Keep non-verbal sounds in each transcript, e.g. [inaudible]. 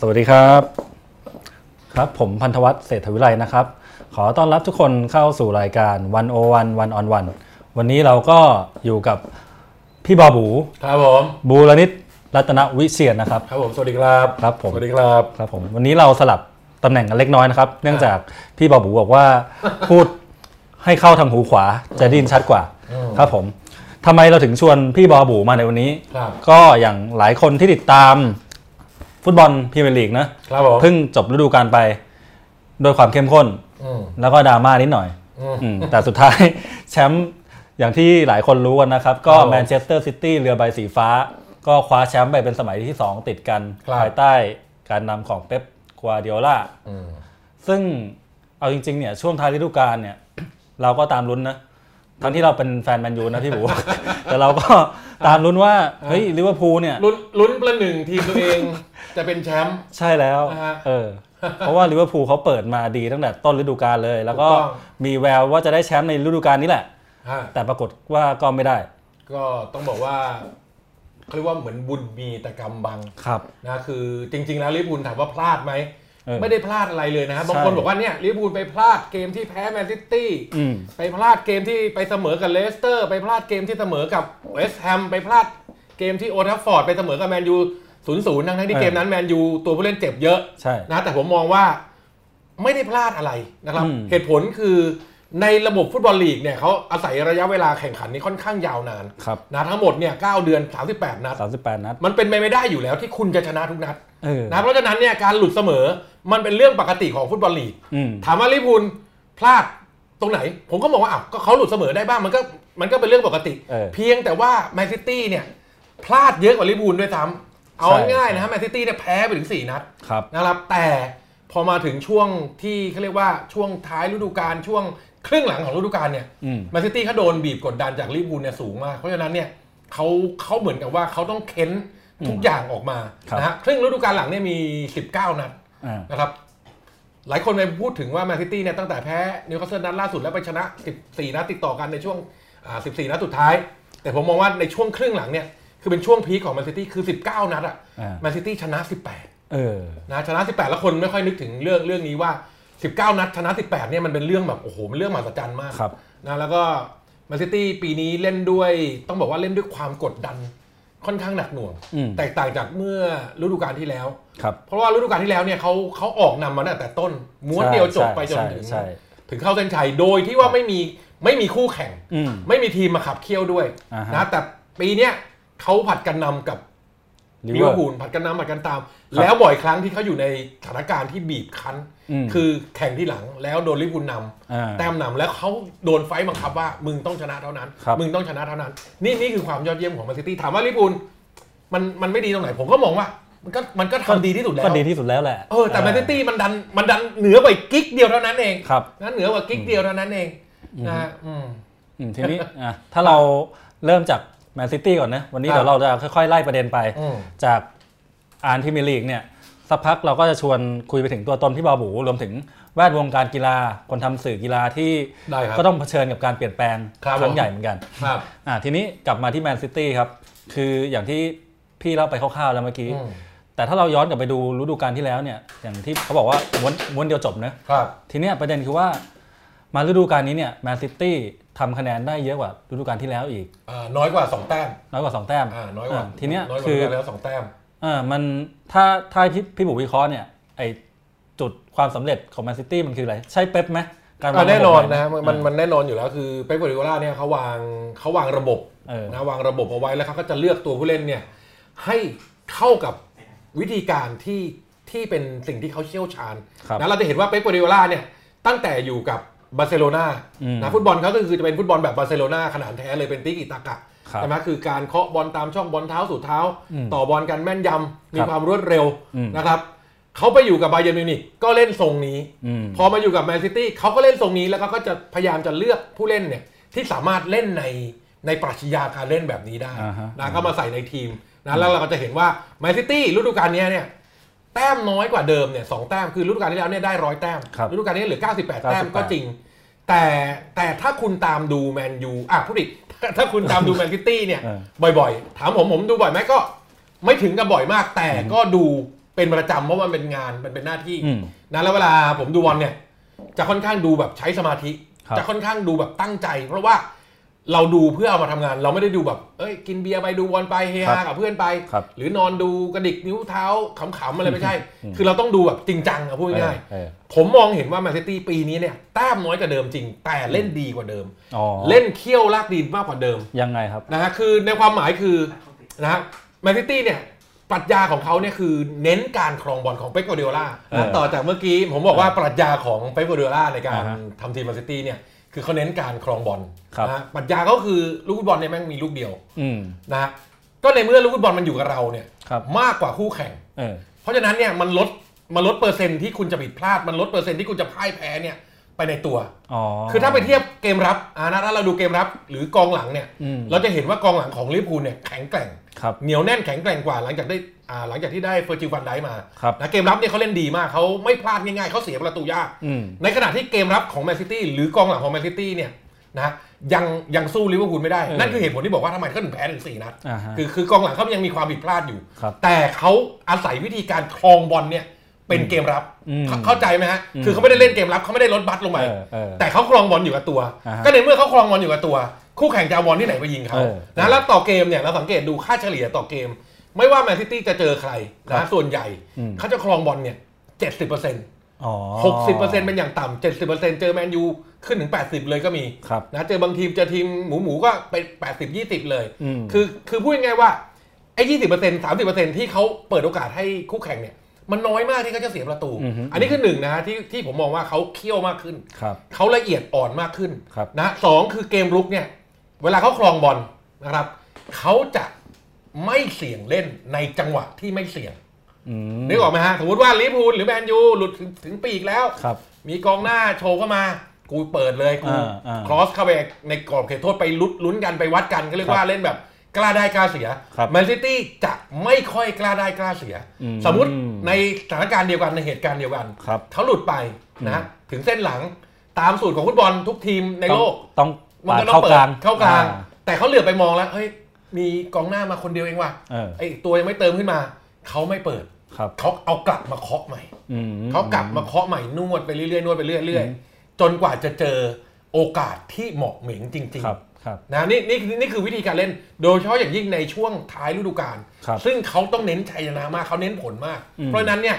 สวัสดีครับ ครับ ผมพันธวัฒน์เศรษฐวิไลนะครับ ขอต้อนรับทุกคนเข้าสู่รายการวันโอวันวันออนวันวันนี้เราก็อยู่กับพี่บอบู ครับผม บูรณิตรัตนวิเชียนนะครับ ครับผมสวัสดีครับ ครับผม สวัสดีครับ ครับผมวันนี้เราสลับตำแหน่งกันเล็กน้อยนะครับ เนื่องจากพี่บอบูบอกว่า พูดให้เข้าทางหูขวาจะได้ยินชัดกว่า ครับผมทำไมเราถึงชวนพี่บอบูมาในวันนี้ ครับ ก็อย่างหลายคนที่ติดตามฟุตบอลพรีเมียร์ลีกนะ ครับผม เพิ่งจบฤดูกาลไปโดยความเข้มข้น อืม แล้วก็ดราม่านิดหน่อย อืม อืมแต่สุดท้าย [laughs] แชมป์อย่างที่หลายคนรู้กันนะครับ ก็ ครับผม แมนเชสเตอร์ซิตี้เรือใบสีฟ้า ก็คว้าแชมป์ไปเป็นสมัยที่ 2 ติดกัน ครับ ภายใต้การนำของเป๊ปกัวเดียล่า อืม ซึ่งเอาจริงๆเนี่ยช่วงท้ายฤดูกาลเนี่ย [coughs] เราก็ตามลุ้นนะ ทั้งที่เราเป็นแฟนแม [laughs] นยูนะพี่บู แต่เราก็ตามลุ้นว่าเฮ้ยลิเวอร์พูลเนี่ย ลุ้นลุ้นประหนึ่งทีมตัว [laughs] เอง จะเป็นแชมป์ ใช่แล้ว นะฮะ เออ เพราะว่าลิเวอร์พูลเขาเปิดมาดีตั้งแต่ต้นฤดูกาลเลย แล้วก็ ถูกต้อง มีแววว่าจะได้แชมป์ในฤดูกาลนี้แหละ ฮะ แต่ปรากฏว่าก็ไม่ได้ ก็ต้องบอกว่าเขาเรียกว่าเหมือนบุญมีแต่กรรมบัง ครับ นะคือจริง ๆ แล้วลิเวอร์พูลถามว่าพลาดไหม เออ ไม่ได้พลาดอะไรเลยนะฮะบาง ใช่ คนบอกว่าเนี่ยลิเวอร์พูลไปพลาดเกมที่แพ้แมนซิตี้ อืม ไปพลาดเกมที่ไปเสมอกับเลสเตอร์ ไปพลาดเกมที่เสมอกับเวสต์แฮมไปพลาดเกมที่โอลด์ทัฟฟอร์ดไปเสมอกับแมนยูศูนย์ศูนย์ทั้งๆที่ เออ เกมนั้นแมนยูตัวผู้เล่นเจ็บเยอะ ใช่ นะแต่ผมมองว่าไม่ได้พลาดอะไรนะครับ อืม เหตุผลคือในระบบฟุตบอลลีกเนี่ยเขาอาศัยระยะเวลาแข่งขันนี้ค่อนข้างยาวนาน ครับ นะทั้งหมดเนี่ยเก้าเดือน 38 นัด 38 นัด มันเป็นไปไม่ได้อยู่แล้วที่คุณจะชนะทุกนัด เออ นะเพราะฉะนั้นเนี่ยการหลุดเสมอมันเป็นเรื่องปกติของฟุตบอลลีก อืม ถามว่าลิเวอร์พูลพลาดตรงไหน ผมก็มองว่าอ้าวก็เขาหลุดเสมอได้บ้างมันก็มันก็เป็นเรื่องปกติ เออ เพียงแต่ว่าแมนซิตี้เนี่ยพลาดเยอะกว่าลิเวอร์พูลด้วยซ้ำเอา ใช่ ง่ายๆนะฮะแมนซิตี้เนี่ยแพ้ไปถึง 4 นัด ครับ นะครับ แต่พอมาถึงช่วงที่เขาเรียกว่าช่วงท้ายฤดูกาลช่วงครึ่งหลังของฤดูกาลเนี่ย อืม แมนซิตี้เขาโดนบีบกดดันจากลิเวอร์พูลเนี่ยสูงมากเพราะฉะนั้นเนี่ยเขาเขาเหมือนกับว่าเขาต้องเค้นทุกอย่างออกมา ครับ นะฮะครึ่งฤดูกาลหลังเนี่ยมี 19 นัด อ่า นะครับ หลายคนไปพูดถึงว่าแมนซิตี้เนี่ยตั้งแต่แพ้นิวคาสเซิลนัดล่าสุดแล้วไปชนะ 14 นัดติดต่อกันในช่วงอ่า14 นัดสุดท้าย แต่ผมมองว่าในช่วงครึ่งหลังเนี่ย คือเป็นช่วงพีคของแมนซิตี้คือ 19 นัดอะ อ่า แมนซิตี้ชนะ 18 เออ นะชนะ 18 แล้วคนไม่ค่อยนึกถึงเรื่องเรื่องนี้ว่า 19 นัดชนะ 18 เนี่ยมันเป็นเรื่องแบบโอ้โหมันเรื่องมหัศจรรย์มาก ครับ นะแล้วก็แมนซิตี้ปีนี้เล่นด้วย ต้องบอกว่าเล่นด้วยความกดดันค่อนข้างหนักหน่วง อืม แตกต่างจากเมื่อฤดูกาลที่แล้ว ครับ เพราะว่าฤดูกาลที่แล้วเนี่ยเขาเขาออกนำมาตั้งแต่ต้นม้วนเดียวจบไปจนถึง ใช่ใช่ใช่ ถึงเข้าเส้นชัยโดยที่ว่าไม่มีไม่มีคู่แข่ง อืม ไม่มีทีมมาขับเคี่ยวด้วย อ่าฮะ นะแต่ปีเนี้ยเขาผัดกันนำกับ ลิ ลิ เว เว อ อ ร์ ร์ พู พู ล ลผัดกันนำผัดกันตาม ครับ แล้วบ่อยครั้งที่เขาอยู่ในสถานการณ์ที่บีบคั้น อืม คือแข่งที่หลังแล้วโดนลิเวอร์พูลนำ อ่า แต้มนำแล้วเขาโดนไฟต์บังคับว่า มึงต้องชนะเท่านั้น ครับ มึงต้องชนะเท่านั้น นี่นี่คือความยอดเยี่ยมของแมนซิตี้ถามว่าลิเวอร์พูลมันมันไม่ดีตรงไหน ผมก็มองว่า มันก็มันก็ ก็ ทำดีที่สุดแล้ว ก็ดีที่สุดแล้วแหละ เออแต่แมนซิตี้มันดันมันดันเหนือกว่าอีกกิ๊กเดียวเท่านั้นเอง ครับ นั่นเหนือกว่ากิ๊กเดียวเท่านั้นเองนะฮะอืม อืมทีนี้ อ่ะถ้าเราเริ่มจากแมนซิตี้ก่อนนะ วันนี้ ครับ เดี๋ยวเราจะค่อยๆ ไล่ประเด็นไป อืม จากอ่านพรีเมียร์ลีกเนี่ยสักพักเราก็จะชวนคุยไปถึงตัวตนพี่บาบูรวมถึงแวดวงการกีฬา คนทำสื่อกีฬาที่ ได้ครับ ก็ต้องเผชิญกับการเปลี่ยนแปลง ครับ ครั้ ผ ง ม ใหญ่เหมือนกัน ครับ อ่ะทีนี้กลับมาที่แมนซิตี้ครับ คืออย่างที่พี่เล่าไปคร่าวๆแล้วเมื่อกี้ อืม แต่ถ้าเราย้อนกลับไปดูฤดูกาลที่แล้วเนี่ยอย่างที่เขาบอกว่าม้วนม้วนเดียวจบนะครับ ทีเนี้ยประเด็นคือว่ามาฤดูกาลนี้เนี่ยแมนซิตี้ทำคะแนนได้เยอะกว่าฤดูกาลที่แล้วอีก อ่าน้อยกว่าสองแต้ม น้อยกว่าสองแต้ม อ่าน้อยกว่า ะทีเนี้ย น้อยกว่า คือ ฤดูกาลแล้วสองแต้ม เออมันถ้าถ้าพี่พี่บุ๋วิเคราะห์เนี่ยไอจุดความสำเร็จของแมนซิตี้มันคืออะไร ใช่เป๊ปไหมการวาง อ่ะ ระบบ แน่นอน ไห นะฮะมันมันมันแน่นอนอยู่แล้วคือเป๊ปกวาร์ดิโอลาเนี่ยเขาวางเขาวางระบบ เออ นะวางระบบเอาไว้แล้วเขาก็จะเลือกตัวผู้เล่นเนี่ยให้เข้ากับวิธีการที่ที่เป็นสิ่งที่เขาเชี่ยวชาญ ครับ นะเราจะเห็นว่าเป๊ปกวาร์ดิโอลาเนี่ยตั้งแต่อยู่กับบาร์เซโลนา อืม นะฟุตบอลเขาก็คือจะเป็นฟุตบอลแบบบาร์เซโลนาขนาดแท้เลยเป็นติกิตากะ ครับ ใช่ไหมคือการเคาะบอลตามช่องบอลเท้าสู่เท้า อืม ต่อบอลกันแม่นยำมี ครับ ความรวดเร็ว อืม นะครับเขาไปอยู่กับบาเยร์นมิวนิกก็เล่นทรงนี้ อืม พอมาอยู่กับแมนซิตี้เขาก็เล่นทรงนี้แล้วก็ก็จะพยายามจะเลือกผู้เล่นเนี่ยที่สามารถเล่นในในปรัชญาการเล่นแบบนี้ได้ อ่าฮะ นะก็มาใส่ในทีมนะแล้วเราก็จะเห็นว่าแมนซิตี้ฤดูกาลเนี้ยเนี่ยแต้มน้อยกว่าเดิมเนี่ยสองแต้มคือฤดูกาลที่แล้วเนี่ยได้ร้อยแต้ม ครับ ฤดูกาลนี้เหลือ 98 98 แต้มก็จริง แต่แต่ถ้าคุณตามดูแมนยูอ่ะพูดอีก [laughs] ถ้าถ้าคุณ [laughs] ตามดูแมนซิตี้เนี่ย เออ บ่อยๆ ถามผมผมดูบ่อยไหมก็ ไม่ถึงกับบ่อยมากแต่ก็ดู เป็นประจำเพราะมันเป็นงานมันเป็นหน้าที่ อืม นะแล้วเวลาผมดูบอลเนี่ย จะค่อนข้างดูแบบใช้สมาธิ ครับ จะค่อนข้างดูแบบตั้งใจ เพราะว่าเราดูเพื่อเอามาทำงาน เราไม่ได้ดูแบบ เอ้ย กินเบียร์ไปดูบอลไปเฮฮากับเพื่อนไป ครับ หรือนอนดูกระดิกนิ้วเท้าขำๆอะไรไม่ใช่ คือเราต้องดูแบบจริงจังอะพูดง่ายๆ เออ ผมมองเห็นว่าแมนซิตี้ปีนี้เนี่ยแต้มน้อยกว่าเดิมจริง แต่เล่นดีกว่าเดิม อ๋อ เล่นเคี่ยวลากดินมากกว่าเดิม ยังไงครับ นะฮะคือในความหมายคือนะฮะแมนซิตี้เนี่ยปรัชญาของเขาเนี่ยคือเน้นการครองบอลของเป๊กโกเดียล่า เออ ต่อจากเมื่อกี้ผมบอกว่าปรัชญาของเป๊กโกเดียล่าในการ อ่าฮะ ทำทีมแมนซิตี้เนี่ยคือเขาเน้นการครองบอล ครับ นะฮะปรัชญาก็คือลูกฟุตบอลเนี่ยแม่งมีลูกเดียว อืม นะฮะก็ในเมื่อลูกฟุตบอลมันอยู่กับเราเนี่ย ครับ มากกว่าคู่แข่ง เออ เพราะฉะนั้นเนี่ยมันลดมันลดเปอร์เซ็นต์ที่คุณจะผิดพลาด มันลดเปอร์เซ็นต์ที่คุณจะพ่ายแพ้เนี่ยไปในตัว อ๋อ คือถ้าไปเทียบเกมรับอ่านะถ้าเราดูเกมรับหรือกองหลังเนี่ย อืม เราจะเห็นว่ากองหลังของลิเวอร์พูลเนี่ยแข็งแกร่ง ครับ เหนียวแน่นแข็งแกร่งกว่าหลังจากได้อ่าหลังจากที่ได้เฟอร์จิลฟันไดมา ครับ นะเกมรับเนี่ยเขาเล่นดีมากเขาไม่พลาดง่ายๆเขาเสียประตูยาก อืม ในขณะที่เกมรับของแมนซิตี้หรือกองหลังของแมนซิตี้เนี่ยนะยังยังสู้ลิเวอร์พูลไม่ได้ เออ นั่นคือเหตุผลที่บอกว่าทำไมเขาถึงแพ้ถึงสี่นัด อ่าฮะ คือคือกองหลังเขายังมีความผิดพลาดอยู่ ครับ แต่เขาอาศัยวิธีการครองบอลเนี่ยเป็นเกมรับ อืม เข้าเข้าใจไหมฮะ อืม คือเขาไม่ได้เล่นเกมรับเขาไม่ได้ลดบัตลงไป เออเออ แต่เขาครองบอลอยู่กับตัว อ่าฮะ ก็ในเมื่อเขาครองบอลอยู่กับตัว คู่แข่งจะเอาบอลที่ไหนไปยิงเขา เออ นะแล้วต่อเกมเนี่ยเราสังเกตดูค่าเฉลี่ยต่อเกม ไม่ว่าแมนซิตี้จะเจอใคร ครั นะ บ ส่วนใหญ่ อืม เขาจะครองบอลเนี่ยเจ็ดสิบเปอร์เซ็นต์ อ๋อ หกสิบเปอร์เซ็นต์เป็นอย่างต่ำเจ็ดสิบเปอร์เซ็นต์เจอแมนยูขึ้นถึงแปดสิบเลยก็มี ครับ นะเจอบางทีมเจอทีมหมูหมูก็ไปแปดสิบยี่สิบเลย อืม คือคือพูดง่ายๆว่าไอ้ยี่สิบเปอร์เซ็นต์สามสิบเปอร์เซ็นต์ที่เขาเปิดโอกาสให้คู่แข่งเนี่ย มันน้อยมากที่เขาจะเสียประตู อันนี้คือหนึ่งนะฮะที่ที่ผมมองว่าเขาเคี่ยวมากขึ้น ครับ เขาละเอียดอ่อนมากขึ้น ครับ นะสองคือเกมรุกเนี่ย เวลาเขาครองบอลนะครับเขาจะไม่เสี่ยงเล่นในจังหวะที่ไม่เสี่ยง อืม นึกออกไหมฮะสมมติว่าลิเวอร์พูลหรือแมนยูหลุดถึงถึงปีกแล้ว ครับ มีกองหน้าโชว์เข้ามา กูเปิดเลย กู อ่าอ่า ครอสเข้าไปในกรอบเขตโทษไปลุ้นลุ้นกันไปวัดกันก็เรียกว่าเล่นแบบกล้าได้กล้าเสีย ครับ แมนซิตี้จะไม่ค่อยกล้าได้กล้าเสีย อืม สมมติในสถานการณ์เดียวกันในเหตุการณ์เดียวกัน ครับ เขาหลุดไปนะถึงเส้นหลังตามสูตรของฟุตบอลทุกทีมในโลก ต้อง มั ปานด ก็ต้อง เข้า เปิด กลาง เข้ากลาง อ่ แต่เขาเหลือบไปมองแล้วเฮ้ยมีกองหน้ามาคนเดียวเองว่ะ เออ ไออีกตัวยังไม่เติมขึ้นมาเขาไม่เปิด ครับ เขาเอากลับมาเคาะใหม่ อืม เขากลับมาเคาะใหม่นวดไปเรื่อยๆนวดไปเรื่อยๆ จนกว่าจะเจอโอกาสที่เหมาะเหม็งจริง ครับครับ ๆนะนี่นี่นี่คือวิธีการเล่นโดยเฉพาะอย่างยิ่งในช่วงท้ายฤดูกาล ครับ ซึ่งเขาต้องเน้นชัยชนะมากเขาเน้นผลมาก อืม เพราะฉะนั้นเนี่ย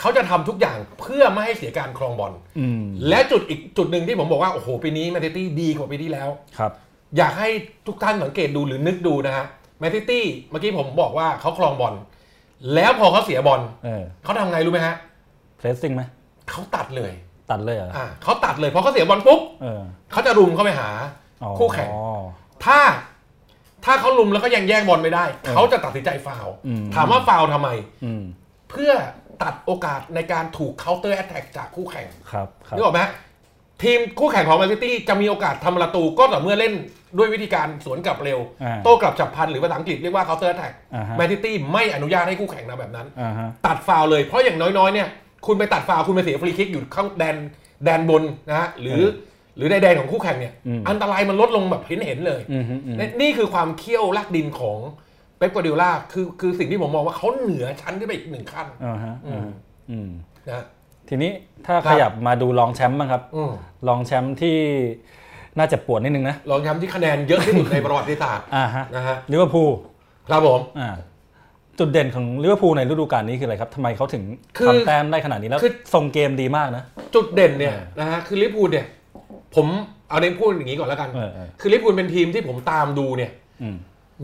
เขาจะทำทุกอย่างเพื่อไม่ให้เสียการครองบอล อืม และจุดอีกจุดหนึ่งที่ผมบอกว่า โอ้โหปีนี้แมนซิตี้ดีกว่าปีที่แล้ว ครับ อยากให้ทุกท่านสังเกตดูหรือนึกดูนะฮะแมนซิตี้เมื่อกี้ผมบอกว่าเขาครองบอลแล้วพอเขาเสียบอล เออ เขาทำไงรู้ไหมฮะ เพรสซิ่งไหม เขาตัดเลย ตัดเลยเหรอ อ่ะเขาตัดเลยเพราะเขาเสียบอลปุ๊บ เออ เขาจะรุมเข้าไปหา อ๋อ คู่แข่ง ถ้าถ้าเขารุมแล้วก็ยังแย่งบอลไม่ได้ เขาจะตัดสินใจฟาวล์ อืม ถามว่าฟาวล์ทำไม อืม เพื่อตัดโอกาสในการถูกเคาน์เตอร์แอตแทกจากคู่แข่ง ครับครับ นึกออกไหมทีมคู่แข่งของแมนซิตี้จะมีโอกาสทำประตูก็ต่อเมื่อเล่นด้วยวิธีการสวนกลับเร็ว อ่า โต้กลับจับพลันหรือภาษาอังกฤษเรียกว่าเคาน์เตอร์แอตแทก อ่าฮะ แมนซิตี้ไม่อนุญาตให้คู่แข่งทำแบบนั้น อ่าฮะ ตัดฟาวล์เลยเพราะอย่างน้อยๆเนี่ยคุณไปตัดฟาวล์คุณไปเสียฟรีคิกอยู่ข้างแดนแดนบนนะฮะหรือ เออ หรือในแดนของคู่แข่งเนี่ย อืม อันตรายมันลดลงแบบเห็นเห็นๆเลย อืมฮึอืม นี่นี่คือความเคี่ยวลากดินของเป๊ปกวาร์ดิโอลาคือคือสิ่งที่ผมมองว่าเขาเหนือชั้นขึ้นไปอีกหนึ่งขั้น อ่าฮะอ่าฮะอืม นะฮะ ทีนี้ถ้า ครั ข บ ยับมาดูรองแชมป์บ้างครับ อืม รองแชมป์ที่น่าจะปวดนิดนึงนะ ลองย้ำที่คะแนนเยอะที่สุดในประวัติ [laughs] ศาสตร์ อ่าฮะ นะฮะ ลิเวอร์พูล ครับผม อ่าจุดเด่นของลิเวอร์พูลในฤดูกาลนี้คืออะไรครับทำไมเขาถึง คือ ทำแต้มได้ขนาดนี้แล้ว คือ ส่งเกมดีมากนะ จุดเด่นเนี่ยนะฮะคือลิเวอร์พูลเนี่ยผมเอาในพูดอย่างนี้ก่อนแล้วกัน เออเออ คือลิเวอร์พูลเป็นทีมที่ผมตามดูเนี่ย อืม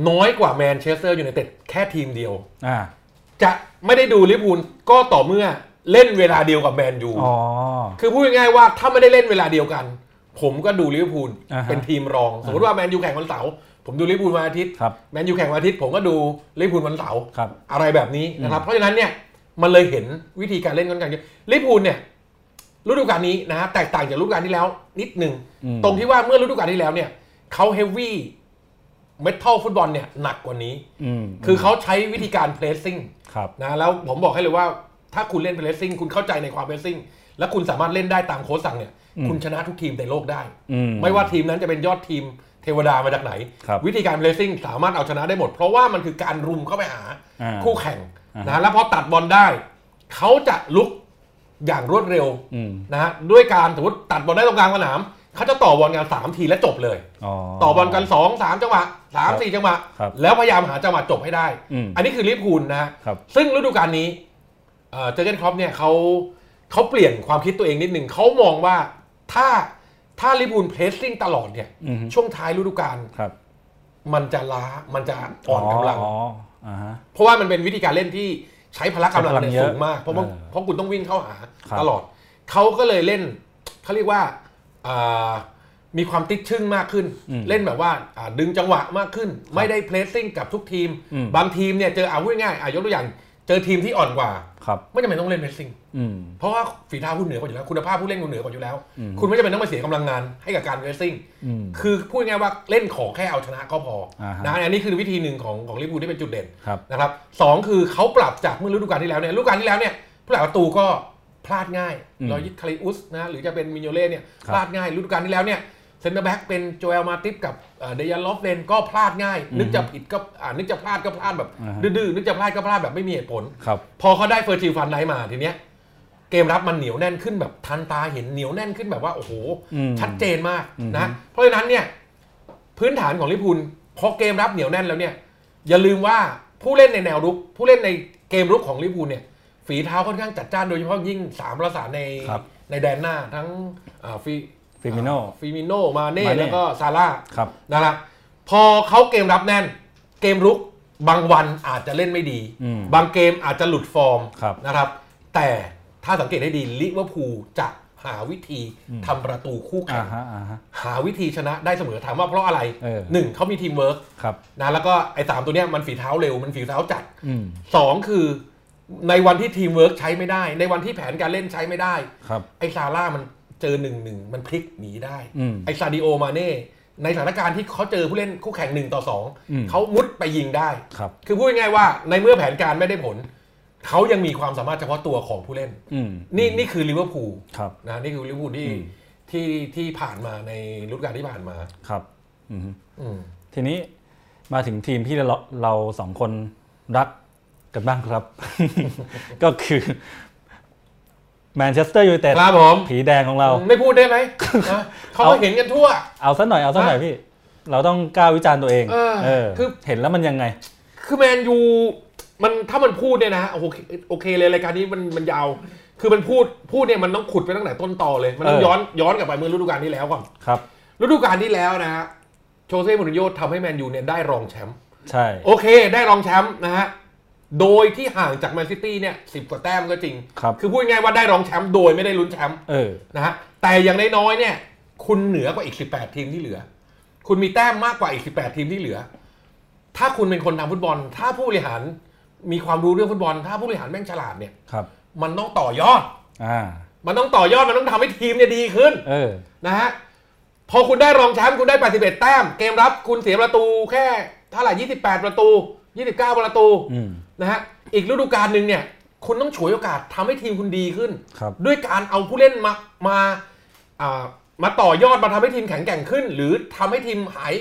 น้อยกว่าแมนเชสเตอร์ยูไนเต็ดแค่ทีมเดียว อ่า จะไม่ได้ดูลิเวอร์พูลก็ต่อเมื่อเล่นเวลาเดียวกับแมนยู อ๋อ คือพูดง่ายๆว่าถ้าไม่ได้เล่นเวลาเดียวกัน ผมก็ดูลิเวอร์พูล อ่าฮะ เป็นทีมรอง สมมติว่าแมนยูแข่งวันเสาร์ผมดูลิเวอร์พูลวันอาทิตย์ ครับ แมนยูแข่งวันอาทิตย์ผมก็ดูลิเวอร์พูลวันเสาร์ ครับ อะไรแบบนี้นะครับ เพราะฉะนั้นเนี่ยมันเลยเห็นวิธีการเล่นค่อนข้างเยอะลิเวอร์พูลเนี่ยฤดูกาลนี้นะฮะแตกต่างจากฤดูกาลที่แล้วนิดหนึ่ง อืม ตรงที่ว่าเมื่อฤดูกาลที่แล้วเนี่ยเขาเฮฟวี่เมทัลฟุตบอลเนี่ยหนักกว่านี้ อืม คือเขาใช้วิธีการเพลสซิ่ง ครับ นะแล้วผมบอกให้เลยว่าถ้าคุณเล่นเพลสซิ่งคุณเข้าใจในความเพลสซิ่งและคุณสามารถเล่นได้ตามโค้ชสั่งเนี่ย อืม คุณชนะทุกทีมในโลกได้ อืม ไม่ว่าทีมนั้นจะเป็นยอดทีมเทวดามาจากไหน ครับ วิธีการเพลสซิ่งสามารถเอาชนะได้หมด เพราะว่ามันคือการรุมเข้าไปหา อ่า คู่แข่ง อ่า นะแล้วพอตัดบอลได้ เขาจะลุกอย่างรวดเร็ว อืม นะฮะด้วยการสมมติตัดบอลได้ตรงกลางสนามเขาจะต่อบอลกันสามทีและจบเลย อ๋อ ต่อบอลกันสองสามจังหวะสามสี่จังหวะ ครับ แล้วพยายามหาจังหวะจบให้ได้ อืม อันนี้คือลิเวอร์พูลนะฮะ ครับ ซึ่งฤดูกาลนี้เอ่อเจอร์เกนครอปเนี่ยเขาเขาเปลี่ยนความคิดตัวเองนิดหนึ่งเขามองว่าถ้าถ้าลิบูลเพรสซิ่งตลอดเนี่ย อืมฮึ ช่วงท้ายฤดูกาล ครับ มันจะล้ามันจะอ่อนกำลัง อ๋ออ่าฮะ เพราะว่ามันเป็นวิธีการเล่นที่ใช้พละกำลังเนี่ใช้พลัยงเยอะ สูงมาก เพราะว่า เออ เพราะคุณต้องวิ่งเข้าหา ครับ ตลอด เขาก็เลยเล่นเขาเรียกว่าอ่ามีความติดชึ่งมากขึ้น เล่นแบบว่าอ่าดึงจังหวะมากขึ้น ไม่ได้เพรสซิ่งกับทุกทีม บางทีมเนี่ยเจอเอาพูดง่ายๆอ่ะยกตัวอย่างเจอทีมที่อ่อนกว่า ครับ ไม่จำเป็นต้องเล่นเพรสซิ่ง อืม เพราะว่าฝีเท้าคุณเหนือกว่าอยู่แล้ว คุณภาพผู้เล่นคุณเหนือกว่าอยู่แล้ว คุณไม่จำเป็นต้องมาเสียกำลังงานให้กับการเพรสซิ่ง อืม คือพูดง่ายๆว่าเล่นของแค่เอาชนะก็พออา ฮะ นะอันนี้คือวิธีหนึ่งของของลิเวอร์พูลที่เป็นจุดเด่น ครับ นะครับสองคือเขาปรับจากเมื่อฤดูกาลที่แล้วเนี่ยฤดูกาลที่แล้วเนี่ยผู้หลักประตูก็พลาดง่าย อืม รอยยิคคาริอุสนะหรือจะเป็นมิโนเล่เนี่ย ครับ พลาดง่ายฤดูกาลที่แล้วเนี่ยเซนเตอร์แบ็กเป็นโจเอลมาติฟกับเดียร์ลอฟเลนก็พลาดง่าย นึกจะผิดก็อ่านึกจะพลาดก็พลาดแบบดื้อๆนึกจะพลาดก็พลาดแบบไม่มีเหตุผล ครับ พอเขาได้เฟอร์จิลฟันไดมาทีเนี้ยเกมรับมันเหนียวแน่นขึ้นแบบทันตาเห็นเหนียวแน่นขึ้นแบบว่า โอ้โห อืม ชัดเจนมาก อืม นะเพราะฉะนั้นเนี่ย พื้นฐานของลิเวอร์พูลพอเกมรับเหนียวแน่นแล้วเนี่ย อย่าลืมว่าผู้เล่นในแนวรุก ผู้เล่นในเกมรุกของลิเวอร์พูลเนี่ย ฝีเท้าค่อนข้างจัดจ้านโดยเฉพาะยิ่งสามประสานใน ครับ ในแดนหน้าทั้งอ่าฟี ฟิมิโน ฟิมิโนมาเน่ Mane แล้วก็ซาร่า ครับ นะครับพอเขาเกมรับแน่น เกมรุกบางวันอาจจะเล่นไม่ดี อืม บางเกมอาจจะหลุดฟอร์ม ครับ นะครับ แต่ถ้าสังเกตให้ดีลิเวอร์พูลจะหาวิธีทำประตูคู่แข่ อ่าง ฮะอ่าฮะ หาวิธีชนะได้เสมอถามว่าเพราะอะไร เออ หนึ่งเขามีทีมเวิร์ก ครับ นะแล้วก็ไอ้สามตัวเนี้ยมันฝีเท้าเร็วมันฝีเท้าจัด อืม สองคือในวันที่ทีมเวิร์กใช้ไม่ได้ ในวันที่แผนการเล่นใช้ไม่ได้ ครับ ไอซาร่ามันเจอหนึ่งหนึ่งมันพลิกหนีได้ อืม ไอซาดิโอมาเน่ในสถานการณ์ที่เขาเจอผู้เล่นคู่แข่งหนึ่งต่อสอง อืม เขามุดไปยิงได้ ครับ คือพูดง่ายๆว่าในเมื่อแผนการไม่ได้ผล เขายังมีความสามารถเฉพาะตัวของผู้เล่น อืม นี่นี่คือลิเวอร์พูล ครับ นะนี่คือลิเวอร์พูลที่ที่ที่ผ่านมาในฤดูกาลที่ผ่านมา ครับ อืม อืม ทีนี้มาถึงทีมที่เราเราสองคนรักกันบ้างครับ ก็คือแมนเชสเตอร์ยูไนเต็ด ครับผม ผีแดงของเรา ไม่พูดได้ไหม [laughs] นะเขาก็เห็นกันทั่ว เอาสักหน่อยเอาสักหน่อยพี่ เราต้องกล้าวิจารณ์ตัวเอง เออคือ เห็นแล้วมันยังไง คือแมนยูมันถ้ามันพูดเนี่ยนะโอเคโอเคเลยรายการนี้มันมันยาว คือมันพูดพูดเนี่ยมันต้องขุดไปตั้งแต่ต้นตอเลย มันต้อง เออ ย้อนย้อนกลับไปเมื่อฤดูกาลที่แล้วก่อน ครับ ฤดูกาลที่แล้วนะฮะโชเซ่มูรินโญ่ทำให้แมนยูเนี่ยได้รองแชมป์ ใช่ โอเค ได้รองแชมป์นะฮะโดยที่ห่างจากแมนซิตี้เนี่ยสิบกว่าแต้มก็จริง ครับ คือพูดง่ายๆว่าได้รองแชมป์โดยไม่ได้ลุ้นแชมป์ เออ นะฮะแต่อย่างน้อยๆเนี่ย คุณเหนือกว่าอีก 18 ทีมที่เหลือ คุณมีแต้มมากกว่าอีก 18 ทีมที่เหลือ ถ้าคุณเป็นคนทำฟุตบอล ถ้าผู้บริหารมีความรู้เรื่องฟุตบอล ถ้าผู้บริหารแม่งฉลาดเนี่ย ครับ มันต้องต่อยอด อ่า มันต้องต่อยอด มันต้องทำให้ทีมเนี่ยดีขึ้น เออ นะฮะ พอคุณได้รองแชมป์คุณได้ 81 แต้ม เกมรับคุณเสียประตูแค่เท่าไหร่ 28 ประตู 29 ประตู อืม นะฮะ อีกฤดูกาลหนึ่งเนี่ย คุณต้องฉวยโอกาสทำให้ทีมคุณดีขึ้น ครับ ด้วยการเอาผู้เล่นมามาอ่ามาต่อยอดมาทำให้ทีมแข็งแกร่งขึ้น หรือทำให้ทีมหาย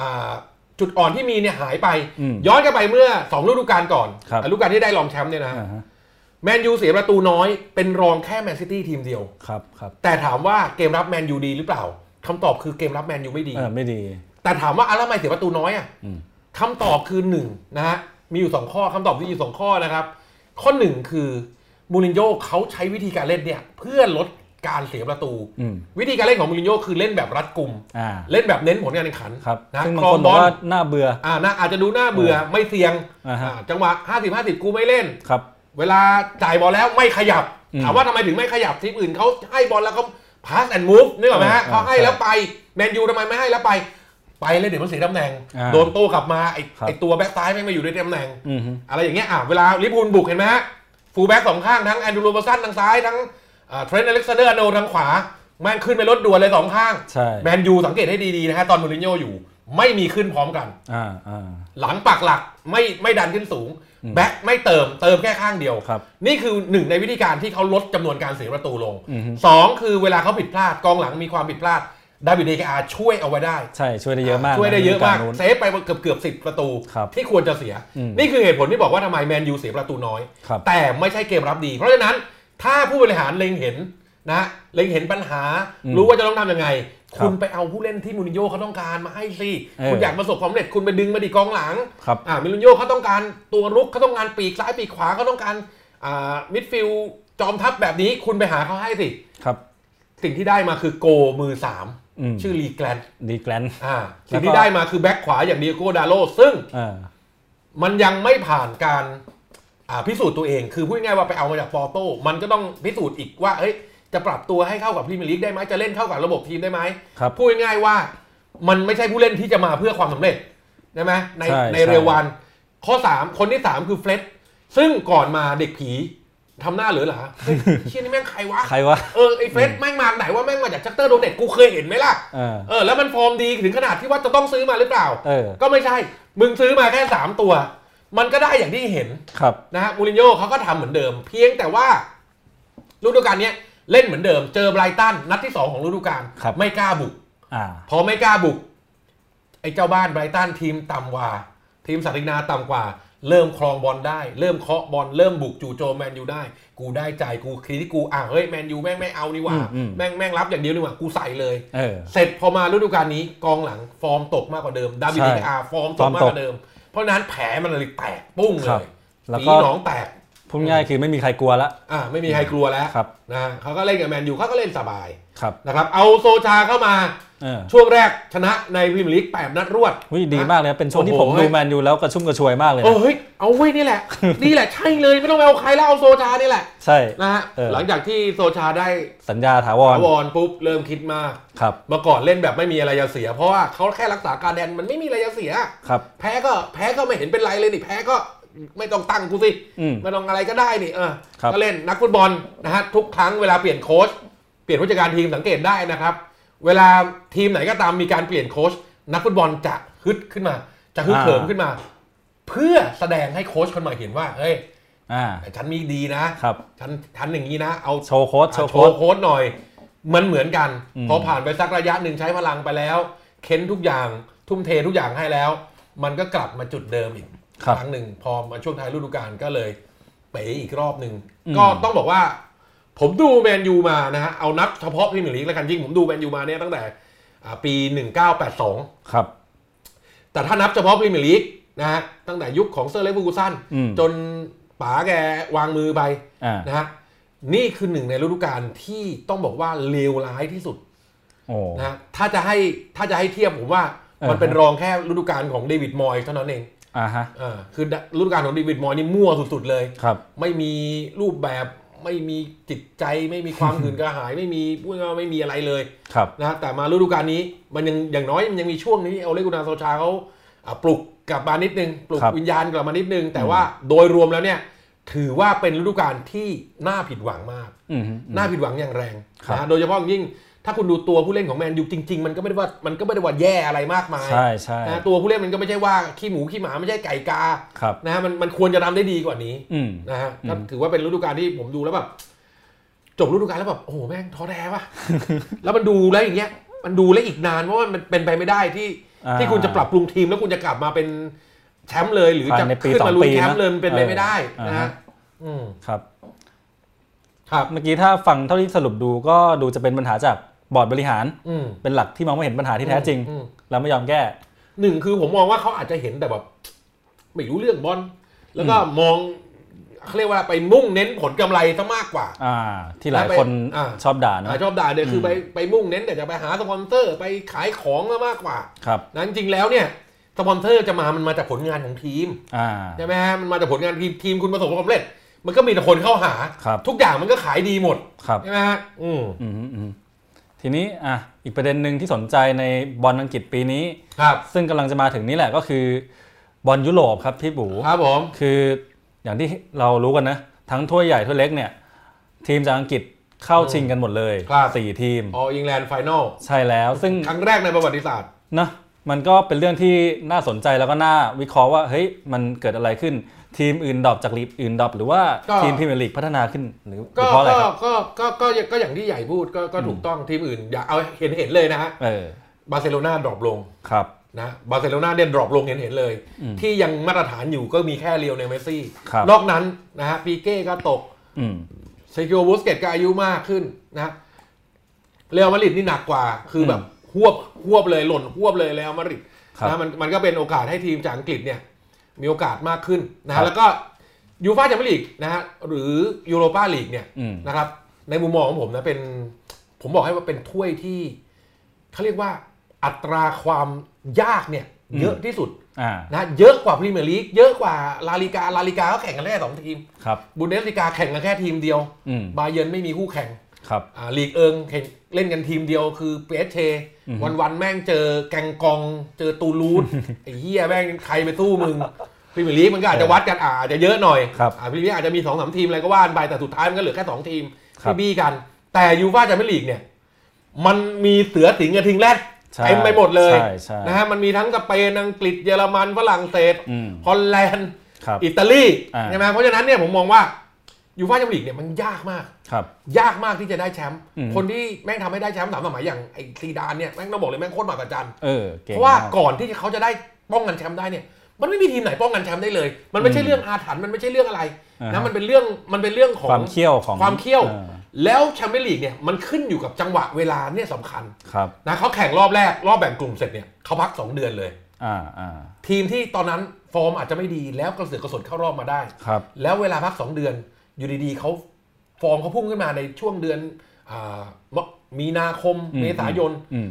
อ่าจุดอ่อนที่มีเนี่ยหายไป อืม ย้อนกลับไปเมื่อ2ฤดูกาลก่อน ครับ ฤดูกาลที่ได้รองแชมป์เนี่ยนะ อ่าฮะ แมนยูเสียประตูน้อยเป็นรองแค่แมนซิตี้ทีมเดียว ครับ ครับ แต่ถามว่าเกมรับแมนยูดีหรือเปล่าคำตอบคือเกมรับแมนยูไม่ดี เออ ไม่ดี แต่ถามว่าอะไรทำไมเสียประตูน้อยอ่ะ อืม คำตอบคือหนึ่งนะฮะมีอยู่สองข้อคำตอบที่อยู่สองข้อนะครับ ข้อหนึ่งคือมูรินโญ่เขาใช้วิธีการเล่นเนี่ย เพื่อลดการเสียประตู อืม วิธีการเล่นของมูรินโญ่คือเล่นแบบรัดกุม อ่า เล่นแบบเน้นผลการแข่งขัน ครับ นะ ซึ่งบาง ครอ ค ง น บบ อ อก ล ว่าน่าเบื่อ อ่านะอาจจะดูหน้าเบื่อไม่เสี่ยง อ่าฮะ อ่าจังหวะ 50 50 กูไม่เล่น ครับ เวลาจ่ายบอลแล้วไม่ขยับ อืม ถามว่าทำไมถึงไม่ขยับทีมอื่นเขาให้บอลแล้วเขาพาสแอนด์มูฟนึกออกไหมฮะ อ่า เขาให้ ใช่ แล้วไปแมนยูทำไมไม่ให้แล้วไป ไปเลยเดี๋ยวมันเสียตำแหน่ง อ่า โดนโต้กลับมาไอ้ ครับ ไอ้ตัวแบ็คซ้ายไม่งมาอยู่ในตำแหน่ง อืมฮึ อะไรอย่างเงี้ยอ่ะเวลาลิเวอร์พูลบุกเห็นไหมฮะฟูลแบ็กสองข้างทั้งแอนดรูโรบสันทางซ้ายทั้งเทรนต์อเล็กซานเดอร์โนทางขวา แม่งขึ้นไปรถด่วนเลยสองข้าง ใช่ แมนยูสังเกตให้ดีๆนะฮะตอนมูรินโญ่อยู่ ไม่มีขึ้นพร้อมกัน อ่า อ่า หลังปักหลักไม่ไม่ดันขึ้นสูง แบ็คไม่เติมเติมแค่ข้างเดียว ครับ นี่คือหนึ่งในวิธีการที่เขาลดจำนวนการเสียประตูลง อือฮึ สองคือเวลาเขาผิดพลาดกองหลังมีความผิดพลาด ดาวิดเดกอาช่วยเอาไว้ได้ ใช่ช่วยได้เยอะมาก ช่วยได้เยอะมาก ในฤดูลนู้น เซฟไปเกือบเกือบสิบประตู ครับ ที่ควรจะเสีย อืม นี่คือเหตุผลที่บอกว่าทำไมแมนยูเสียประตูน้อย ครับ แต่ไม่ใช่เกมรับดี เพราะฉะนั้นถ้าผู้บริหารเล็งเห็นนะเล็งเห็นปัญหา อืม รู้ว่าจะต้องทำยังไง ครับ คุณไปเอาผู้เล่นที่มูรินโญ่เขาต้องการมาให้สิ เออ คุณอยากประสบความสำเร็จคุณไปดึงมาดีกองหลัง ครับ อ่ามิลุนโยเขาต้องการตัวรุกเขาต้องการปีกซ้ายปีกขวาเขาต้องการอ่ามิดฟิลด์จอมทัพแบบนี้คุณไปหาเขาให้สิ ครับ สิ่งที่ได้มาคือโกมือสาม อืม ชื่อลีแกลนด์ ดีแกรนด์ อ่า แล้วก็ สิ่งที่ได้มาคือแบ็คขวาอย่างเดียโกดาโลซึ่ง อ่า มันยังไม่ผ่านการอ่าพิสูจน์ตัวเอง คือพูดง่ายๆว่าไปเอามาจากปอร์โต้มันก็ต้องพิสูจน์อีกว่าเอ้ยจะปรับตัวให้เข้ากับพรีเมียร์ลีกได้ไหมจะเล่นเข้ากับระบบทีมได้ไหม ครับ พูดง่ายๆว่ามันไม่ใช่ผู้เล่นที่จะมาเพื่อความสำเร็จใช่ไหมใน ใช่ ใน ใช่ เร็ววัน ข้อ 3 คนที่ 3 คือเฟล็ดซึ่งก่อนมาเด็กผีทำหน้าเหลือหลาเฮ้ยเชี่ยนี่แม่งใครวะ ใครวะ เออ ไอ้เฟล็ดแม่งมาจากไหนว่าแม่งมาจากชักเตอร์โดเนตกูเคยเห็นไหมล่ะ เออ เออ แล้วมันฟอร์มดีถึงขนาดที่ว่าจะต้องซื้อมาหรือเปล่า เออ ก็ไม่ใช่ มึงซื้อมาแค่ 3 ตัว มันก็ได้อย่างที่เห็น ครับ นะฮะมูรินโญ่เขาก็ทำเหมือนเดิม เพียงแต่ว่าฤดูกาลเนี้ยเล่นเหมือนเดิม เจอไบรตันนัดที่สองของฤดูกาล ครับ ไม่กล้าบุก อ่า พอไม่กล้าบุก ไอ้เจ้าบ้านไบรตันทีมต่ำกว่า ทีมสัตรินาต่ำกว่า เริ่มคลองบอลได้ เริ่มเคาะบอลเริ่มบุกจู่โจมแมนยูได้ กูได้ใจกูคลีที่กูอ่ะเฮ้ยแมนยูแม่งไม่เอานี่หว่า อืมอืม แม่งแม่งรับอย่างเดียวนี่หว่ากูใส่เลย เออ เสร็จพอมาฤดูกาลนี้กองหลังฟอร์มตกมากกว่าเดิมดาวิด ใช่ ดิอาฟอร์มตกมาก ฟอร์มต ก ก ว่าเดิม เพราะฉะนั้นแผลมันเลยแตกปุ้งเล ครับ ย แล้ว ฝี ก็ หนองแตก พูดง่ายคือไม่มีใครกลัวละ อ่ะไม่มีใครกลัวแล้ว ครับ นะเขาก็เล่นกับแมนยูเขาก็เล่นสบาย ครับ นะครับเอาโซชาเข้ามา เออ ช่วงแรกชนะในพรีเมียร์ลีก 8 นัดรวด วิดีมากเลยนะเป็นช่วงที่ โอ้โห ผมดูแมนยูแล้วกระชุ่มกระชวยมากเลย เออ นะ เฮ้ย เอาไว้ยนี่แห [laughs] ละ นี่แหละใช่เลยไม่ต้องไปเอาใครแล้วเอาโซชานี่แหละ ใช่ นะฮะ เออ หลังจากที่โซชาได้ สัญญาถาวร ถาวรปุ๊บ เริ่มคิดมาก ครับ เมื่อก่อนเล่นแบบไม่มีอะไรจะเสีย เพราะว่าเขาแค่รักษาการแดนมันไม่มีอะไรจะเสีย ครับ แพ้ก็แพ้ก็ไม่เห็นเป็นไรเลยนี่แพ้ก็ไม่ต้องตั้งกูสิ อืม ไม่ต้องอะไรก็ได้นี่เออ ครับ ก็เล่นนักฟุตบอลนะฮะทุกครั้งเวลาเปลี่ยนโค้ชเปลี่ยนผู้จัดการทีมสังเกตได้นะครับ เวลาทีมไหนก็ตามมีการเปลี่ยนโค้ชนักฟุตบอลจะฮึดขึ้นมา จะฮึดเหิมขึ้นมา เพื่อแสดงให้โค้ชคนใหม่เห็นว่าเฮ้ย อ่า ฉันมีดีนะครับ ฉันฉันอย่างนี้นะ เอา โชว์โค้ดโชว์ โช โค้ด ว์โค้ชหน่อยมันเหมือนกัน อืม พอผ่านไปสักระยะหนึ่งใช้พลังไปแล้ว เค้นทุกอย่างทุ่มเททุกอย่างให้แล้ว มันก็กลับมาจุดเดิมอีก ครับ ครั้งหนึ่งพอมาช่วงท้ายฤดูกาลก็เลยเป๋อีกรอบหนึ่ง อืม ก็ต้องบอกว่า ผมดูแมนยูมานะฮะเอานับเฉพาะพรีเมียร์ลีกแล้วกันจริงผมดูแมนยูมาเนี่ยตั้งแต่อ่าปี 1982 ครับ แต่ถ้านับเฉพาะพรีเมียร์ลีกนะฮะตั้งแต่ยุคของเซอร์เล็กฟูกูสัน อืม จนป๋าแกวางมือไป อ่า นะฮะนี่คือหนึ่งในฤดูกาลที่ต้องบอกว่าเลวร้ายที่สุด โอ้ นะฮะถ้าจะให้ถ้าจะให้เทียบผมว่ามัน เออ เป็นรองแค่ฤดูกาลของเดวิดมอยส์เท่านั้นเอง อ่าฮะ อ่าคือฤดูกาลของเดวิดมอยส์นี่มั่วสุดๆเลย ครับ ไม่มีรูปแบบไม่มีจิตใจไม่มีความ หื่นกระหาย ไม่มีพูดง่ายๆว่าไม่มีอะไรเลย ครับ นะแต่มาฤดูกาลนี้มันยังอย่างน้อยมันยังมีช่วงนี้เอาเลกุนาโซชาเขาอ่ะปลุกกลับมานิดนึง ปลุก ครับ วิญญาณกลับมานิดนึง แต่ว่าโดยรวมแล้วเนี่ย ถือว่าเป็นฤดูกาลที่น่าผิดหวังมาก อืมฮึ น่าผิดหวังอย่างแรง ครับ นะโดยเฉพาะอย่างยิ่ง ถ้าคุณดูตัวผู้เล่นของแมนยูจริง ๆ มันก็ไม่ได้ว่ามันก็ไม่ได้ว่าแย่อะไรมากมาย ใช่ใช่ นะตัวผู้เล่นมันก็ไม่ใช่ว่าขี้หมูขี้หมาไม่ใช่ไก่กา ครับ นะมันมันควรจะทำได้ดีกว่านี้ อืม นะฮะ อืม ก็ถือว่าเป็นฤดูกาลที่ผมดูแล้วแบบจบฤดูกาลแล้วแบบโอ้โหแม่งท้อแท้ว่ะ [laughs] แล้วมันดูแล้วอย่างเงี้ย มันดูแล้วอีกนานเพราะว่ามันเป็นไปไม่ได้ที่ อ่า ที่คุณจะปรับปรุงทีมแล้วคุณจะกลับมาเป็นแชมป์เลยหรือจะ ภายในปี ขึ้น สอ มาง ลุย ปี แชมป์ นะ เลยมันเป็นไป เออ ไม่ได้ อ่า นะ ฮะ ฮะอืม ครับ ครับ เมื่อกี้ถ้าฟังเท่าที่สรุปดูก็ดูจะเป็นปัญหาจากบอร์ดบริหาร อืม เป็นหลักที่มองไม่เห็นปัญหาที่แท้จริง อืม แล้วไม่ยอมแก้ หนึ่งคือผมมองว่าเขาอาจจะเห็นแต่แบบไม่รู้เรื่องบอลแล้วก็มองเขาเรียกว่าไปมุ่งเน้นผลกำไรซะมากกว่า อ่า ที่หลายคน อ่า ชอบด่านะ อ่าชอบด่าเนี่ยคือ ม ไปไปมุ่งเน้นแต่จะไปหาสปอนเซอร์ไปขายของซะมากกว่า ครับ นั้นจริงแล้วเนี่ยสปอนเซอร์จะมามันมาจากผลงานของทีม อ่า ใช่ไหมฮะมันมาจากผลงานทีมทีมคุณประสบความสำเร็จ มันก็มีแต่คนเข้าหา ครับ ทุกอย่างมันก็ขายดีหมด ครับ ใช่ไหมฮะอืม อืมฮึอืมฮึทีนี้อ่ะอีกประเด็นหนึ่งที่สนใจในบอลอังกฤษปีนี้ ครับ ซึ่งกำลังจะมาถึงนี่แหละก็คือบอลยุโรปครับพี่บู ครับผม คืออย่างที่เรารู้กันนะ ทั้งถ้วยใหญ่ถ้วยเล็กเนี่ย ทีมจากอังกฤษเข้าชิงกันหมดเลย ครับ สี่ทีม ออ n ิงแลนด์ไฟแนล ใช่แล้วซึ่ง ครั้งแรกในประวัติศาสตร์ นะ มันก็เป็นเรื่องที่น่าสนใจแล้วก็น่าวิเคราะห์ว่าเฮ้ยมันเกิดอะไรขึ้น ทีมอื่นดรอปจากลีกอื่นดรอปหรือว่า ก็ ทีมพรีเมียร์ลีกพัฒนาขึ้นหรือหรื ก็ อเพราะอะไร ก็ ครับ ก็ก็ก็ก็อย่างที่ใหญ่พูดก็ก็ถูกต้องทีมอื่นอย่าเอาเห็นเห็นเลยนะฮะ เออบ าร์เซโลนาดรอปลง ครับ นะบาร์เซโลนาเนี่ยดรอปลงเห็นเห็นเลย ที่ยังมาตรฐานอยู่ก็มีแค่เรียวเนลเมสซี่ ครับ นอกนั้นนะฮะปีเก้ก็ตก อืม เซกิโอบูสเกตก็อายุมากขึ้นนะเรอัลมาดริดนี่หนักกว่า คือแบบหวบหวบเลยหล่นหวบเลยเรอัลมาดริด ครับ นะมันมันก็เป็นโอกาสให้ทีมจากอังกฤษเนี่ย มีโอกาสมากขึ้นนะ ครั ฮะ บ แล้วก็ยูฟ่าแชมเปี้ยนลีกนะฮะหรือยูโรปาลีกเนี่ย อืม นะครับ ในมุมมองของผมนะเป็น ผมบอกให้ว่าเป็นถ้วยที่เขาเรียกว่าอัตราความยากเนี่ย เยอะที่สุด อ่า นะเยอะกว่าพรีเมียร์ลีกเยอะกว่าลาลิกาลาลิกาก็แข่งกันแค่สองทีม ครับ บุนเดสลิกาแข่งกันแค่ทีมเดียว อืม บาเยิร์นไม่มีคู่แข่ง ครับ อ่าลีกเอิงแข่งเล่นกันทีมเดียวคือเปเชวันวันๆแม่งเจอแกงกอง เจอตูลู [laughs] ส ไอ้เหี้ยแม่งใครไปสู้มึงพรีเมียร์ลีกมันก็อาจจะวัดกันอาอาจจะเยอะหน่อย ครับ อ่าพรีเมียร์ลีกอาจจะมีสองสามทีมอะไรก็ว่ากันไปแต่สุดท้ายมันก็เหลือแค่สองทีม ครับ ที่บี้กัน แต่ยูฟ่าแชมเปี้ยนลีกเนี่ย มันมีเสือสิงห์กับทิงแรด ใช่ เต็มไปหมดเลย ใช่ใช่ นะฮะมันมีทั้งสเปนอังกฤษเยอรมันฝรั่งเศส อืม ฮอลแลนด์ ครับ อิตาลี อ่า ใช่ไหมเพราะฉะนั้นเนี่ยผมมองว่ายูฟ่าแชมเปี้ยนลีกเนี่ยมันยากมาก ครับ ยากมากที่จะได้แชมป์ อืม คนที่แม่งทำให้ได้แชมป์สามสมัยอย่างไอ้ซีดานเนี่ยแม่งต้องบอกเลยแม่งโคตรมหัศจรรย์ เออเก่ง เพราะว่าม ก ก่อนที่เขาจะได้ป้องกันแชมป์ได้เนี่ย มันไม่มีทีมไหนป้องกันแชมป์ได้เลย มันไม่ใช่เรื่องอาถรรพ์มันไม่ใช่เรื่องอะไร อ่า นะ ฮะ มันเป็นเรื่องมันเป็นเรื่องของ ความเขี้ยวของ ความเขี้ยว ออ แล้วแชมเปี้ยนลีกเนี่ยมันขึ้นอยู่กับจังหวะเวลาเนี่ยสำคัญ ครับ นะเขาแข่งรอบแรกรอบแบ่งกลุ่มเสร็จเนี่ยเขาพักสองเดือนเลย อ่าอ่า ทีมที่ตอนนั้นฟอร์มอาจจะไม่ดีแล้วกระเสือกกระสนเข้ารอบมาได้ ครับ แล้วเวลาพัก 2 เดือน อยู่ดีๆเขาฟอร์มเขาพุ่งขึ้นมาในช่วงเดือนอามมีนาคม อืม เมษายน อืม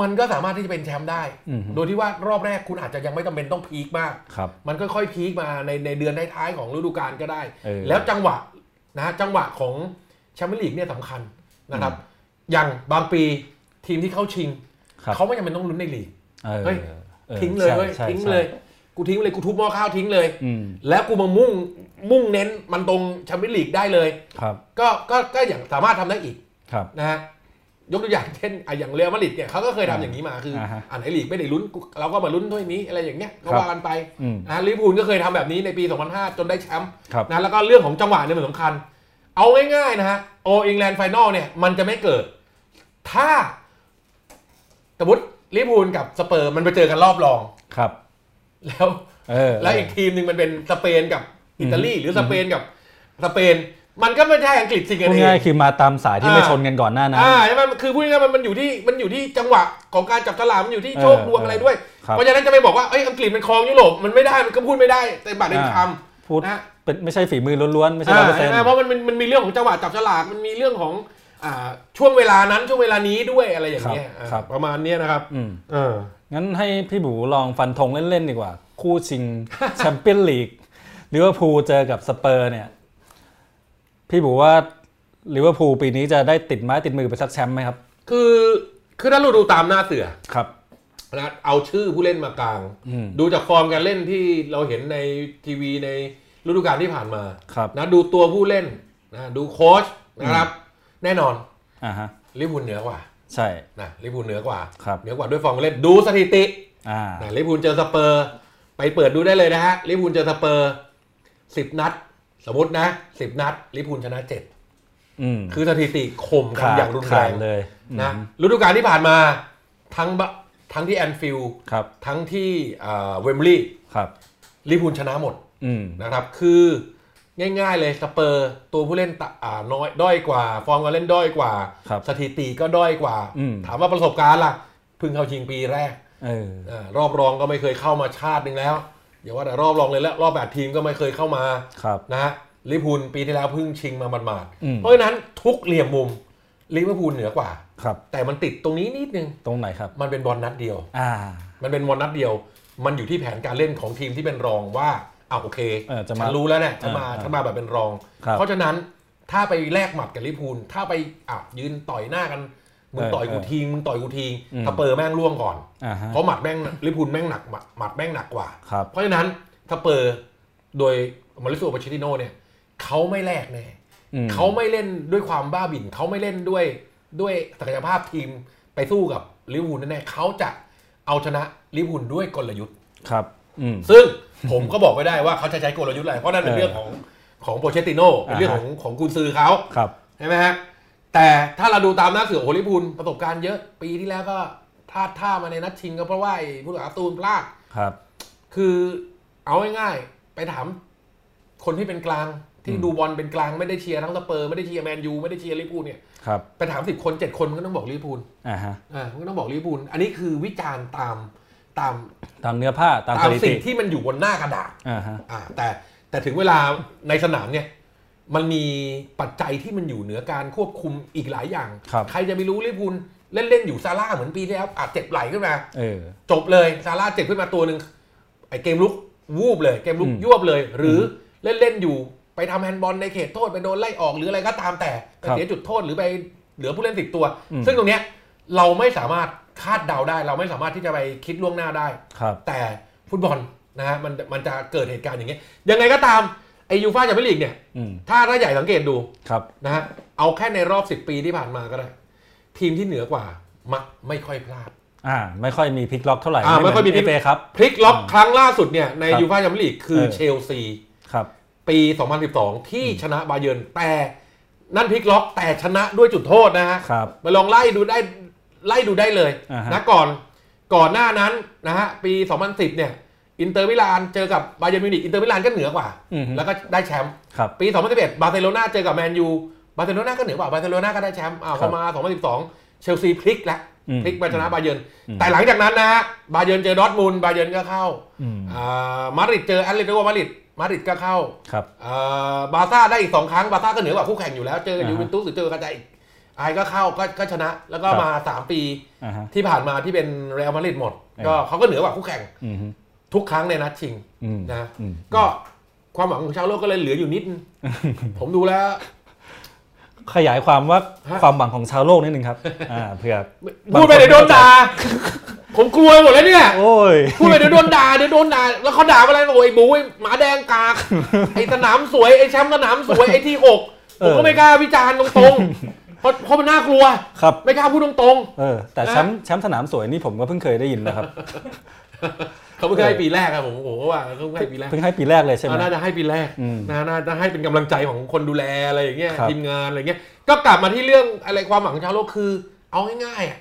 มันก็สามารถที่จะเป็นแชมป์ได้ อืม โดยที่ว่ารอบแรกคุณอาจจะยังไม่จำเป็นต้องพีคมาก ครับ มันค่อยๆพีคมาในในเดือนท้ายๆของฤดูกาลก็ได้ เออ แล้วจังหวะนะจังหวะของแชมเปี้ยนลีกเนี่ยสำคัญนะครับ อย่างบางปีทีมที่เข้าชิง ครับ เขาไม่จำเป็นต้องลุ้นในลีก เออ เฮ้ย ออ ทิ้งเลย ใช่ เว้ย ใช่ ทิ้ง ใช่ เลยกูทิ้งเลยกูทุบหม้อข้าวทิ้งเลย อืม แล้วกูมามุ่งมุ่งเน้นมันตรงแชมเปี้ยนลีกได้เลย ครับ ก็ก็ก็อย่างสามารถทำได้อีก ครับ นะฮะยกตัวอย่างเช่นอ่ะอย่างเรอัลมาดริดเนี่ยเขาก็เคยทำอย่างนี้มาคือ ฮะ อ่านไอลีกไม่ได้ลุ้นกูเราก็มาลุ้นถ้วยนี้อะไรอย่างเงี้ยคก็รับ ว่ากันไป อืม นะฮะลิเวอร์พูลก็เคยทำแบบนี้ในปี 2005 จนได้แชมป์ ครับ นะแล้วก็เรื่องของจังหวะเนี่ยมันสำคัญ เอาง่ายๆนะฮะโออิงแลนด์ไฟนอลเนี่ยมันจะไม่เกิด ถ้าสมมติลิเวอร์พูลกับสเปอร์มันไปเจอกันรอบรอง ครับ แล้ว เออ แล้วอีกทีมหนึ่งมันเป็นสเปนกับอิตาลีหรือสเปนกับสเปน มันก็ไม่ใช่อังกฤษจริง พู กัน ด เอ ง่าย ง ๆคือมาตามสายที่ อ่า ไม่ชนกันก่อนหน้านั้น อ่าใช่ไหมมันคือพูดง่ายๆมันมันอยู่ที่มันอยู่ที่จังหวะของการจับฉลากมันอยู่ที่โชคดวง เอออ อะไรด้วย ครับ เพราะฉะนั้นจะไปบอกว่าเอ้ยอังกฤษมันครองยุโรปมันไม่ได้มันก็พูดไม่ได้แต่บาดเด็นคำ พูด นะ เป็นไม่ใช่ฝีมือล้วนๆ ไม่ใช่ร้อยเปอ่าอร์เซ็นต์ ใช่ไหมเพราะมันมันมันมีเรื่องของจังหวะจับฉลากมันมีเรื่องของอ่าช่วงเวลานั้นช่วงเวลานี้ด้วยอะไรอย่างเงี้ย ครับ อ่า ครับ ประมาณเนี้ยนะครับ อืม เออ งั้นให้พี่บูลองฟันธงเล่น ๆ ดีกว่า คู่ชิง แชมเปี้ยนลีกลิเวอร์พูลเจอกับสเปอร์เนี่ย พี่บูว่าลิเวอร์พูลปีนี้จะได้ติดไม้ติดมือไปสักแชมป์ไหมครับ คือคือถ้าเราดูตามหน้าเสือ ครับ นะเอาชื่อผู้เล่นมากลาง อืม ดูจากฟอร์มการเล่นที่เราเห็นในทีวีในฤดูกาลที่ผ่านมา ครับ นะดูตัวผู้เล่นนะดูโค้ชนะครับ แน่นอน อ่าฮะ ลิเวอร์พูลเหนือกว่า ใช่ นะลิเวอร์พูลเหนือกว่า ครับ เหนือกว่าด้วยฟอร์มการเล่นดูสถิติ อ่า นะลิเวอร์พูลเจอสเปอร์ ไปเปิดดูได้เลยนะฮะลิเวอร์พูลเจอสเปอร์สิบนัด สมมตินะสิบนัดลิเวอร์พูลชนะเจ็ด อืม คือสถิติข่มกันอย่างรุนแร ขด ง เลย นะ อืม ฤดูกาลที่ผ่านมาทั้งบะทั้งที่แอนฟิลด์ ครับ ทั้งที่เวมลีย์ ครับ ลิพูลชนะหมด อืม นะครับ คือง่ายๆเลยสเปอร์ ตัวผู้เล่นตะอ่าน้อยด้อยกว่า ฟอร์มการเล่นด้อยกว่า ครับ สถิติก็ด้อยกว่า อืม ถามว่าประสบการณ์ล่ะเพึ่งเข้าชิงปีแรก เออ อารอบรองก็ไม่เคยเข้ามาชาติหนึ่งแล้วอย่าว่าแต่รอบรองเลยแล้วรอบแปดทีมก็ไม่เคยเข้ามา ครับ นะฮะลิพูลปีที่แล้วเพิ่งชิงมาหมาด อืม ๆเพราะฉะนั้นทุกเหลี่ยมมุมลิเวอร์พูลเหนือกว่า ครับ แต่มันติดตรงนี้นิดนึง ตรงไหนครับ มันเป็นบอลนัดเดียว อ่า มันเป็นวันนัดเดียว มันอยู่ที่แผนการเล่นของทีมที่เป็นรองว่าอ่าโอเค เออจะมา ฉันรู้แล้วเนี่ยฉันมา อ่าอ่า ฉันมาแบบเป็นรอง ครับ เพราะฉะนั้นถ้าไปแลกหมัดกับลิเวอร์พูล ถ้าไปอ่ะยืนต่อยหน้ากัน มึงต่อยกูทีมึงต่อยกูทีถ้าเปอร์แม่งล่วงก่อน อ่าฮะ เพราะหมัดแม่งลิเวอร์พูลแม่งหนักหมัดหมัดแม่งหนักกว่า ครับ เพราะฉะนั้นถ้าเปอร์โดยมาริโซปาเชติโนเนี่ยเขาไม่แลกแน่ อืม เขาไม่เล่นด้วยความบ้าบิ่นเขาไม่เล่นด้วยด้วยศักยภาพทีมไปสู้กับลิเวอร์พูลแน่ๆเขาจะ เอาชนะลิเวอร์พูลด้วยกลยุทธ์ ครับ อืม ซึ่ง [laughs] ผมก็บอกไม่ได้ว่าเขาจะใช้กลยุทธ์อะไร เพราะนั่นเป็นเรื่องของของโปรเชตติโน่เป็นเรื่อง อ่า ข ฮะ องของกุนซือเขา ครับ ใช่ไหมฮะแต่ถ้าเราดูตามหน้าเสือโอโหลิเวอร์พูลประสบการณ์เยอะปีที่แล้วก็พลาดท่ามาในนัดชิงก็เพราะว่าไอ้ผู้หลักตูนพลาด ครับ คือเอาง่ายๆไปถามคนที่เป็นกลางที่ดูบอลเป็นกลางไม่ได้เชียร์ทั้งสเปอร์ไม่ได้เชียร์แมนยูไม่ได้เชียร์ลิเวอร์พูลเนี่ย ครับ ไปถามสิบคนเจ็ดคนมันก็ต้องบอกลิเวอร์พูล อ่าฮะ อ่ามันก็ต้องบอกลิเวอร์พูลอันนี้คือวิจารณ์ตามตาม ตามเนื้อผ้าตามส ตาม ถิ สิ่ ติ งที่มันอยู่บนหน้ากระดาษ อ่าฮะ อ่าแต่แต่ถึงเวลาในสนามเนี่ยมันมีปัจจัยที่มันอยู่เหนือการควบคุมอีกหลายอย่าง ครับ ใครจะไปรู้ลิเวอร์พูลเล่นเล่นๆอยู่ซาร่าเหมือนปีที่แล้วอาจเจ็บไหลขึ้นมา เออ จบเลยซาร่าเจ็บขึ้นมาตัวหนึ่งไอเกมลุกวูบเลยเกมลุก อืม ยวบเลย หรือเล่นเล่นๆอยู่ไปทำแฮนด์บอลในเขตโทษไปโดนไล่ออกหรืออะไรก็ตามแต่ไป ครับ เสียจุดโทษหรือไปเหลือผู้เล่นติดตัว อืม ซึ่งตรงเนี้ยเราไม่สามารถคาดเดาได้ เราไม่สามารถที่จะไปคิดล่วงหน้าได้ ครับ แต่ฟุตบอลนะฮะมันมันจะเกิดเหตุการณ์อย่างเงี้ยยังไงก็ตามไอยูฟ่าแชมเปี้ยนลีกเนี่ย อืม ถ้าถ้าใหญ่สังเกตดู ครับ นะฮะเอาแค่ในรอบ 10 ปีที่ผ่านมาก็ได้ ทีมที่เหนือกว่ามักไม่ค่อยพลาด อ่า ไม่ค่อยมีพลิกล็อกเท่าไหร่ อ่าไม่ค่อยมีพลิ เอก เครับ พลิกล็อกครั้งล่าสุดเนี่ยใน ครับ ยูฟ่าแชมเปี้ยนลีกคือ เออ เชลซี ครับ ปี 2012 ที่ชนะบาเยิร์นแต่นั่นพลิกล็อกแต่ชนะด้วยจุดโทษนะฮะ ครับ มาลองไล่ดูได้ไล่ดูได้เลย อ่าฮะ นะก่อนก่อนหน้านั้นนะฮะปี 2010 เนี่ยอินเตอร์มิลานเจอกับบาเยิร์นมิวนิกอินเตอร์มิลานก็เหนือกว่า อืมฮึ แล้วก็ได้แชมป์ ครับ ปี 2011 บาร์เซโลนาเจอกับแมนยูบาร์เซโลนาก็เหนือกว่าบาร์เซโลนาก็ได้แชมป์อ่า ค พ รั อบ มา 2012 เชลซีพลิกแล้ว อืม พลิกมาชนะบาเยิร์น อืม แต่หลังจากนั้นนะฮะบาเยิร์นเจอดอร์ทมุนด์บาเยิร์นก็เข้า อืม อ่ามาดริดเจอแอตเลติโกมาดริดมาดริดก็เข้า ครับ อ่าบาร์ซ่าได้อีกสองครั้งบาร์ซ่าก็เหนือกว่าคู่แข่งอยู่แล้ว เจอกับ อ่าฮะ ยูเวนตุสหรือเจอกับใครอีกไอ้ก็เข้าก็ก็ชนะ แล้วก็ ครับ มา 3 ปี อ่าฮะ ที่ผ่านมาที่เป็นเรอัลมาดริดหมด เออ ก็เขาก็เหนือกว่าคู่แข่ง อืมฮึ ทุกครั้งในนัดชิง อืม นะ อืม ก็ความหวังของชาวโลกก็เลยเหลืออยู่นิดนึงผมดูแล้ว ขยายความว่า ฮะ ความหวังของชาวโลกนิดนึงครับ อ่า เผื่อ พูดไปเดี๋ยวโดนด่าผมกลัวหมดแล้วเนี่ย โอ้ย พูดไปเดี๋ยวโดนด่าเดี๋ยวโดนด่าแล้วเขาด่าอะไรโอ้ยบูไอ้หมาแดงกาก [laughs] ไอ้สนามสวยไอ้แชมป์สนามสวยไอ้ที่หก เอ ผม อ ก็ไม่กล้าวิจารณ์ตรงๆเพราะเพราะมันน่ากลัว ครับ ไม่กล้าพูดตรง เออ แต่แชมป์แชมป์สนามสวยนี่ผมก็เพิ่งเคยได้ยินนะครับ ๆเขาเพิ่งให้ปีแรกอะผมผมก็ว่าเขาเพิ่งให้ปีแรก เพิ่งให้ปีแรกเลยใช่ไหม น่าจะให้ปีแรก อืม นะน่าจะให้เป็นกำลังใจของคนดูแลอะไรอย่างเงี้ย ครับ ทีมงานอะไรเงี้ยก็กลับมาที่เรื่องอะไรความหวังของชาวโลกคือ เอาง่ายๆอะ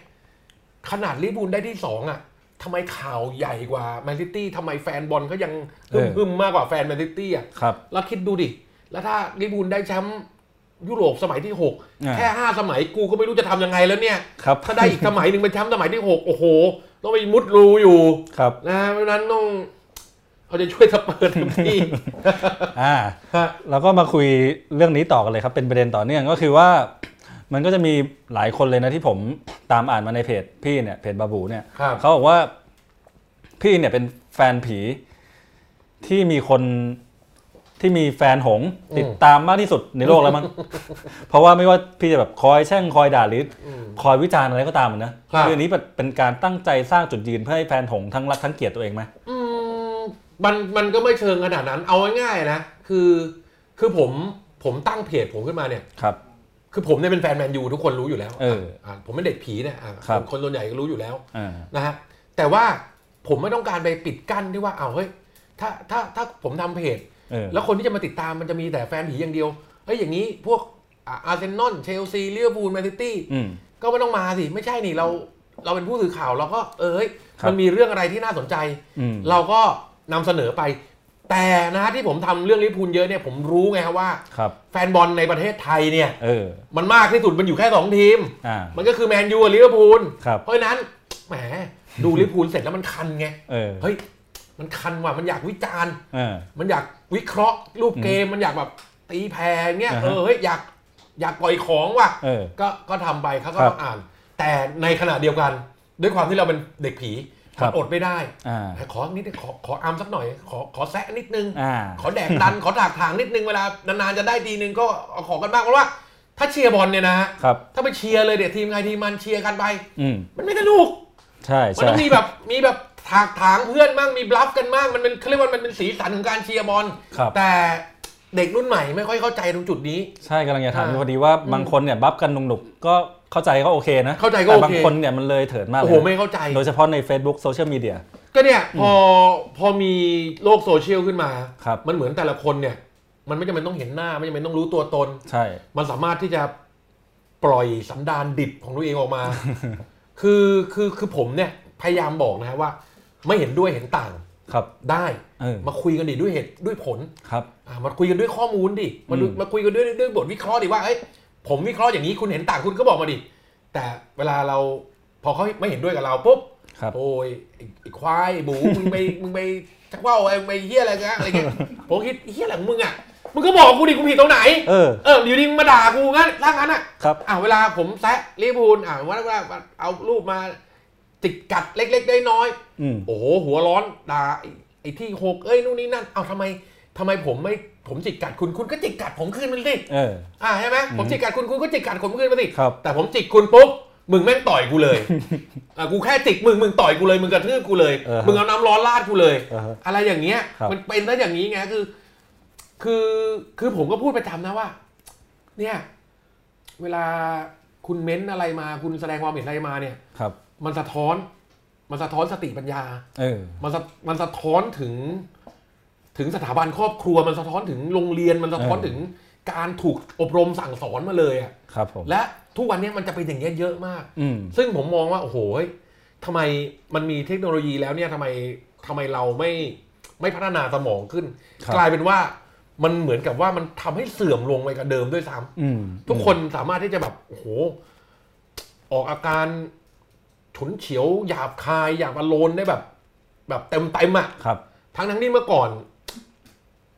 ขนาดลิบูลได้ที่สองอะทำไมข่าวใหญ่กว่าแมนซิตี้ทำไมแฟนบอลเขายังฮึมๆมากกว่าแฟนแมนซิตี้อะ ครับ แล้วคิดดูดิ แล้วถ้าลิบูลได้แชมป์ยุโรปสมัยที่ อ่า 6 แค่ 5 สมัยกูก็ไม่รู้จะทำยังไงแล้วเนี่ย ครับ ถ้าได้อีกสมัยหนึ่งเป็นแชมป์สมัยที่ 6 โอ้โห ต้องไปมุดรูอยู่ ครับ [laughs] นะเพราะฉะนั้นต้องเขาจะช่วยสเปอร์เต็ม [laughs] ที่ อ่า ฮะ แล้วก็มาคุยเรื่องนี้ต่อกันเลยครับ เป็นประเด็นต่อเนื่องก็คือว่า มันก็จะมีหลายคนเลยนะที่ผมตามอ่านมาในเพจพี่เนี่ยเพจบาบูเนี่ย ครับ เขาบอกว่าพี่เนี่ยเป็นแฟนผีที่มีคนที่มีแฟนหงส์ติดตามมากที่สุดในโลกแล้วมั้ [laughs] ง เพราะว่าไม่ว่าพี่จะแบบคอยแช่งคอยด่าหรืออคอยวิจารณ์อะไรก็ตามอะนะครับ เรื่องนี้เป็นเป็นการตั้งใจสร้างจุดยืนเพื่อให้แฟนหงส์ทั้งรักทั้งเกลียดตัวเองไหม อืมมันมันก็ไม่เชิงขนาดนั้น เอาง่ายๆนะ คือ คือผมผมตั้งเพจผมขึ้นมาเนี่ย ครับ คือผมเนี่ยเป็นแฟนแมนยูทุกคนรู้อยู่แล้ว เออ อ่ะผมเป็นเด็กผีเนี่ยอ่ะ ครับ คนส่วนใหญ่ก็รู้อยู่แล้ว อ่า นะฮะแต่ว่าผมไม่ต้องการไปปิดกั้นที่ว่าเอาเฮ้ยถ้าถ้าถ้าผมทำเพจ เออ แล้วคนที่จะมาติดตามมันจะมีแต่แฟนผีอย่างเดียวเฮ้ยอย่างนี้พวกอาร์เซนอลเชลซีลิเวอร์พูลแมนซิตี้ อืม ก็ไม่ต้องมาสิ ไม่ใช่นี่เราเราเป็นผู้สื่อข่าวเราก็เออเฮ้ย ครับ มันมีเรื่องอะไรที่น่าสนใจ อืม เราก็นำเสนอไป แต่นะฮะที่ผมทำเรื่องลิเวอร์พูลเยอะเนี่ยผมรู้ไงฮะว่า ครับ แฟนบอลในประเทศไทยเนี่ย เออ มันมากที่สุดมันอยู่แค่สองทีม อ่า มันก็คือแมนยูกับลิเวอร์พูล ครับ เพราะฉะนั้นแหมดูลิเวอร์พูลเสร็จแล้วมันคันไง เออ เฮ้ย มันคันว่ะมันอยากวิจารณ์ เออ มันอยากวิเคราะห์รูปเกมมันอยากแบบตีแพรเงี้ย อ่าฮะเออเฮ้ยอยากอยากปล่อยของว่ะ เออ ก็ก็ทำไปเขาก็ ครับ มาอ่าน แต่ในขณะเดียวกัน ด้วยความที่เราเป็นเด็กผี ครั มั บ นอดไม่ได้ อ่า ขอนิดนึงขอขออามสักหน่อย ขอขอแซะนิดนึง อ่า ขอแดกดัน [laughs] ขอถากถางนิดนึงเวลานานๆจะได้ดีนึงก็เอาของกันบ้างเพราะว่า ถ้าเชียร์บอลเนี่ยนะฮะ ครับ ถ้าไปเชียร์เลยเดี๋ยวทีมใครทีมมันเชียร์กันไป อืม มันไม่สนุก ใช่ มัน ใช่ ต้องมีแบบมีแบบถากถางเพื่อนมั่งมีบลัฟกันมั่งมันเป็นเขาเรียกว่ามันเป็นสีสันของการเชียร์บอล ครับ แต่เด็กรุ่นใหม่ไม่ค่อยเข้าใจตรงจุดนี้ ใช่กำลังจะถาม อ่า พอดีว่าบางคนเนี่ยบัฟกันหนุกๆก็ เข้าใจก็โอเคนะ เข้าใจก็ แต่ โอเค บางคนเนี่ยมันเลยเถิดมากเล โอ้ ย โห นะ ไม่เข้าใจ โดยเฉพาะใน Facebook โซเชียลมีเดีย ก็เนี่ยพอพอมีโลกโซเชียลขึ้นมา ครับ มันเหมือนแต่ละคนเนี่ย มันไม่จำเป็นต้องเห็นหน้า ไม่จำเป็นต้องรู้ตัวตน ใช่ มันสามารถที่จะปล่อยสันดานดิบของตัวเองออกมา [laughs] คือคือคือผมเนี่ย พยายามบอกนะฮะว่า ไม่เห็นด้วยเห็นต่าง ครับ ได้ เออ มาคุยกันดิด้วยเหตุด้วยผล ครับ อ่ามาคุยกันด้วยข้อมูลดิมาดู อืม มาคุยกันด้วยด้วยบทวิเคราะห์ดิว่าเอ้ยผมวิเคราะห์อย่างนี้คุณเห็นต่างคุณก็บอกมาดิแต่เวลาเราพอเขาไม่เห็นด้วยกับเราปุ๊บ ครับ โอ้ยไอ้ไอ้ควายไอ้บู มึงไปมึงไปชักว่าวไอ้ไปเฮี้ยอะไรกันอะไรเงี้ยผมคิดเฮี้ยอะไรของมึงอ่ะมึงก็บอกกูดิกูผิดตรงไหน เออ เอออยู่ดีมึงมาด่ากูงั้นร่างนั้นอ่ะ ครับ อ่ะเวลาผมแซะลิเวอร์พูลอ่ะว่าว่าว่าเอารูปมาจิกกัดเล็กๆได้น้อย อืม ๆโอ้โหหัวร้อนด่าไอ้ไอ้ที่หกเอ้ยนู่นนี่นั่นเอาทำไมทำไมผมไม่ผมจิกกัดคุณคุณก็จิกกัดผมคืนมันสิ เออ อ่ะใช่ไหมผมจิกกัดคุณคุณก็จิกกัดผมคืนมาสิ ครับ แต่ผมจิกคุณปุ๊บ มึงแม่งต่อยกูเลย อ่ะกูแค่จิกมึง มึงต่อยกูเลย มึงกระทืบกูเลย เออฮะ มึงเอาน้ำร้อนราดกูเลย เออฮะ อะไรอย่างเงี้ย ครับ มันเป็นได้อย่างนี้ไง คือ คือ คือผมก็พูดประจำนะว่า เนี่ย เวลาคุณเม้นอะไรมา คุณแสดงความเห็นอะไรมาเนี่ย ครับ มันสะท้อน มันสะท้อนสติปัญญา เออ มันสะมันสะท้อนถึง ถึงสถาบันครอบครัว มันสะท้อนถึงโรงเรียน มันสะท้อน เออ ถึงการถูกอบรมสั่งสอนมาเลยอะ ครับผม และทุกวันนี้มันจะเป็นอย่างเงี้ยเยอะมาก อืม ซึ่งผมมองว่า โอ้โหเฮ้ยทำไมมันมีเทคโนโลยีแล้วเนี่ยทำไมทำไมเราไม่ไม่พัฒนาสมองขึ้น ครับ กลายเป็นว่ามันเหมือนกับว่ามันทำให้เสื่อมลงไปกับเดิมด้วยซ้ อืม ำทุกคนสามารถที่จะแบบ โอ้โห ออกอาการฉุนเฉียว หยาบคาย หยาบอโลนได้แบบ แบบเต็มเต็มๆอะ ครับ ทั้งทั้งๆที่เมื่อก่อน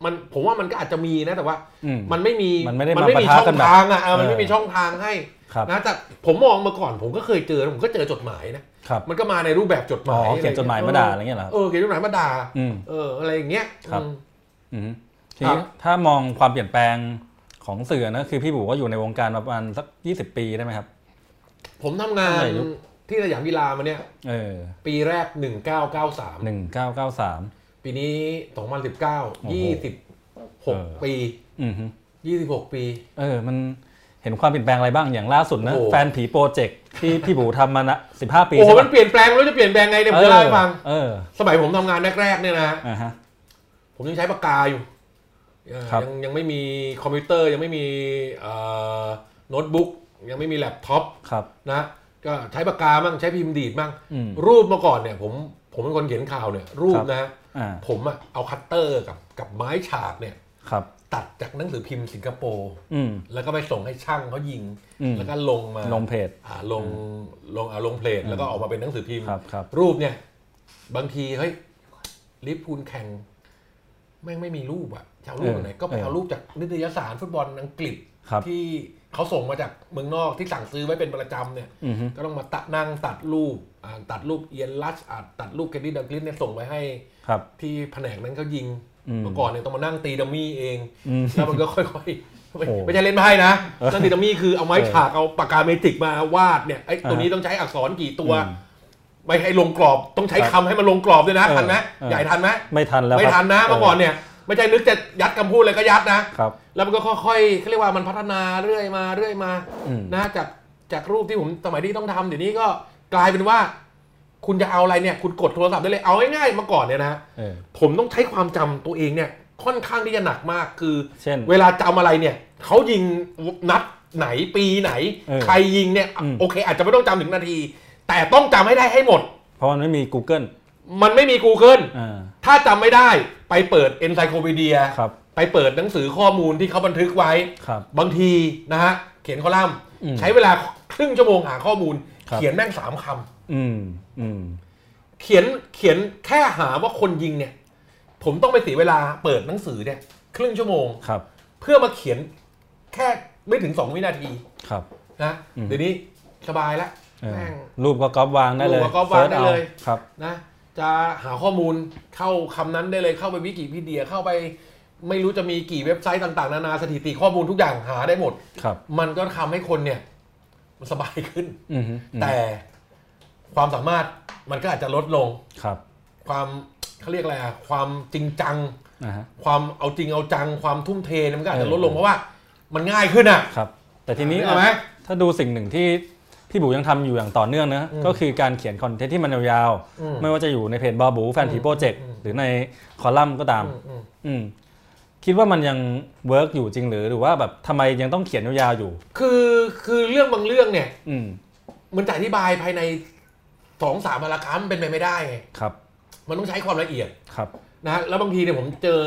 มันผมว่ามันก็อาจจะมีนะ แต่ว่า อืม มันไม่มี มันไม่ได้ ไม่มี มาปะทะ ช่อง กันแบบ ทางอ่ะเออมัน เออ ไม่มีช่องทางให้ ครับ นะแต่ผมมองมาก่อนผมก็เคยเจอนะผมก็เจอจดหมายนะครับมันก็มาในรูปแบบจดห อ๋ มา อย เขียนจดหมายมาด่าอะไรเงี้ยเหรอครับ เออเขียนจดหมายมาด่า อืม เอออะไรอย่างเงี้ย ครับ อืม อืมที ครั นี้ บ ถ้ามองความเปลี่ยนแปลงของสื่อนะคือพี่บูก็อยู่ในวงการมาประมาณสักยี่สิบปีได้ไหมครับ ผมทำงาน อะไรยุค ที่สยามกีฬามาเนี่ย เออ ปีแรก ห 1993 นึ่งเก้าเก้าสาม ปีนี้ โอ้ 2019 โห 26 ปี อืมฮึ 26 ปี เออ มันเห็นความเปลี่ยนแปลงอะไรบ้างอย่างล่าสุดนะ โอ้โห แฟนผีโปรเจกต์ที่พี่บูทำมานะสิบห้าปี โอ้โห ใช่ มัน ปะ เปลี่ยนแปลงไม่รู้จะเปลี่ยนแปลงไงเดี๋ยวผมจะเล่าให้ฟัง เออ สมัยผมทำงานแรกๆเนี่ยนะฮะ อ่าฮะ ผมยังใช้ปากกาอยู่เอ่อ ครับ ยังยังไม่มีคอมพิวเตอร์ยังไม่มีเอ่อโน้ตบุ๊กยังไม่มีแล็ปท็อป ครับ นะก็ใช้ปากกามั่งใช้พิมพ์ดีดมั่ง อืม รูปเมื่อก่อนเนี่ยผมผมเป็นคนเขียนข่าวเนี่ยรูปนะฮะ อ่า ผมอะเอาคัตเตอร์กับกับไม้ฉากเนี่ย ครับ ตัดจากหนังสือพิมพ์สิงคโปร์ อืม แล้วก็ไปส่งให้ช่างเขายิง อืม แล้วก็ลงมา ลงเพจ อ่าลงลงอ่าลงเพลทแล้วก็ออกมาเป็นหนังสือพิมพ์ ครับครับ รูปเนี่ย บางทีเฮ้ยลิฟพูลแข่งแม่งไม่มีรูปอะจะเอารูป เออ ไหนก็ไป เออ เอารูปจากนิตยสารฟุตบอลอังกฤษ ครับ ที่เขาส่งมาจากเมืองนอกที่สั่งซื้อไว้เป็นประจำเนี่ย อืมฮึ ก็ต้องมาตัดนั่งตัดรูปอ่าตัดรูปเอียนลัชอาจตัดรูปเคนดี้ดังกลิสเนี่ยส่งไปให้ ครับ ที่แผนกนั้นเขายิง อืม เมื่อก่อนเนี่ยต้องมานั่งตีดัมมี่เอง อืม แล้วมันก็ค่อยๆไม่ โอ้ ไม่ใช่เล่นไพ่นะนั่งตีดัมมี่คือเอาไม้ฉากเอาปากกาเมจิกมาวาดเนี่ยไอ้ตัวนี้ต้องใช้อักษรกี่ตัว อืม ไม่ให้ลงกรอบต้องใช้คำให้มันลงกรอบด้วยนะ เออ ทันไหม เออ ใหญ่ทันไหม ไม่ทันแล้ว ไม่ ครับ ทันนะเมื่อก่อนเนี่ย ไม่ใช่นึกจะยัดคำพูดเลยก็ยัดนะ ครับ แล้วมันก็ค่อยๆเขาเรียกว่ามันพัฒนาเรื่อยมาเรื่อยมา อืม นะจากจากรูปที่ผมสมัยที่ต้องทำเดี๋ยวนี้ก็กลายเป็นว่า คุณจะเอาอะไรเนี่ย คุณกดโทรศัพท์ได้เลยเอาง่ายๆเมื่อก่อนเนี่ยนะ เออ ผมต้องใช้ความจำตัวเองเนี่ย ค่อนข้างที่จะหนักมากคือ เช่น เวลาจำอะไรเนี่ยเขายิงนัดไหนปีไหน เออ ใครยิงเนี่ย อืม โอเค อาจจะไม่ต้องจำถึงนาที แต่ต้องจำให้ได้ให้หมด เพราะมันไม่มี Google มันไม่มี Google อ่า ถ้าจำไม่ได้ไปเปิด encyclopedia ครับ ไปเปิดหนังสือข้อมูลที่เขาบันทึกไว้ ครับ บางทีนะฮะเขียนคอลัมน์ อืม ใช้เวลาครึ่งชั่วโมงหาข้อมูล ครับ เขียนแม่งสามคำ อืมอืม เขียนเขียนแค่หาว่าคนยิงเนี่ย ผมต้องไปเสียเวลาเปิดหนังสือเนี่ย ครึ่งชั่วโมง ครับ เพื่อมาเขียนแค่ไม่ถึงสองวินาที ครับ นะ อืม เดี๋ยวนี้สบายแล้ว เออ แม่ง รูปก็ก๊อปวางได้เลย รูปก็ก๊อปวาง สิช ได้เลย อาครับ นะ จะหาข้อมูลเข้าคำนั้นได้เลยเข้าไปวิกิพีเดียเข้าไป ไม่รู้จะมีกี่เว็บไซต์ต่างๆ นานาสถิติข้อมูลทุกอย่างหาได้หมด ครับ มันก็ทำให้คนเนี่ย มันสบายขึ้น อืมฮึอืม แต่ความสามารถมันก็อาจจะลดลง ครับ ความเขาเรียกอะไรอะความจริงจัง นะฮะ ความเอาจริงเอาจังความทุ่มเทเนี่ยมันก็อาจจะ เออ ลดลงเพราะว่ามันง่ายขึ้นอ่ะ ครับ แต่ทีนี้ เห็นไหม ถ้าดูสิ่งหนึ่งที่ พี่บูยังทำอยู่อย่างต่อเนื่องนะ ก็คือการเขียนคอนเทนต์ที่มันยาว อืม ๆ ไม่ว่าจะอยู่ในเพจบอบูแฟนผีโปรเจกต์ อืม หรือในคอลัมน์ก็ตาม อืมอืม อืมคิดว่ามันยังเวิร์กอยู่จริงหรือหรือว่าแบบทำไมยังต้องเขียนยาวๆอยู่ คือคือเรื่องบางเรื่องเนี่ย อืม มันจะอธิบายภายในสองสามพารากราฟมันเป็นไปไม่ได้ไง ครับ มันต้องใช้ความละเอียด ครับ นะฮะแล้วบางทีเนี่ยผมเจอ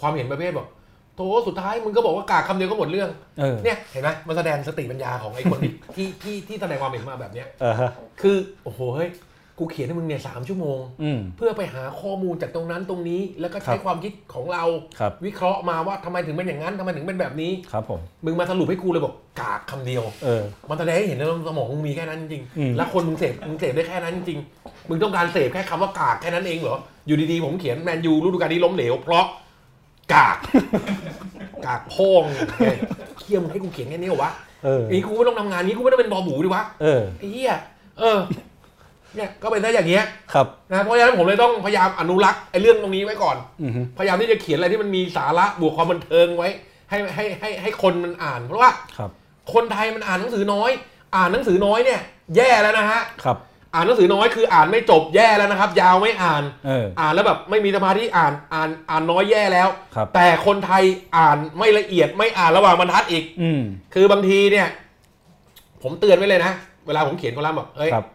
ความเห็นประเภทบอกโถสุดท้ายมึงก็บอกว่ากากคำเดียวก็หมดเรื่อง เออ เนี่ยเห็นไหมมันแสดงสติปัญญาของไอ้คน [laughs] ที่ ที่ที่ที่แสดงความเห็นมาแบบเนี้ย เออฮะ คือโอ้โหเฮ้ยกูเขียนให้มึงเนี่ยสามชั่วโมง อืม เพื่อไปหาข้อมูลจากตรงนั้นตรงนี้ แล้วก็ ครั ใช้ บ ความคิดของเรา ครับ วิเคราะห์มาว่าทำไมถึงเป็นอย่างนั้นทำไมถึงเป็นแบบนี้ ครับผม มึงมาสรุปให้กูเลยบอกกากคำเดียว เออ มันแสดงให้เห็นในสมองมึงมีแค่นั้นจริงๆ อืม แล้วคนมึงเสพมึงเสพได้แค่นั้นจริงๆมึงต้องการเสพแค่คำว่ากากแค่นั้นเองเหรอ อยู่ดีๆผมเขียนแมนยูฤดูกาลนี้ล้มเหลว เพราะกาก [laughs] กากโพงเฮ้ยเคียมงให้กูเขียนแค่นี้เหรอวะ เออ นี่กูไม่ต้องทำงานนี้กูไม่ต้องเป็นบอหมูดิวะ เออ ไอ้เหี้ยเออ เนี่ยก็เป็นได้อย่างเงี้ย ครับ นะเพราะฉะนั้นผมเลยต้องพยายามอนุรักษ์ไอ้เรื่องตรงนี้ไว้ก่อน อือฮึ พยายามที่จะเขียนอะไรที่มันมีสาระบวกความบันเทิงไว้ ให้ให้ให้ให้คนมันอ่าน เพราะว่า ครับ คนไทยมันอ่านหนังสือน้อย อ่านหนังสือน้อยเนี่ย แย่แล้วนะฮะ ครับ อ่านหนังสือน้อยคืออ่านไม่จบแย่แล้วนะครับ ยาวไม่อ่าน เออ อ่านแล้วแบบไม่มีสมาธิอ่านอ่านอ่านน้อยแย่แล้ว ครับ แต่คนไทยอ่านไม่ละเอียดไม่อ่านระหว่างบรรทัดอีก อืม คือบางทีเนี่ย ผมเตือนไว้เลยนะ เวลาผมเขียนคอลัมน์บอกเอ้ย ครับ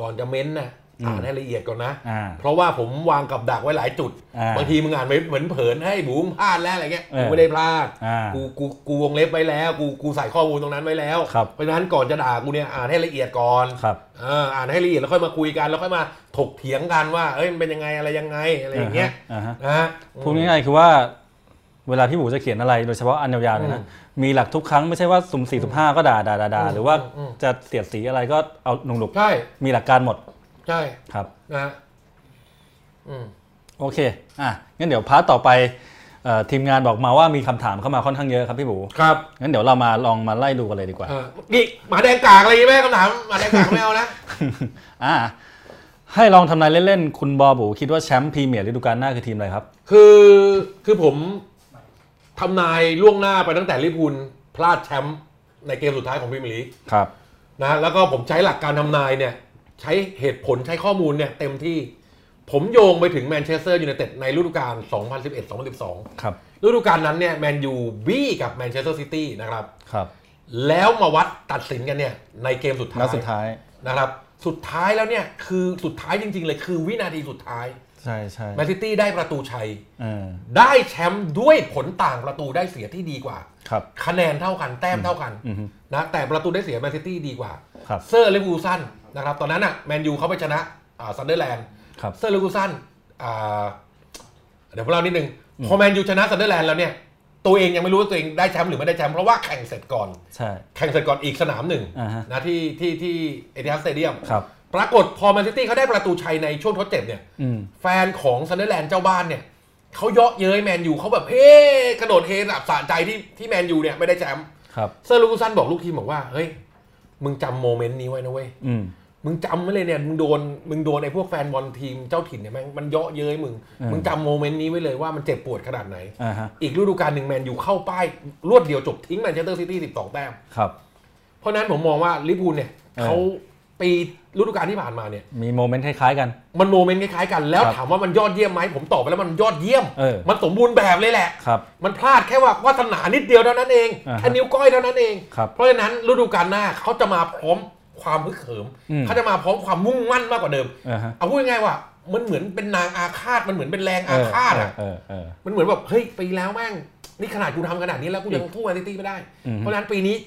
ก่อนจะเม้นต์นะ อืม อ่านให้ละเอียดก่อนนะ อ่า เพราะว่าผมวางกับดักไว้หลายจุด อ่า บางทีมึงอ่านไปเหมือนเผินให้บูมพลาดแล้วอะไรเงี้ย เออ กูไม่ได้พลาด อ่า กูกูกูวงเล็บไว้แล้ว กูกูใส่ข้อมูลตรงนั้นไว้แล้ว ครับ เพราะฉะนั้นก่อนจะด่ากูเนี่ยอ่านให้ละเอียดก่อน ครับ เอออ่านให้ละเอียดแล้วค่อยมาคุยกันแล้วค่อยมาถกเถียงกันว่าเอ้ยมันเป็นยังไงอะไรยังไงอะไรอย่างเงี้ย อ่าฮะ นะฮะ พูดง่ายๆคือว่า เวลาพี่หมูจะเขียนอะไรโดยเฉพาะอันยาวๆเนี่ยนะมีหลักทุกครั้งไม่ใช่ว่าสุ่มสี่สุ่มห้าก็ด่าด่าด่าด่า อืม หรือว่า อืม จะเสียดสีอะไรก็เอาหนุก ใช่ ๆมีหลักการหมด ใช่ ครับ นะฮะอืม โอเคอ่ะงั้นเดี๋ยวพาร์ทต่อไปเอ่อทีมงานบอกมาว่ามีคำถามเข้ามาค่อนข้างเยอะครับพี่หมู ครับ งั้นเดี๋ยวเรามาลองมาไล่ดูกันเลยดีกว่า เออนี่หมาแดงกากอะไรอย่างเงี้ยแม่คำถามหมาแดงกากไม่เอานะ อ่าให้ลองทำนายเล่นๆ คุณบอบูคิดว่าแชมป์พรีเมียร์ฤดูกาลหน้าคือทีมอะไรครับ คือคือผมทำนายล่วงหน้าไปตั้งแต่ลิเวอร์พูลพลาดแชมป์ในเกมสุดท้ายของพรีเมียร์ลีก ครับ นะแล้วก็ผมใช้หลักการทำนายเนี่ย ใช้เหตุผลใช้ข้อมูลเนี่ยเต็มที่ ผมโยงไปถึงแมนเชสเตอร์ยูไนเต็ดในฤดูกาล 2011-2012 ครับ ฤดูกาลนั้นเนี่ยแมนยูบี้กับแมนเชสเตอร์ซิตี้นะครับ ครับ แล้วมาวัดตัดสินกันเนี่ย ในเกมสุดท้าย นัดสุดท้าย นะครับ สุดท้ายแล้วเนี่ย คือสุดท้ายจริง ๆ เลยคือวินาทีสุดท้าย ใช่ใช่ แมนซิตี้ได้ประตูชัย เออ ได้แชมป์ด้วยผลต่างประตูได้เสียที่ดีกว่า ครับ คะแนนเท่ากันแต้มเท่ากัน อือฮึ นะแต่ประตูได้เสียแมนซิตี้ดีกว่า ครับ เซอร์เลกูซันนะครับตอนนั้นอ่ะแมนยูเขาไปชนะอ่าซันเดอร์แลนด์ ครับ เซอร์เลกูซันอ่าเดี๋ยวพวกเรานิดนึงพอแมนยูชนะซันเดอร์แลนด์แล้วเนี่ยตัวเองยังไม่รู้ว่าตัวเองได้แชมป์หรือไม่ได้แชมป์เพราะว่าแข่งเสร็จก่อน ใช่ แข่งเสร็จก่อนอีกสนามหนึ่ง อ่าฮะ นะที่ที่ที่เอทิฮัสสเตเดียม ครับ ปรากฏพอแมนซิตี้เขาได้ประตูชัยในช่วงทดเจ็บเนี่ย อืม แฟนของซันเดอร์แลนด์เจ้าบ้านเนี่ยเขาเยาะเย้ยแมนยูเขาแบบเฮ้กระโดดเฮแบบสะใจที่ที่แมนยูเนี่ยไม่ได้แชมป์ ครับ เซอร์เลกูซันบอกลูกทีมบอกว่าเฮ้ยมึงจำโมเมนต์นี้ไว้นะเว้ย อืม มึงจำไว้เลยเนี่ยมึงโดนมึงโดนไอ้พวกแฟนบอลทีมเจ้าถิ่นเนี่ยแม่งมันเยาะเย้ยมึง เออ มึงจำโมเมนต์นี้ไว้เลยว่ามันเจ็บปวดขนาดไหน อ่าฮะ อีกฤดูกาลหนึ่งแมนยูเข้าป้าย รวดเดียวจบทิ้งแมนเชสเตอร์ซิตี้12 แต้ม ครับ เพราะฉะนั้นผมมองว่าลิเวอร์พูลเนี่ย เออ เขาปีฤดูกาลที่ผ่านมาเนี่ย มีโมเมนต์คล้ายๆกัน มันโมเมนต์คล้ายๆกันแล้ว ครับ ถามว่ามันยอดเยี่ยมไหมผมตอบไปแล้วมันยอดเยี่ยม เออ มันสมบูรณ์แบบเลยแหละ ครับ มันพลาดแค่ว่าวาสนานิดเดียวเท่านั้นเอง อ่าฮะ แค่นิ้วก้อยเท่านั้นเอง ครับ เพราะฉะนั้นฤดูกาลหน้าเขาจะมาพร้อมความฮึกเหิม อืม เขาจะมาพร้อมความมุ่งมั่นมากกว่าเดิม อ่าฮะ เอาพูดง่ายๆว่ามันเหมือนเป็นนางอาฆาตมันเหมือนเป็นแรงอาฆาตอ่ะ เออเออ มันเหมือนแบบเฮ้ยปีแล้วแม่งนี่ขนาดกูทำขนาดนี้แล้วกูยังทู่แมนซิตี้ไม่ได้ อืม เพราะฉะนั้นปีนี้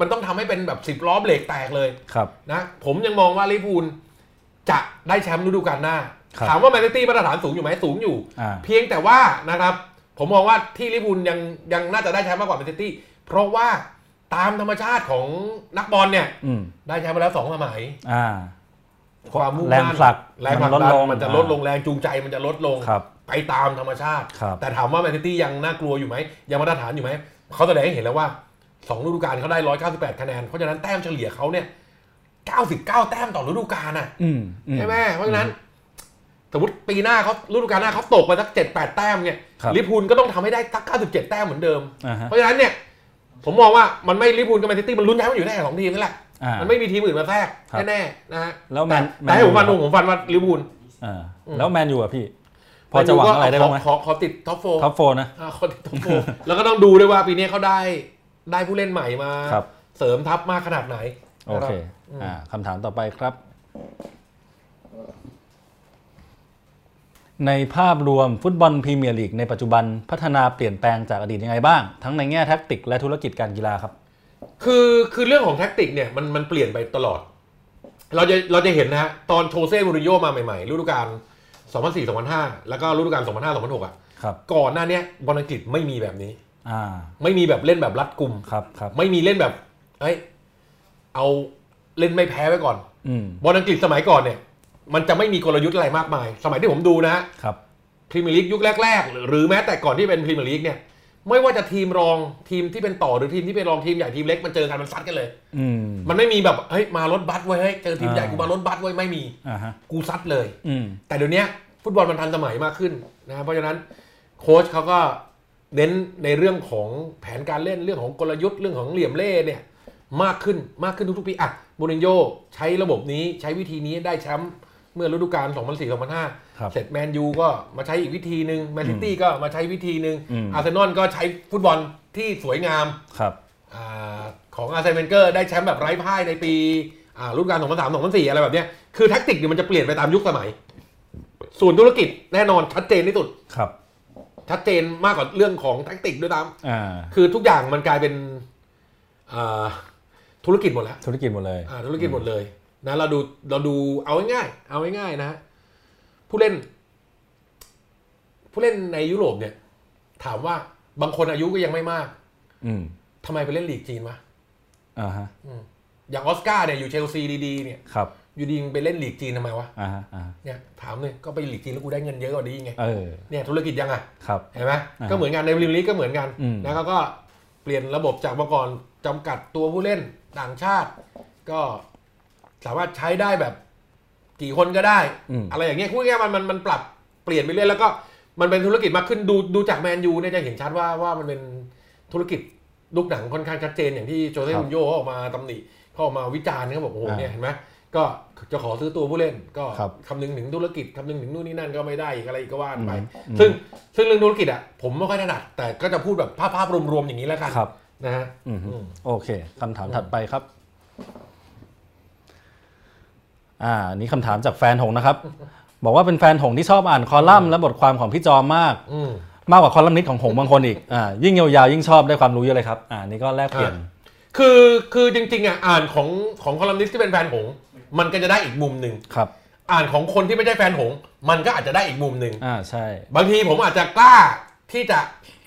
มันต้องทำให้เป็นแบบสิบล้อเบรกแตกเลย ครับ นะผมยังมองว่าลิเวอร์พูลจะได้แชมป์ฤดูกาลหน้า ครับ ถามว่าแมนซิตี้มาตรฐานสูงอยู่ไหมสูงอยู่ อ่า เพียงแต่ว่านะครับ ผมมองว่าที่ลิเวอร์พูลยังยังน่าจะได้แชมป์มากกว่าแมนซิตี้เพราะว่าตามธรรมชาติของนักบอลเนี่ย อืม ได้แชมป์มาแล้วสองสมัย อ่า ความมุ่งมั่น แรงผลัก แรงผลัก มันลด ดัน ลง มันจะลดลงแรงจูงใจมันจะลดลง ครับ ไปตามธรรมชาติ ครับ แต่ถามว่าแมนซิตี้ยังน่ากลัวอยู่ไหมยังมาตรฐานอยู่ไหมเขาแสดงให้เห็นแล้วว่าสองฤดูกาลเขาได้ 198 คะแนน เพราะฉะนั้นแต้มเฉลี่ยเขาเนี่ย 99 แต้มต่อฤดูกาลน่ะ อืมอื ใช่ไหมเพราะฉะนั้นสมมติปีหน้าเขาฤดูกาลหน้าเขาตกไปสัก 7-8 แต้มเนี่ย ครับ ลิเวอร์พูลก็ต้องทำให้ได้สัก 97 แต้มเหมือนเดิม อ่าฮะ เพราะฉะนั้นเนี่ยผมมองว่ามันไม่ลิเวอร์พูลกับแมนซิตี้มันลุ้นแชมป์อยู่แน่สองทีมนั่นแหละ อ่า มันไม่มีทีมอื่นมาแทรก ครับ แน่ๆนะฮะ แล้วแมน ต่ให้ผมฟัน แมนยู ผมผมฟันว่าลิเวอร์พูล อ่าแล้วแมนยูอ่ะพี่ พอจะหวังอะไรได้บ้างไหม ขอขอติดท็อปโฟ ท็อปโฟนะ ขอติดท็อปโฟแล้วก็ต้องดูด้วยว่าปีนี้เขาได้ได้ผู้เล่นใหม่มา ครับ เสริมทัพมากขนาดไหน โอเค นะรับ อ่าคำถามต่อไปครับ ในภาพรวมฟุตบอลพรีเมียร์ลีกในปัจจุบันพัฒนาเปลี่ยนแปลงจากอดีตยังไงบ้าง ทั้งในแง่แท็กติกและธุรกิจการกีฬาครับ คือคือเรื่องของแท็กติกเนี่ยมันมันเปลี่ยนไปตลอด เราจะเราจะเห็นนะฮะตอนโชเซ่มูรินโญ่มาใหม่ๆฤดูกาล2004-2005 แล้วก็ฤดูกาล2005-2006อ่ะ ครับ ก่อนหน้าเนี้ยบอลอังกฤษไม่มีแบบนี้ อ่า ไม่มีแบบเล่นแบบรัดกุม ครับครับ ไม่มีเล่นแบบ เอ้ย เอาเล่นไม่แพ้ไว้ก่อน อืม บอลอังกฤษสมัยก่อนเนี่ย มันจะไม่มีกลยุทธ์อะไรมากมาย สมัยที่ผมดูนะฮะ ครับ พรีเมียร์ลีกยุคแรก ๆ หรือหรือแม้แต่ก่อนที่เป็นพรีเมียร์ลีกเนี่ย ไม่ว่าจะทีมรองทีมที่เป็นต่อหรือทีมที่เป็นรองทีมใหญ่ทีมเล็กมันเจอกันมันซัดกันเลย อืม มันไม่มีแบบเฮ้ยมารถบัสเว้ยเฮ้ยเจอทีมใหญ่ อ่ากู กูมารถบัสเว้ยไม่มี อ่าฮะ กูซัดเลย อืม แต่เดี๋ยวเนี้ยฟุตบอลมันทันสมัยมากขึ้นนะเพราะฉะนั้นโค้ชเขาก็เน้นในเรื่องของแผนการเล่นเรื่องของกลยุทธ์เรื่องของเหลี่ยมเล่เนี่ยมากขึ้นมากขึ้นทุกๆปีอ่ะมูรินโญ่ใช้ระบบนี้ใช้วิธีนี้ได้แชมป์เมื่อฤดูกาล ครับ 2004-2005 เสร็จแมนยูก็มาใช้อีกวิธีหนึ่งแมนซิตี้ก็มาใช้วิธีหนึ่ง อืม อาร์เซนอลก็ใช้ฟุตบอลที่สวยงาม ครับ อาของอาร์เซนเวนเกอร์ได้แชมป์แบบไร้พ่ายในปีอ่ารุ่นการ 2003 2004 อะไรแบบเนี้ยคือแท็กติกเนี่ยมันจะเปลี่ยนไปตามยุคสมัย ส่วนธุรกิจแน่นอนชัดเจนที่สุด ครับ ชัดเจนมากกว่าเรื่องของแท็กติกด้วยตาม อ่า คือทุกอย่างมันกลายเป็นอ่าธุรกิจหมดแล้ว ธุรกิจหมดเลย อ่าธุรกิจหมดเลยนะเราดูเราดูเอาง่ายๆเอาง่ายๆนะผู้เล่น ผู้เล่นในยุโรปเนี่ย ถามว่าบางคนอายุก็ยังไม่มาก อืม ทำไมไปเล่นลีกจีนวะ อ่าฮะ อย่างออสการ์เนี่ยอยู่เชลซีดีๆเนี่ย ครับ อยู่ดีมึงไปเล่นลีกจีนทำไมวะ อ่าฮะ อ่าฮะ เนี่ยถามเลยก็ไปลีกจีนแล้วกูได้เงินเยอะกว่านี้ไง เออ เนี่ยธุรกิจยังอ่ะ ครับ เห็นไหม อ่า ก็เหมือนกันในริมลีกก็เหมือนกัน อืม นะเขาก็เปลี่ยนระบบจากเมื่อก่อนจำกัดตัวผู้เล่นต่างชาติ ก็สามารถใช้ได้แบบกี่คนก็ได้ อืม อะไรอย่างเงี้ยพูดง่ายๆมันมันมันปรับเปลี่ยนไปเรื่อยแล้วก็มันเป็นธุรกิจมากขึ้นดูดูจากแมนยูเนี่ยจะเห็นชัดว่าว่ามันเป็นธุรกิจลูกหนังค่อนข้างชัดเจนอย่างที่โจเซ่ ครับ มุนโยเขาออกมาตำหนิเขาออกมาวิจารณ์เขาบอกโอ้โห อ่า เนี่ยเห็นไหมก็จะขอซื้อตัวผู้เล่น ก็ ครับ คำนึงถึงธุรกิจคำนึงถึงนู่นนี่นั่นก็ไม่ได้อีกอะไรอีกก็ว่ากันไป อืม ซึ่งซึ่งเรื่องธุรกิจอ่ะผมไม่ค่อยถนัดแต่ก็จะพูดแบบภาพภาพรวมๆอย่างนี้แล้วกัน ครับ นะฮะ อืมฮึ อืม โอเคคำถามถัดไปครับ อ่าอันนี่คำถามจากแฟนหงส์นะครับ [laughs] บอกว่าเป็นแฟนหงส์ที่ชอบอ่านคอลัมน์และบทความของพี่จอมมาก อืม มากกว่าคอลัมนิสต์ของหงส์บางคนอีกอ่ายิ่งยาวๆยิ่งชอบได้ความรู้เยอะเลยครับ อ่านี่ก็แลกเปลี่ยน คือคือจริงๆอ่ะอ่านของของคอลัมนิสต์ที่เป็นแฟนหงส์มันก็จะได้อีกมุมหนึ่ง ครับ อ่านของคนที่ไม่ใช่แฟนหงส์มันก็อาจจะได้อีกมุมหนึ่ง อ่าใช่ บางทีผมอาจจะกล้าที่จะ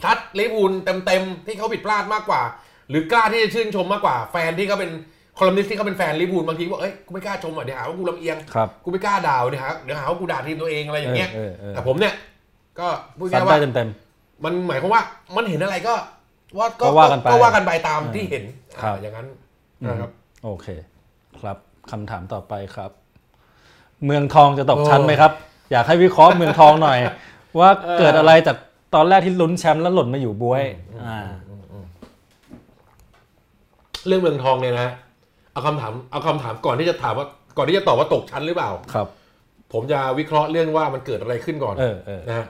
ทัดลิเวอร์พูลเต็มๆที่เขาผิดพลาดมากกว่า หรือกล้าที่จะชื่นชมมากกว่า แฟนที่เขาเป็นคอลัมนิสต์ที่เขาเป็นแฟนลิเวอร์พูลบางทีบอกเอ้ยกูไม่กล้าชมอ่ะเดี๋ยวหาว่ากูลำเอียง ครับ กูไม่กล้าด่าเดี๋ยวหาเดี๋ยวหาว่ากูด่าทีมตัวเองอะไรอย่างเงี้ย เออเออเอ แต่ อ ผมเนี่ย ก็พูด ซัด ง่ายๆ ได้ ว่า เต็ม มันหมายความว่ามันเห็นอะไรก็ว่า ก็ว่ากันไป ก็ว่ากันไปตาม เออ ที่เห็น ครับ อ่าอย่างนั้นนะครับ ๆโอเค ครับคำถามต่อไปครับ เมืองทองจะตกชั้นไหมครับ อยากให้วิเคราะห์เมืองทองหน่อย ว่าเกิดอะไรจากตอนแรกที่ลุ้นแชมป์แล้วหล่นมาอยู่บ้วย อ่า เรื่องเมืองทองเนี่ยนะเอาคำถามเอาคำถามก่อนที่จะถามว่าก่อนที่จะตอบว่าตกชั้นหรือเปล่า ครับ ผมจะวิเคราะห์เรื่องว่ามันเกิดอะไรขึ้นก่อน เออเออ นะฮะ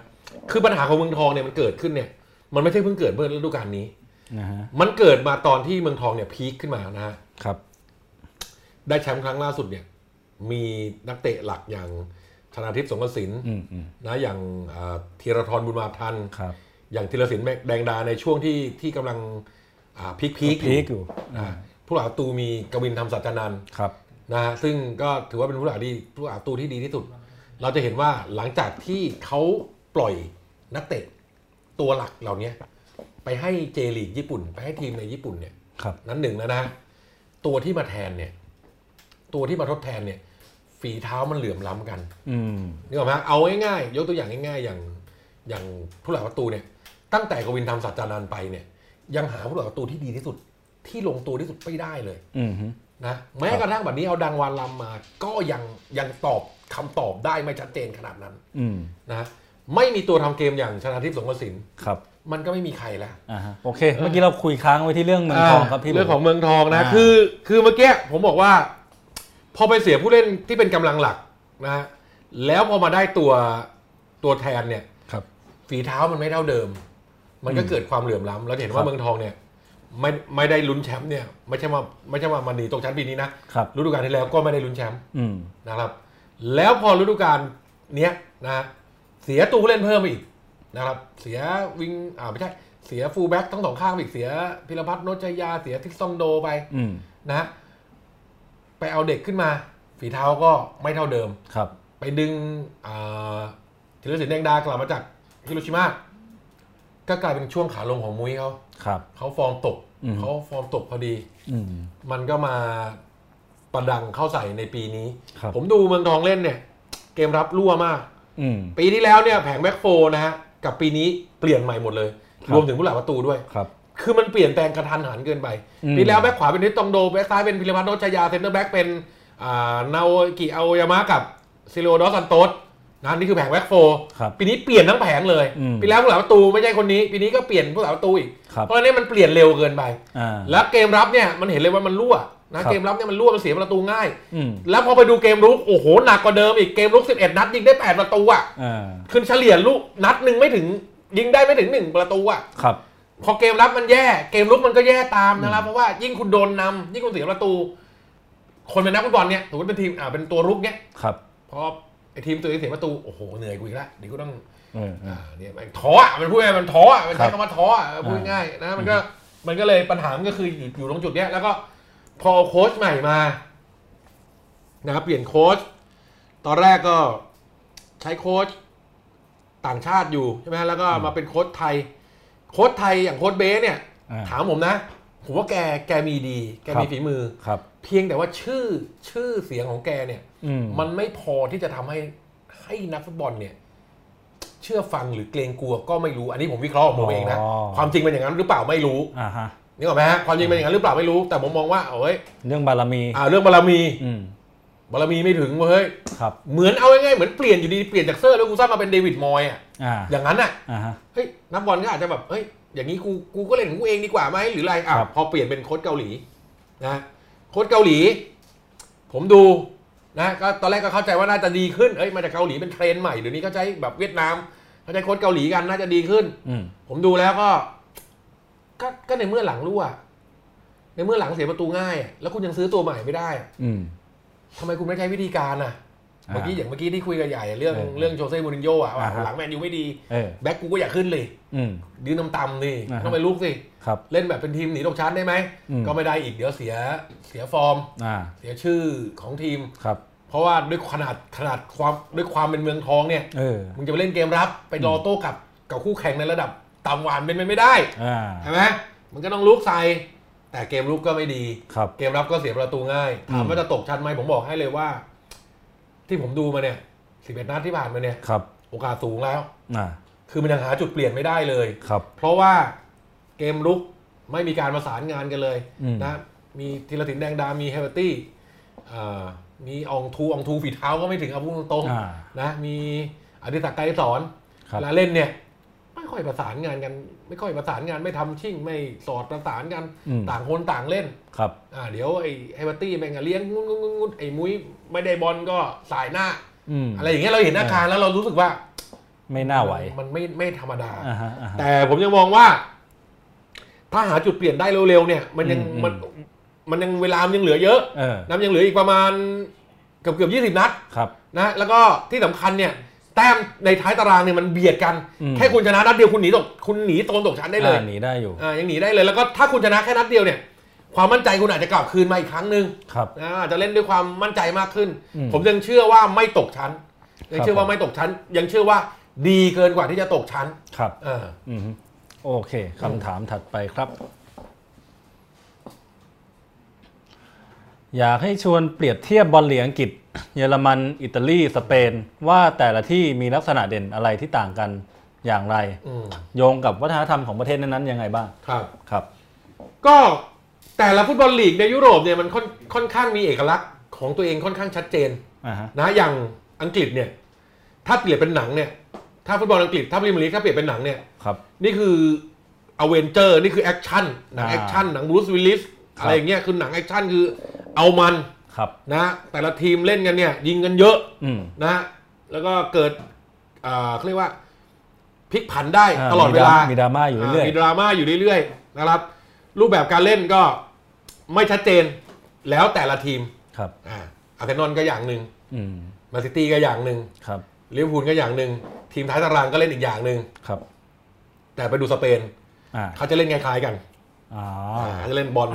คือปัญหาของเมืองทองเนี่ยมันเกิดขึ้นเนี่ย มันไม่ใช่เพิ่งเกิดเมื่อฤดูกาลนี้ นะฮะ มันเกิดมาตอนที่เมืองทองเนี่ยพีคขึ้นมานะฮะ ครับ ได้แชมป์ครั้งล่าสุดเนี่ย มีนักเตะหลักอย่างธนาทิพย์สงกระสิน อืมอืม นะอย่างอ่าธีรทรบุญมาทัน ครับ อย่างธีรศิลป์แดงดาในช่วงที่ที่กำลังอ่าพีคพีค พีคอยู่ อ่าผู้หลักประตูมีกวินธรรมสัจจานันท์ ครับ นะฮะซึ่งก็ถือว่าเป็นผู้หลักดีผู้หลักตูที่ดีที่สุด เราจะเห็นว่าหลังจากที่เขาปล่อยนักเตะตัวหลักเหล่านี้ไปให้เจลีกญี่ปุ่น ไปให้ทีมในญี่ปุ่นเนี่ย ครับ นั้นหนึ่งแล้วนะฮะตัวที่มาแทนเนี่ย ตัวที่มาทดแทนเนี่ย ฝีเท้ามันเหลื่อมล้ำกัน อืม นึกออกไหมเอาง่ายๆยกตัวอย่างง่าย ๆ อย่างอย่างผู้หลักประตูเนี่ย ตั้งแต่กวินทำสัจจานันท์ไปเนี่ย ยังหาผู้หลักประตูที่ดีที่สุด ที่ลงตัวที่สุดไม่ได้เลย อืมฮึ นะแม้ ครับ กระทั่งแบบนี้เอาดังวานลำมาก็ยังยังตอบคำตอบได้ไม่ชัดเจนขนาดนั้น อืม นะไม่มีตัวทำเกมอย่างชนาทิพย์สงกระสิน ครับ มันก็ไม่มีใครแล้ว อ่าฮะโอเค เมื่อกี้เราคุยค้างไว้ที่เรื่องเมืองทองครับพี่หมู เรื่องของเมืองทองนะ อ่า คือคือเมื่อกี้ผมบอกว่า พอไปเสียผู้เล่นที่เป็นกำลังหลักนะฮะแล้วพอมาได้ตัวตัวแทนเนี่ย ครับ ฝีเท้ามันไม่เท่าเดิม มันก็เกิดความเหลื่อมล้ำแล้วเห็นว่า ครับ เมืองทองเนี่ย ไม่ไม่ได้ลุ้นแชมป์เนี่ยไม่ใช่ว่าไม่ใช่ว่ามันหนีตกชั้นปีนี้นะครับ ฤดูกาลที่แล้วก็ไม่ได้ลุ้นแชมป์ อืม นะครับ แล้วพอฤดูกาลเนี้ยนะฮะเสียตัวผู้เล่นเพิ่มไปอีกนะครับ เสียวิงอ่าไม่ใช่เสียฟูลแบ็กทั้งสองข้างไปอีกเสียพิรพัฒน์โนจยาเสียทิกซองโดไป อืม นะ ไปเอาเด็กขึ้นมา ฝีเท้าก็ไม่เท่าเดิม ครับ ไปดึงเอ่อธีรศิลป์แดงดากลับมาจากฮิโรชิมาก็กลายเป็นช่วงขาลงของมุ้ยเขา ครับ เขาฟอร์มตก อืม เขาฟอร์มตกพอดี อืม มันก็มาประดังเข้าใส่ในปีนี้ ครับ ผมดูเมืองทองเล่นเนี่ย เกมรับรั่วมาก อืม ปีที่แล้วเนี่ยแผงแบ็คโฟร์นะฮะ กับปีนี้เปลี่ยนใหม่หมดเลย ครับ รวมถึงผู้หลักประตูด้วย ครับ คือมันเปลี่ยนแปลงกระทันหันเกินไป อืม ปีแล้วแบ็คขวาเป็นนิตตองโด แบ็คซ้ายเป็นพิรพัฒน์โนชยา เซนเตอร์แบ็คเป็นอ่านาโอกิอาโอยามะกับซิโรดอสซันโตสนะนี่คือแผงแบ็คโฟร์ ครับ ปีนี้เปลี่ยนทั้งแผงเลย อืม ปีแล้วผู้หลักประตูไม่ใช่คนนี้ ปีนี้ก็เปลี่ยนผู้หลักประตูอีก ครับ เพราะฉะนั้นมันเปลี่ยนเร็วเกินไป อ่า แล้วเกมรับเนี่ยมันเห็นเลยว่ามันรั่ว ค นะ รับ เกมรับเนี่ยมันรั่วมันเสียประตูง่าย อืม แล้วพอไปดูเกมรุกโอ้โหหนักกว่าเดิมอีกเกมรุก 11 นัดยิงได้ 8 ประตูอ่ะ อ่า คือเฉลี่ยลูกนัดหนึ่งไม่ถึงยิงได้ไม่ถึงหนึ่งประตูอ่ะ ครับ พอเกมรับมันแย่ เกมลุกมันก็แย่ตามนะครับ เพราะว่ายิ่งคุณโดนนำยิ่งคุณเสียประตู คนเป็นนักฟุตบอลเนี่ยสมมติเป็นทีมอ่าเป็นตัวรุกเนี่ย ครับ พอไอทีมตัวเองเสียประตูโอ้โหเหนื่อยกูอีกละเดี๋ยวกูต้อง เออเอ อ่า อ เนี่ยมันท้ออ่ะมันพูดง่ายๆมันท้ออ่ะมันครัใช้บ คำว่าท้ออ่ะพูดง่ายๆนะมันก็มันก็เลยปัญหามันก็คืออยู่อยู่ตรงจุดเนี้ยแล้วก็พอโค้ชใหม่มานะครับเปลี่ยนโค้ชตอนแรกก็ใช้โค้ชต่างชาติอยู่ใช่ไหมฮะแล้วก็มาเป็นโค้ชไทย โค้ชไทยอย่างโค้ชเบสเนี่ย อ่า ถามผมนะ ผมว่าแกแกมีดี แกมีฝีมือ ครับ เพียงแต่ว่าชื่อชื่อเสียงของแกเนี่ย อืม มันไม่พอที่จะทำให้ให้นักฟุตบอลเนี่ย เชื่อฟังหรือเกรงกลัวก็ไม่รู้ อันนี้ผมวิเคราะห์ของผมเองนะ ความจริงเป็นอย่างนั้นหรือเปล่าไม่รู้ อ่าฮะ นึกออกไหมฮะความจริงเป็นอย่างนั้นหรือเปล่าไม่รู้ แต่ผมมองว่าเอ้ย เรื่องบารมี อ่าเรื่องบารมี อืม บารมีไม่ถึงเว้ย ครับ เหมือนเอาง่ายๆเหมือนเปลี่ยนอยู่ดีเปลี่ยนจากเซอร์แล้วกูซ่ามาเป็นเดวิดมอยอ่ะ อ่า อย่างนั้นอ่ะ อ่าฮะ เฮ้ยนักบอลก็อาจจะแบบเฮ้ยอย่างนี้กูกูก็เล่นของกูเองดีกว่าไหมหรืออะไรอ่ะ ครับ พอเปลี่ยนเป็นโค้ชเกาหลีนะโค้ชเกาหลี ผมดูนะก็ตอนแรกก็เข้าใจว่าน่าจะดีขึ้นเอ้ยมาจากเกาหลีเป็นเทรนด์ใหม่เดี๋ยวนี้เขาใช้แบบเวียดนามเขาใช้โค้ชเกาหลีกันน่าจะดีขึ้น อืม ผมดูแล้วก็ ก็ก็ในเมื่อหลังรั่วในเมื่อหลังเสียประตูง่ายอะแล้วคุณยังซื้อตัวใหม่ไม่ได้อะ อืม ทำไมคุณไม่ใช้วิธีการอ่ะ อ่า เมื่อกี้อย่างเมื่อกี้ที่คุยกับใหญ่เรื่อง เออ เรื่องโจเซ่มูรินโญ่อะว่า อ่าฮะ หลังแมนยูไม่ดี เออ แบ็คกูก็อยากขึ้นเลย อืม ดื้อน้ำต่ำนี่ อ่าฮะ ต้องไปลุกสิ ครับ เล่นแบบเป็นทีมหนีตกชั้นได้ไหม อืม ก็ไม่ได้อีกเดี๋ยวเสียเสียฟอร์ม อ่า เสียชื่อของทีม ครับ เพราะว่าด้วยขนาดขนาดความด้วยความเป็นเมืองทองเนี่ย เออ มึงจะไปเล่นเกมรับ ไปรอโต้กลับกับคู่แข่งในระดับต่ำหวานเป็นไปไม่ได้ อ่า ใช่ไหมมันก็ต้องลุกใส่แต่เกมลุกก็ไม่ดี ครับ เกมรับก็เสียประตูง่ายถามว่าจะตกชั้นไหมผมบอกให้เลยว่า ที่ผมดูมาเนี่ย11นัดที่ผ่านมาเนี่ย ครับ โอกาสสูงแล้ว อ่า คือมันยังหาจุดเปลี่ยนไม่ได้เลย ครับ เพราะว่าเกมลุกไม่มีการประสานงานกันเลย อืม นะมีธีรสินแดงดา มีเฮเบอร์ตี้อ่ามีอองทูอองทูฝีเท้าก็ไม่ถึงเอาพูดตรง อ่า ๆนะมีอดิศักดิ์ไกรสอน ครับ เวลาเล่นเนี่ย ไม่ค่อยประสานงานกัน ไม่ค่อยประสานงานไม่ทำชิ่งไม่สอดประสานกัน อืม ต่างคนต่างเล่น ครับ อ่าเดี๋ยวไอ้เฮเบอร์ตี้แม่งก็เลี้ยงงุ้นงุ้นงุ้นงุ้นไอ้มุ้ยไม่ได้บอลก็สายหน้า อืม อะไรอย่างเงี้ยเราเห็นอาการแล้วเรารู้สึกว่า ไม่น่าไหว มันไม่ไม่ธรรมดา อ่าฮะอ่าฮะ แต่ผมยังมองว่า ถ้าหาจุดเปลี่ยนได้เร็วๆเนี่ย มันยัง อืม มันมันยังเวลามันยังเหลือเยอะ เออ น้ำยังเหลืออีกประมาณเกือบเกือบยี่สิบนัด ครับ นะแล้วก็ที่สำคัญเนี่ย แต้มในท้ายตารางเนี่ยมันเบียดกัน อืม แค่คุณชนะนัดเดียวคุณหนีตกคุณหนีโซนตกชั้นได้เลย อ่าหนีได้อยู่ อ่ายังหนีได้เลยแล้วก็ถ้าคุณชนะแค่นัดเดียวเนี่ย ความมั่นใจคุณอาจจะกลับคืนมาอีกครั้งหนึ่ง ครับ นะอาจจะเล่นด้วยความมั่นใจมากขึ้น อืม ผมยังเชื่อว่าไม่ตกชั้น ยังเชื่อ ครับ ว่าไม่ตกชั้น ยังเชื่อว่าดีเกินกว่าที่จะตกชั้น ครับ เออ อืมฮึโอเคคำถามถัดไปครับ อยากให้ชวนเปรียบเทียบบอลลีกอังกฤษ เยอรมัน อิตาลี สเปน ว่าแต่ละที่มีลักษณะเด่นอะไรที่ต่างกันอย่างไร อืม โยงกับวัฒนธรรมของประเทศนั้นๆยังไงบ้าง ครับ ครับ ก็แต่ละฟุตบอลลีกในยุโรปเนี่ยมันค่อนค่อนข้างมีเอกลักษณ์ของตัวเองค่อนข้างชัดเจน อ่าฮะ นะอย่างอังกฤษเนี่ยถ้าเปรียบเป็นหนังเนี่ยถ้าฟุตบอลอังกฤษถ้าพรีเมียร์ลีกถ้าเปรียบเป็นหนังเนี่ย ครับ นี่คืออเวนเจอร์นี่คือแอคชั่นหนัง อ่า แอคชั่นหนังบรูซวิลลิส ครับ อะไรอย่างเงี้ยคือหนังแอคชั่นคือเอามัน ครับ นะแต่ละทีมเล่นกันเนี่ยยิงกันเยอะ อืม นะแล้วก็เกิดอ่าเขาเรียกว่าพลิกผันได้ อ่า ตลอด มี เว ดรา ลา มีดราม่าอยู่เรื่อยๆ มีดราม่าอยู่เรื่อยๆนะครับรูปแบบการเล่นก็ไม่ชัดเจนแล้วแต่ละทีม ครับ อ่าอาร์เซนอลก็อย่างหนึ่ง อืม แมนซิตี้ก็อย่างหนึ่ง ครับ ลิเวอร์พูลก็อย่างหนึ่งทีมท้ายตารางก็เล่นอีกอย่างหนึ่ง ครับ แต่ไปดูสเปน อ่า เขาจะเล่นคล้ายๆกัน อ๋อ เขาจะเล่นบอล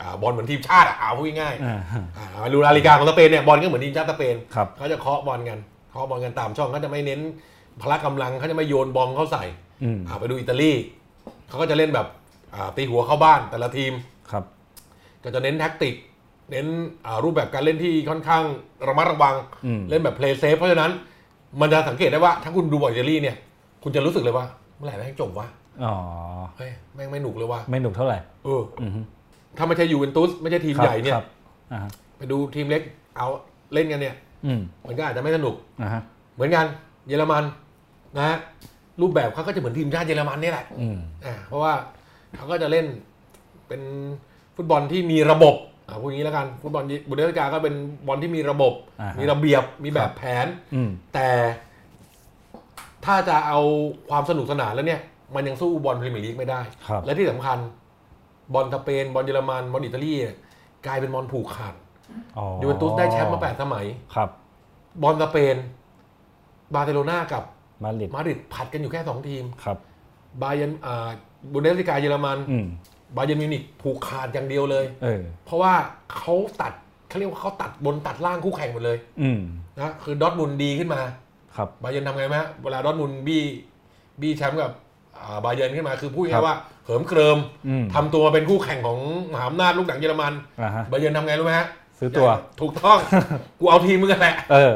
อ่าบอลเหมือนทีมชาติอ่ะเอาพูดง่ายๆ อ่า อ่าดูลาลิกาของสเปนเนี่ยบอลก็เหมือนทีมชาติสเปน ครับ เขาจะเคาะบอลกันเคาะบอลกันตามช่องเขาจะไม่เน้นพละกำลังเขาจะไม่โยนบอลเข้าใส่ อืม อ่าไปดูอิตาลีเขาก็จะเล่นแบบอ่าตีหัวเข้าบ้านแต่ละทีม ครับ ก็จะเน้นแท็กติก เน้นอ่ารูปแบบการเล่นที่ค่อนข้างระมัดระวัง อืม เล่นแบบเพลย์เซฟเพราะฉะนั้นมันจะสังเกตได้ว่าถ้าคุณดูบอลอิตาลีเนี่ยคุณจะรู้สึกเลยว่าเมื่อไหร่แม่งจบวะ อ๋อ เฮ้ยแม่งไม่หนุกเลยว่ะ ไม่หนุกเท่าไหร่ เออ อืมฮึ ถ้าไม่ใช่ยูเวนตุสไม่ใช่ทีม ครับ ใหญ่เนี่ย ครับอ่าฮะ ไปดูทีมเล็กเอาเล่นกันเนี่ย อืม มันก็อาจจะไม่สนุก อ่าฮะ เหมือนกันเยอรมันนะฮะรูปแบบเขาก็จะเหมือนทีมชาติเยอรมันนี่แหละ อืม อ่าเพราะว่าเขาก็จะเล่นเป็นฟุตบอลที่มีระบบอ่าพูดอย่างนี้แล้วกันฟุตบอลบุนเดสลิกาก็เป็นบอลที่มีระบบ อ่าฮะ มีระเบียบมีแบบแผน อืม แต่ถ้าจะเอาความสนุกสนานแล้วเนี่ย มันยังสู้บอลพรีเมียร์ลีกไม่ได้ ครับ และที่สำคัญบอลสเปนบอลเยอรมันบอลอิตาลีเนี่ยกลายเป็นบอลผูกขาด อ๋อ ยูเวนตุสได้แชมป์มาแปดสมัย ครับ บอลสเปน บาร์เซโลนากับ มาดริด มาดริดผัดกันอยู่แค่ 2 ทีม ครับ บาเยร์นอ่าบุนเดสลิกาเยอรมัน อืม บาเยร์นมิวนิกผูกขาดอย่างเดียวเลย เออ เพราะว่าเขาตัดเขาเรียกว่าเขาตัดบนตัดล่างคู่แข่งหมดเลย อืม นะคือดอร์ทมุนด์ดีขึ้นมา ครับ บาเยร์นทำไงไหมฮะเวลาดอร์ทมุนด์บี้บี้แชมป์กับอ่าบาเยร์นขึ้นมาคือพูดง่ายๆว่าเหิมเกริม อืม ทำตัวมาเป็นคู่แข่งของมหาอำนาจลูกหนังเยอรมัน อ่าฮะ บาเยิร์นทำไงรู้ไหมฮะ ซื้อตัว ถูก [laughs] ต้อง กูเอาทีมมึงกันแหละ เออ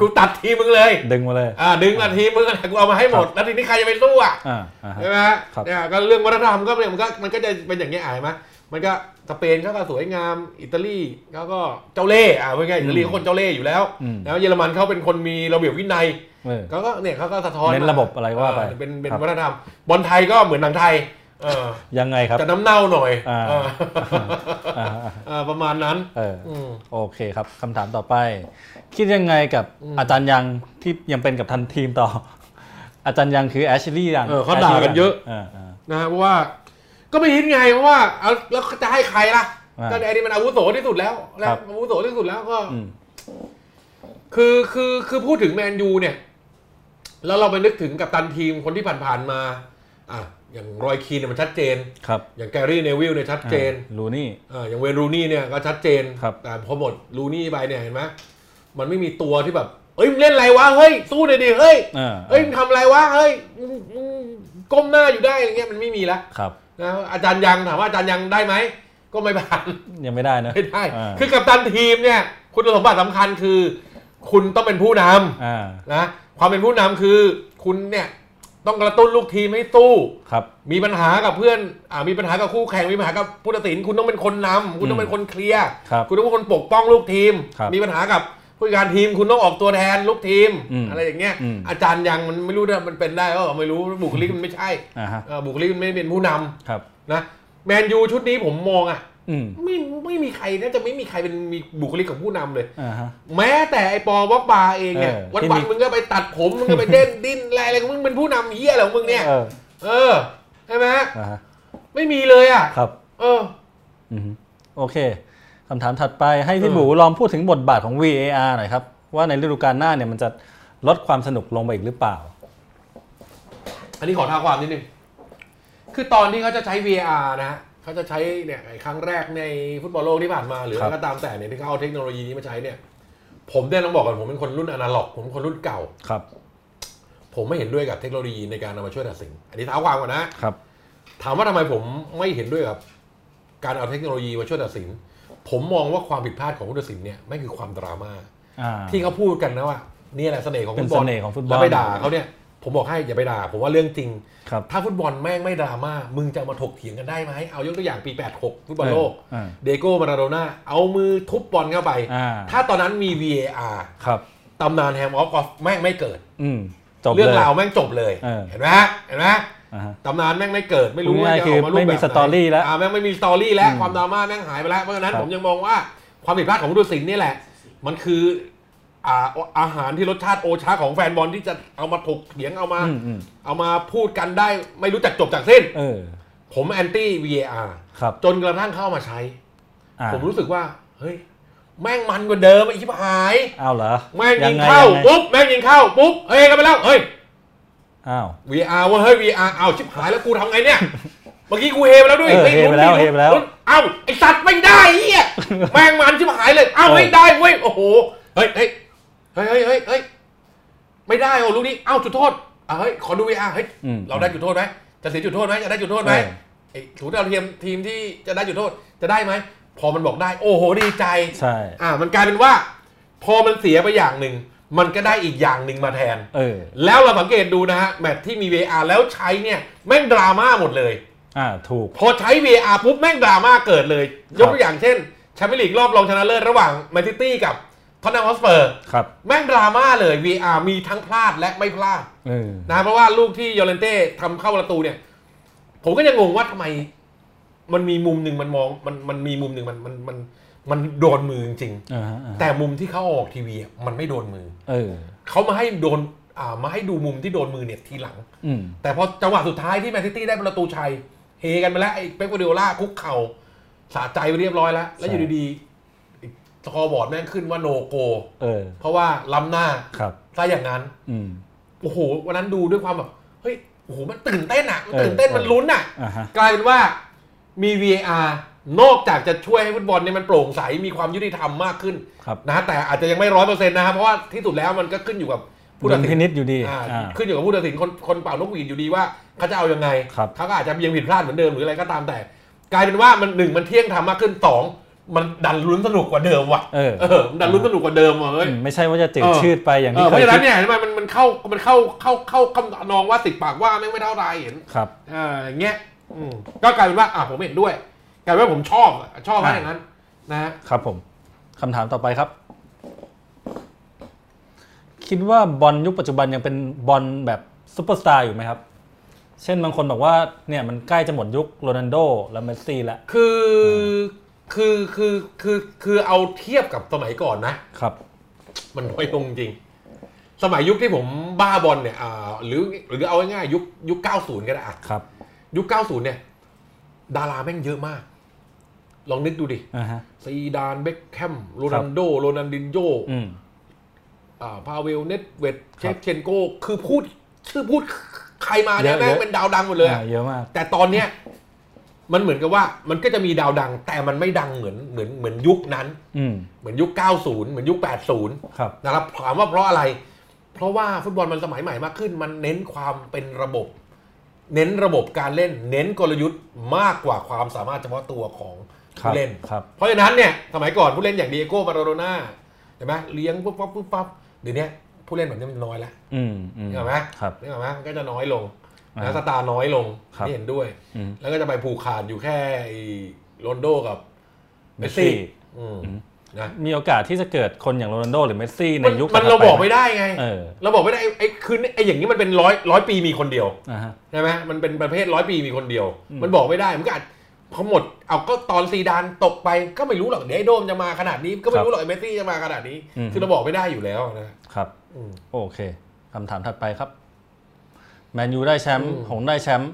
กูตัดทีมมึงเลย ดึงมาเลย อ่าดึงมาทีมมึงกันแหละกูเอามาให้หมด แล้วทีนี้ใครจะไปสู้อ่ะ อ่าอ่าฮะ ใช่ไหมฮะ ครับ เนี่ยก็เรื่องวัฒนธรรมก็เนี่ยมันก็มันก็จะเป็นอย่างนี้ยอ่ะเห็นไหมมันก็สเปนเขาก็สวยงามอิตาลีเขาก็เจ้าเล่ห์อ่าเป็นไงอิตาลีเขาคนเจ้าเล่ห์อยู่แล้ว อืม แล้วเยอรมันเขาเป็นคนมีระเบียบวินัย เออ เขาก็เนี่ยเขาก็สะท้อน เน้นระบบอะไรว่าไป เเป็นเป็น ครับ วัฒนธรรมบอลไทยก็เหมือนหนังไทยเออ ยังไงครับ จะน้ำเน่าหน่อย อ่า เออ [laughs] อ่าฮะ เออประมาณนั้น เออ อืม โอเคครับคำถามต่อไป คิดยังไงกับอาจารย์ยังที่ยังเป็นกับทันทีมต่อ [laughs] อาจารย์ยังคือแอชลี่ยัง เออเขาด่ากันเยอะ า นะฮะเพราะว่าก็ไม่คิดไงเพราะว่าเอาแล้วจะให้ใครล่ะ อ่า ก็ไอ้นี่มันอาวุโสที่สุดแล้วนะครับ อาวุโสที่สุดแล้วก็ ๆอืม คือคือคือพูดถึงแมนยูเนี่ย แล้วเราไปนึกถึงกับตันทีมคนที่ผ่านๆมา อ่ะอย่างรอยคีนเนี่ยมันชัดเจน ครับ อย่างแกรี่เนวิลเนี่ยชัดเจน ลูนี่ อ่าอย่างเวย์นรูนี่เนี่ยก็ชัดเจน ครับ แต่พอหมดรูนี่ไปเนี่ยเห็นไหมมันไม่มีตัวที่แบบเอ้ยมึงเล่นอะไรวะเฮ้ยสู้หน่อยดิเฮ้ย อ่า เอ้ยมึงทำอะไรวะเฮ้ยมึงมึงก้มหน้าอยู่ได้อะไรเงี้ยมันไม่มีละ ครับ นะอาจารย์ยังถามว่าอาจารย์ยังได้ไหม ก็ไม่ผ่าน [laughs] ยังไม่ได้นะ ไม่ได้ า คือกับตันทีมเนี่ย คุณสมบัติสำคัญคือ คุณต้องเป็นผู้นำ อ่า นะความเป็นผู้นำคือคุณเนี่ยต้องกระตุ้นลูกทีมให้ตู้ ครับ มีปัญหากับเพื่อนอามีปัญหากับคู่แข่งมีปัญหากับผู้ตัดสิน คุณต้องเป็นคนนำคุณต้องเป็นคนเคลียร์ ครับ คุณต้องเป็นคนปกป้องลูกทีม ครับ มีปัญหากับผู้จัดการทีม คุณต้องออกตัวแทนลูกทีม อืม อะไรอย่างเงี้ย อืม อาจารย์ยังมันไม่รู้นะมันเป็นได้ก็ไม่รู้บุคลิกมันไม่ใช่ อ่าฮะ เอ่อบุคลิกมันไม่เป็นผู้นำ ครับ นะแมนยูชุดนี้ผมมองอ่ะ อืม ไม่ไม่มีใครน่าจะไม่มีใครเป็นมีบุคลิกของผู้นำเลย อ่าฮะ แม้แต่ไอปอบ็อกบาเองเนี่ย เออ วัน ที่ วัน มี มึงก็ไปตัดผม มึงก็ไปเด่นดิ้นอะไรอะไรของมึงเป็นผู้นำเฮียอะไรของมึงเนี่ย เออ เออใช่ไหมฮะ อ่าฮะ ไม่มีเลยอ่ะ ครับ เออ อืมโอเคคำถามถัดไปให้พี่ เออ หมูลองพูดถึงบทบาทของ VAR หน่อยครับ ว่าในฤดูกาลหน้าเนี่ยมันจะลดความสนุกลงไปอีกหรือเปล่า อันนี้ขอท้าความนิดนึง คือตอนที่เขาจะใช้ VR นะฮะเขาจะใช้เนี่ยไอ้ครั้งแรกในฟุตบอลโลกที่ผ่านมาหรือ ครับ อะไรก็ตามแต่เนี่ยที่เขาเอาเทคโนโลยีนี้มาใช้เนี่ย ผมเนี่ยต้องบอกก่อนผมเป็นคนรุ่นอนาล็อก ผมเป็นคนรุ่นเก่า ครับ ผมไม่เห็นด้วยกับเทคโนโลยีในการเอามาช่วยตัดสิน อันนี้เท้าความก่อนนะ ครับ ถามว่าทำไมผมไม่เห็นด้วยกับ การเอาเทคโนโลยีมาช่วยตัดสิน ผมมองว่าความผิดพลาดของผู้ตัดสินเนี่ยไม่คือความดราม่า อ่า ที่เขาพูดกันนะว่านี่แหละเสน่ห์ของ เป็ ฟุ น ตบอล เสน่ห์ของฟุตบอล แล้วไปด่าเขาเนี่ย ผมบอกให้อย่าไปด่า ผมว่าเรื่องจริง ครับ ถ้าฟุตบอลแม่งไม่ดราม่ามึงจะเอามาถกเถียงกันได้ไหมเอายกตัวอย่างปี 86 ฟุตบอลโลก อ่า เดโก้มาราโดน่าเอามือทุบบอลเข้าไป อ่า ถ้าตอนนั้นมี VAR ครับ ตำนานแฮมออฟกอฟแม่งไม่เกิด อืม จบเลย เรื่องราวแม่งจบเลย เออ เห็นไหมฮะเห็นไหม อ่าฮะ ตำนานแม่งไม่เกิดไม่รู้ว่า ง่าย จะ ๆ อ คือ อก มารูปแบบ ไม่มี หน สตอรี่แล้ว อ่าแม่งไม่มีสตอรี่แล้วความดราม่าแม่งหายไปแล้วเพราะฉะนั้คนรับ ผมยังมองว่าความผิดพลาดของผู้ตัดสินนี่แหละ มันคืออ่าอาหารที่รสชาติโอชาของแฟนบอลที่จะเอามาถกเถียงเอามา อืมอืม เอามาพูดกันได้ไม่รู้จักจบจากสิ้น เออ ผมแอนตี้ VAR ครับ จนกระทั่งเข้ามาใช้ อ่า ผมรู้สึกว่า เฮ้ย แม่งมันกว่าเดิมไอ้ชิบหาย อ้าวเหรอ แม่งยิง ไ เข้า ไ ปุ๊บแม่งยิงเข้าปุ๊บเฮ้ยกันไปแล้วเฮ้ย อ้าว VR เว่าเฮ้ย VR เอาชิบหายแล้วกูทำไงเนี่ย เมื่อกี้กูเฮไปแล้วด้วย เออ ฮ้ย เฮไปแล้ว รู้ เฮไปแล้ว รู้เอ้าไอสัตว์ไม่ได้เฮีย [laughs] แม่งมันชิบหายเลยเอ้า เออ ไม่ได้เว้ยโอ้โหเฮ้ยเฮ้ยเฮ้ยเฮ้ยเฮ้ยเฮ้ยไม่ได้โอ้ลูกนี้เอ้าจุดโทษอ่ะเฮ้ยขอดู VR เฮ้ย อืม เราได้จุดโทษไหมจะเสียจุดโทษไหมจะได้จุดโทษไหม เออ ไอถูดาวเทียมทีมที่จะได้จุดโทษจะได้ไหมพอมันบอกได้ โอ้โหดีใจ ใช่ อ่ามันกลายเป็นว่า พอมันเสียไปอย่างหนึ่ง มันก็ได้อีกอย่างหนึ่งมาแทน เออ แล้วเราสังเกตดูนะฮะ แมตช์ที่มี VR แล้วใช้เนี่ย แม่งดราม่าหมดเลย อ่าถูก พอใช้ VR ปุ๊บ แม่งดราม่าเกิดเลย ครับ ยกตัวอย่างเช่นแชมเปี้ยนลีกรอบรองชนะเลิศระหว่างแมนซิตี้กับท็อตแนมฮอสเปอร์ ครับ แม่งดราม่าเลย VR มีทั้งพลาดและไม่พลาด เออ นะเพราะว่าลูกที่ยอร์เรนเต้ทำเข้าประตูเนี่ย ผมก็ยังงงว่าทำไม มันมีมุมหนึ่งมันมองมันมันมีมุมหนึ่งมันมันมันมันโดนมือจริงๆ เออฮะอ่าฮะ แต่มุมที่เขาเอาออกทีวีอะมันไม่โดนมือ เออ เขามาให้โดนอ่ามาให้ดูมุมที่โดนมือเนี่ยทีหลัง อืม แต่พอจังหวะสุดท้ายที่แมนซิตี้ได้ประตูชัย เฮกันไปแล้วไอ้เป๊กกัวาร์ดิโอล่าคุกเข่าสะใจไปเรียบร้อยแล้ว แล้วอยู่ดีๆไอ้สกอร์บอร์ดแม่งขึ้นว่าโนโก เออ เพราะว่าล้ำหน้า ครับ ถ้าอย่างนั้น อืม โอ้โห วันนั้นดูด้วยความแบบ เฮ้ยโอ้โหมันตื่นเต้นอ่ะมัน เออ ตื่นเต้น เออ มันลุ้นอ่ะ อ่าฮะ กลายเป็นว่ามี VAR นอกจากจะช่วยให้ฟุตบอลเนี่ยมันโปร่งใสมีความยุติธรรมมากขึ้น ครับ นะแต่อาจจะยังไม่ร้อยเปอร์เซ็นต์นะครับเพราะว่าที่สุดแล้วมันก็ขึ้นอยู่กับผู้ ดุ ตัด ล สิ พิ น นิษอยู่ดี อ่า อ่า ขึ้นอยู่กับผู้ตัดสินคนคนเป่านกหวีดอยู่ดีว่าเขาจะเอายังไง ครับ เขาก็อาจจะยังผิดพลาดเหมือนเดิมหรืออะไรก็ตามแต่ กลายเป็นว่ามันหนึ่งมันเที่ยงธรรมมากขึ้นสองมันดันลุ้นสนุกกว่าเดิมว่ะ เออ เออมันดันลุ้นสนุกกว่าเดิมว่ะเฮ้ย อืมไม่ใช่ว่าจะจืด เออ ชืดไปอย่าง เอ ที่ อเคเพราะ ย ฉะนั้ คิด นเนี่ยเห็นไหมมันมันเข้ามันเข้าเข้าเข้าเข้าคำนองว่าติดปากว่าไม่งไม่เท่าไรเห็น ครับ เอออย่างเงี้ยอืมก็กลายเป็นว่าอ่ะผมเห็นด้วยกลายเป็นว่าผมชอบอ่ะชอบอะไรอย่างนั้นนะฮะ ครับผมคำถามต่อไปครับ คิดว่าบอลยุคปัจจุบันยังเป็นบอลแบบซูเปอร์สตาร์อยู่ไหมครับ เช่นบางคนบอกว่าเนี่ยมันใกล้จะหมดยุคโรนัลโดและเมสซี่แล้ว คือคือคือคือคือเอาเทียบกับสมัยก่อนนะ ครับ มันน้อยลงจริง สมัยยุคที่ผมบ้าบอลเนี่ยอ่าหรือหรือเอาง่ายๆยุคยุค 90 ก็ได้อะ ครับ ยุค 90 เนี่ย ดาราแม่งเยอะมาก ลองนึกดูดิ อ่าฮะ ซีดานเบ็คแคมโรนัลโดโรนันดินโย อืม อ่าพาเวลเนตเวดคเชรับ ฟเชนโก คือพูด ชื่อพูดใครมาเนี่ยแม่งเป็นดาวดังหมดเลยอะ อ่าเยอะมาก แต่ตอนเนี้ยมันเหมือนกับว่ามันก็จะมีดาวดัง แต่มันไม่ดังเหมือนเหมือนเหมือนยุคนั้น อืม เหมือนยุค 90 เหมือนยุค 80 ครับ นะครับถามว่าเพราะอะไร เพราะว่าฟุตบอลมันสมัยใหม่มากขึ้น มันเน้นความเป็นระบบ เน้นระบบการเล่น เน้นกลยุทธ์มากกว่าความสามารถเฉพาะตัวของ ครั ผู้เล่น ครับ เพราะฉะนั้นเนี่ยสมัยก่อนผู้เล่นอย่างดีเอโก้มาโดโรน่าเห็นไหมเลี้ยงปุ๊บปั๊บปุ๊บปั๊บเดี๋ยวนี้ผู้เล่นแบบนี้มันน้อยแล้ว อืมอืม เห็นไหม ครับ เห็นไหมมันก็จะน้อยลง อ่า นะสตาร์น้อยลง ครับ นี่เห็นด้วย อืม แล้วก็จะไปผูกขาดอยู่แค่ไอ้โรนโดกับเมส Messi ซี่อืม อืม นะ มีโอกาสที่จะเกิดคนอย่างโรนัลโดหรือเมสซี่ใน มัน ยุค มัถันดๆ เราบอก ป ไม่ได้ไง เออ เราบอกไม่ได้ไอ้ไอ้คืนไอ้อย่างนี้มันเป็นร้อยร้อยปีมีคนเดียว อ่าฮะ ใช่ไหมมันเป็นประเภทร้อยปีมีคนเดียว อืม มันบอกไม่ได้มันก็อาจพอหมดเอาก็ตอนซีดานตกไปก็ไม่รู้หรอกเดี๋ยวไอ้โดมจะมาขนาดนี้ก็ไม่รู้หรอกไอ้เมสซี่จะมาขนาดนี้ คือเราบอกไม่ได้อยู่แล้วนะครับ อืม โอเค คำถามถัดไปครับ แมนยูได้แชมป์ อืม หงส์ได้แชมป์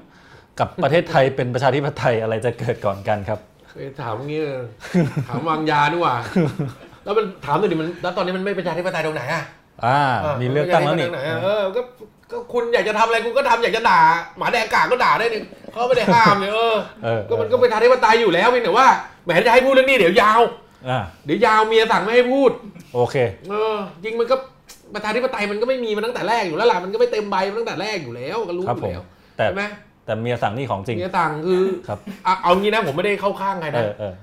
กับประเทศไทย เป็นประชาธิปไตยอะไรจะเกิดก่อนกันครับ เคยถามเงี้ย [laughs] ถามวางยาดีกว่า แล้วมันถามหน่อยดิมันแล้วตอนนี้มันไม่ประชาธิปไตยตรงไหนอ่ะ อ่า ะ มีเลือกตั้งแล้วนี่ ไม่ได้ให้เลือกตั้งไหนอะเออก็ก็คุณอยากจะทำอะไรคุณก็ทำอยากจะด่าหมาแดงกากก็ด่าได้นี่เขาไม่ได้ห้ามเนี่ยเออ เออ ก็มันก็เป็นทาธิปไตยอยู่แล้วเพียงแต่ว่าแหมจะให้พูดเรื่องนี้เดี๋ยวยาว อ่า เดี๋ยวยาวเมียสั่งไม่ให้พูด โอเค เออจริงมันก็ประชาธิปไตยมันก็ไม่มีมาตั้งแต่แรกอยู่แล้วล่ะมันก็ไม่เต็มใบมาตั้งแต่แรกอยู่แล้วก็รู้ ครับ อ ผมยู่แล้ว แต่ ใช่ไหม แต่เมียสั่งนี่ของจริง เมียสั่งคือ ครับ อ่ะเอางี้นะผมไม่ได้เข้าข้างใคร เอ นะ อเออ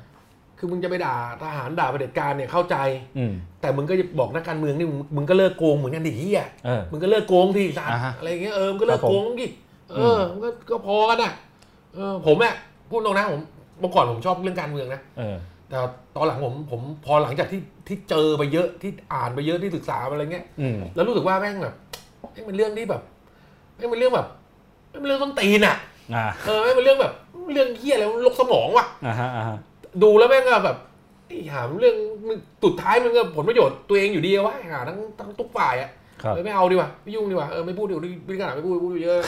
คือมึงจะไปด่าทหารด่าเผด็จการเนี่ยเข้าใจ อืม แต่มึงก็จะบอกนักการเมืองนี่มึงมึงก็เลิกโกงเหมือนกันดิเฮีย เออ มึงก็เลิกโกงทีสัต อ่า ว์ ฮะ อะไรอย่างเงี้ยเออมึงก็เลิก ครับผม โกงดิเออมันก็ก็พอกันอ่ะเออผมอ่ะพูดตรงนะผมเมื่อก่อนผมชอบเรื่องการเมืองนะ เออ แต่ตอนหลังผมผมพอหลังจากที่ที่เจอไปเยอะที่อ่านไปเยอะที่ศึกษามาอะไรเงี้ย อืม แล้วรู้สึกว่าแม่งแบบ ไม่งเป็นเรื่องที่แบบไม่งเป็นเรื่องแบบไม่งเป็นเรื่องต้นตีนอ่ะ อ่า เออไม่งเป็นเรื่องแบบเรื่องเฮี้ยแล้วลกสมองว่ะ อ่าฮะอ่าฮะ ดูแล้วแม่งก็แบบไอ้หามเรื่องมันสุดท้ายมันก็ผลประโยชน์ตัวเองอยู่ดีอะวะหาทั้งทั้งทุกฝ่ายอ่ะ ครับ เออไม่เอาดีกว่าไม่ยุ่งดีกว่าเออไม่พูดดีกว่าไม่กระดาไม่พูดพูดเยอะ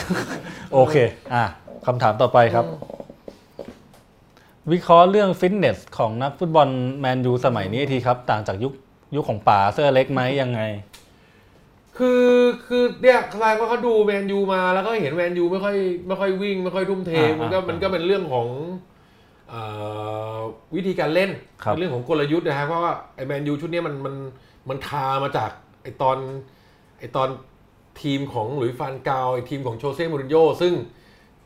โอเค อ่ะคำถามต่อไปครับ วิเคราะห์เรื่องฟิตเนสของนักฟุตบอลแมนยูสมัยนี้ทีครับ ต่างจากยุคยุคของป๋าเสื้อเล็กไหมยังไง คือคือเนี่ยใครก็เขาดูแมนยูมาแล้วก็เห็นแมนยูไม่ค่อยไม่ค่อยวิ่งไม่ค่อยทุ่มเท อ่ามั มันก็ อ่ามั มันก็เป็นเรื่องของเอ่อวิธีการเล่น ครับ เป็นเรื่องของกลยุทธ์นะฮะเพราะว่าไอแมนยูชุดเนี้ยมันมันมันทามาจากไอตอนไอตอนทีมของหลุยส์ฟานกาวไอทีมของโชเซ่มูรินโญ่ซึ่ง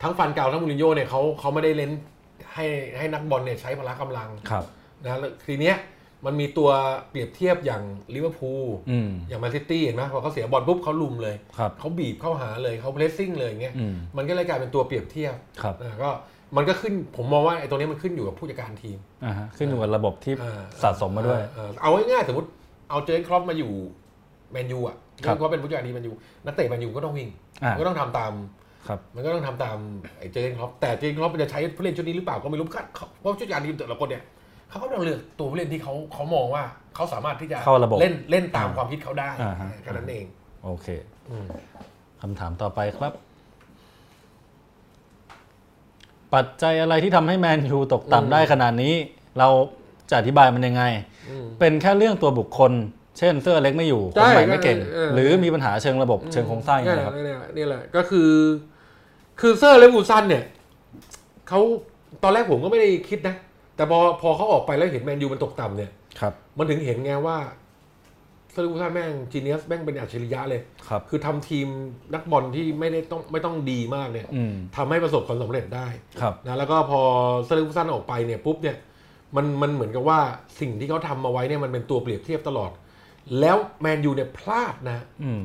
ทั้งฟันเก่าทั้งมูรินโญ่เนี่ยเขาเขาไม่ได้เล่นให้ให้นักบอลเนี่ยใช้พละกำลัง ครับ นะแล้วทีเนี้ยมันมีตัวเปรียบเทียบอย่างลิเวอร์พูล อืม อย่างแมนซิตี้เห็นไหมพอเขาเสียบอลปุ๊บเขาลุมเลย ครับ เขาบีบเข้าหาเลยเขาเพลสซิ่งเลยอย่างเงี้ย อืม มันก็เลยกลายเป็นตัวเปรียบเทียบ ครับ นะก็มันก็ขึ้นผมมองว่าไอ้ตัวเนี้ยมันขึ้นอยู่กับผู้จัดการทีม อ่าฮะ ขึ้นอยู่กับระบบที่ เออ สะสมมาด้วย เออเอาง่ายๆสมมติเอาเจอร์เก้นครอปมาอยู่แมนยูอ่ะ ครับ เพราะเป็นผู้จัดการทีมแมนยูนักเตะแมนยูก็ต้องวิ่ง อ่า ก็ต้องทำตาม ครับ มันก็ต้องทำตามไอ้เจเกนครอปแต่เจเกนครอปมันจะใช้ผู้เล่นชุดนี้หรือเปล่าก็ไม่รู้ครับเขาเพราะชุดการทีมแต่ละคนเนี่ยเขาก็ต้องเลือกตัวผู้เล่นที่เขาเขามองว่าเขาสามารถที่จะ เข้าระบบ เล่นเล่นตามความคิดเขาได้ อ่าฮะ แค่นั้นเอง โอเค อืม คำถามต่อไปครับ ปัจจัยอะไรที่ทำให้แมนยูตกต่ำได้ขนาดนี้ เราจะอธิบายมันยังไง อืม เป็นแค่เเรื่องตัวบุคคล เช่นเสื้อเล็กไม่อยู่ ค ใช่ นใหม่ไม่เก่ง เออ หรือมีปัญหาเชิงระบบเชิงโครงสร้างอย่างไรครับ นี่แหละนี่แหละก็คือ คือเซอร์เลวูซันเนี่ยเขาตอนแรกผมก็ไม่ได้คิดนะ แต่พอพอเขาออกไปแล้วเห็นแมนยูมันตกต่ำเนี่ย ครับ มันถึงเห็นไงว่าเซอร์เลวูซันแม่งจีเนียสแม่งเป็นอัจฉริยะเลย ครับ คือทำทีมนักบอลที่ไม่ได้ต้องไม่ต้องดีมากเนี่ย อืม ทำให้ประสบความสำเร็จได้ ครับ นะแล้วก็พอเซอร์ลิงฟูซันออกไปเนี่ยปุ๊บเนี่ยมันมันเหมือนกับว่าสิ่งที่เขาทำมาไว้เนี่ยมันเป็นตัวเปรียบเทียบตลอด แล้วแมนยูเนี่ยพลาดนะ อืม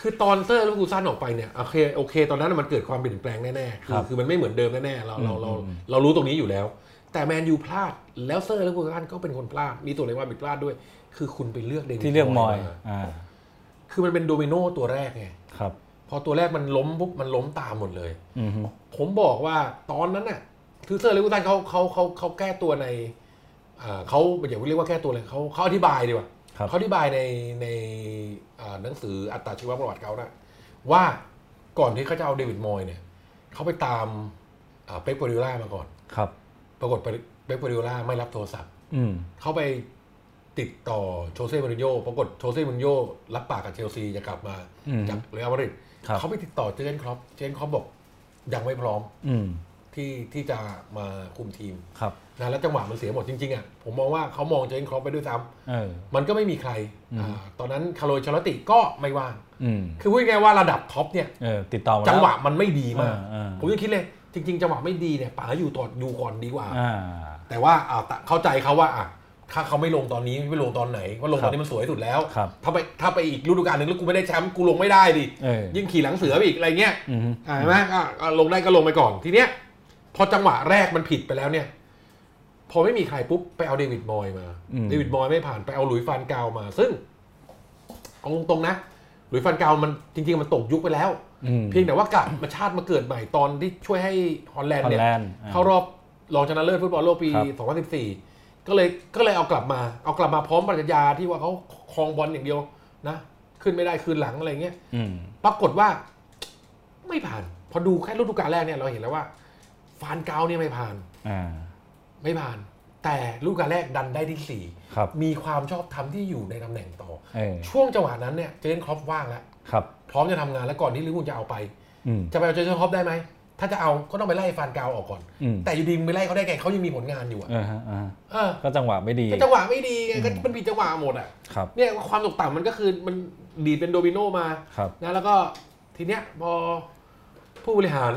คือตอนเซอร์ลิงฟูซันออกไปเนี่ยโอเคโอเค ตอนนั้นมันเกิดความเปลี่ยนแปลงแน่ๆคื ครั อบ คือมันไม่เหมือนเดิมแน่ๆเราเราเรา อืม เรารู้ตรงนี้อยู่แล้ว แต่แมนยูพลาดแล้วเซอร์ลิงฟูซันก็เป็นคนพลาดมีตัวเลยว่าผิดพลาดด้วย คือคุณไปเลือกเดวิด ที่เลือกมอย า อ่า คือมันเป็นโดมิโนตัวแรกไง ครับ พอตัวแรกมันล้มปุ๊บมันล้มตามหมดเลย อืมฮึ ผมบอกว่าตอนนั้นน่ะคือเซอร์เลวูตันเขาเขาเขาเขาแก้ตัวในเอ่อเขาอย่าเรียกว่าแก้ตัวเลยเขาเขาอธิบายดีกว่า ครับ เขาอธิบายในในเอ่อหนังสืออัตราชีวประวัติเขานะว่าก่อนที่เขาจะเอาเดวิดมอยเนี่ยเขาไปตามเอ่อเป๊กโปริโอล่ามาก่อน ครับ ปรากฏเป๊กโปริโอล่าไม่รับโทรศัพท์ อืม เขาไปติดต่อโชเซ่มูรินโญ่ปรากฏโชเซ่มูรินโญ่รับปากกับเชลซีจะกลับมา อืม จากเรอัลมาดริด ครับ เขาไปติดต่อเจอร์เกนครอปเจอร์เกนครอปบอกยังไม่พร้อม อืม ที่ที่จะมาคุมทีม ครับ นะแล้วจังหวะมันเสียหมดจริงๆอ่ะผมมองว่าเขามองเจอร์เกนครอปไปด้วยซ้ เออ ำมันก็ไม่มีใคร อืม อ่าตอนนั้นคาร์โลชาลอตติก็ไม่ว่าง อืม คือพูดง่ายๆว่าระดับท็อปเนี่ย เออ ติดต่อมาแล้ จังหวะมันไม่ดี อ่ มาก อ่า ผมยังคิดเลย จริง ๆ จังหวะไม่ดีเนี่ยป๋าอยู่ต่ออยู่ก่อนดีกว่า อ่า แต่ว่าอ่าตะเข้าใจเขาว่าอ่ะถ้าเขาไม่ลงตอนนี้ไม่ลงตอนไหนว่าลงตอนนี้มันสวยที่สุดแล้ว ครับ ถ้าไปถ้าไปอีกฤดูกาลหนึ่งแล้วกูไม่ได้แชมป์กูลงไม่ได้ดิ เออ ยิ่งขี่หลังเสือไปอีกอะไรเงี้ย อืมฮึ อ่าเห็นไหมอ่ะอ่ะลงได้ก็ลงไปก่อนทีเนี้ย พอจังหวะแรกมันผิดไปแล้วเนี่ย พอไม่มีใครปุ๊บไปเอาเดวิดมอยมา อืม เดวิดมอยไม่ผ่านไปเอาหลุยส์ฟานกาวมา ซึ่งเอาตรงๆนะหลุยส์ฟานกาวมันจริง ๆ มันตกยุคไปแล้ว อืม เพียงแต่ว่ากลับมาชาติมาเกิดใหม่ตอนที่ช่วยให้ฮอลแลน ฮอลด์เนี่ย แลนด์อ่ เข้ารอบรองชนะเลิศฟุตบอลโลกปี ครับ 2014 ก็เลยก็เลยเอากลับมา เอากลับมาพร้อมปรัชญาที่ว่าเขาครองบอลอย่างเดียวนะขึ้นไม่ได้คืนหลังอะไรเงี้ย อืม ปรากฏว่าไม่ผ่าน พอดูแค่ฤดูกาลแรกเนี่ยเราเห็นแล้วว่าฟานเกาเนี่ยไม่ผ่าน อ่า ไม่ผ่าน แต่ฤดูกาลแรกดันได้ที่สี่ ครับ มีความชอบธรรมที่อยู่ในตำแหน่งต่อ เออ ช่วงจังหวะนั้นเนี่ยเจอร์เกนครอปว่างแล้ว ครับ พร้อมจะทำงานแล้วก่อนที่ลิเวอร์พูลจะเอาไป อืม จะไปเอาเจอร์เกนครอปได้ไหม ถ้าจะเอาก็ต้องไปไล่ฟานเกาออกก่อน อืม แต่อยู่ดีมึงไปไล่เขาได้ไงเขายังมีผลงานอยู่อะ อ่าฮะอ่าฮะ เออ ก็จังหวะไม่ดี ก็จังหวะไม่ดีไงก็มันผิดจังหวะหมดอ่ะ ครับ เนี่ยความตกต่ำมันก็คือมันดีดเป็นโดมิโนมา ครับ นะแล้วก็ทีเนี้ยพอผู้บริหาร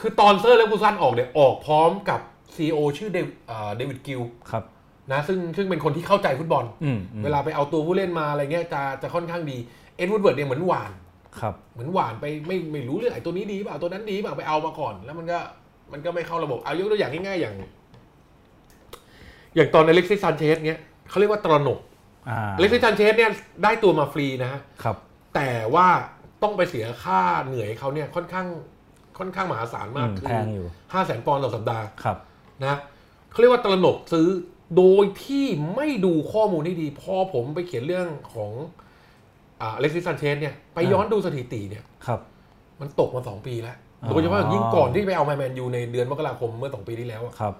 คือตอนเซอร์และกูซันออกเนี่ยออกพร้อมกับซีอชื่อเดวอ่าเดวิดกิล ครับ นะซึ่งซึ่งเป็นคนที่เข้าใจฟุตบอล อืมอืม เวลาไปเอาตัวผู้เล่นมาอะไรเงี้ยจะจะค่อนข้างดี เอ็ดวูดเวิร์ดเนี่ยเหมือนหวาน ครับ เหมือนหวานไปไม่ไม่รู้เรื่องไอ้ตัวนี้ดีเปล่าตัวนั้นดีเปล่าไปเอามาก่อน แล้วมันก็มันก็ไม่เข้าระบบเอายกตัวอย่างง่ายๆอย่าง อย่างตอนอเล็กซิสซานเชสเงี้ยเขาเรียกว่าตระหนก อ่า อเล็กซิสซานเชสเนี่ยได้ตัวมาฟรีนะฮะ ครับ แต่ว่าต้องไปเสียค่าเหนื่อยเขาเนี่ยค่อนข้างค่อนข้างมหาศาลมาก อืม คื แพงอยู่ ห้าแสนปอนด์ต่อสัปดาห์ ครับ นะเขาเรียกว่าตระหนกซื้อโดยที่ไม่ดูข้อมูลให้ดี พอผมไปเขียนเรื่องของอเล็กซิสันเชนเนี่ยไปย้อนดูสถิติเนี่ย ครับ มันตกมา 2 ปีแล้ว อ๋อ โดยเฉพาะอย่างยิ่งก่อนที่ไปเอาแมนยูในเดือนมกราคมเมื่อ 2 ปีที่แล้วอะ ครับ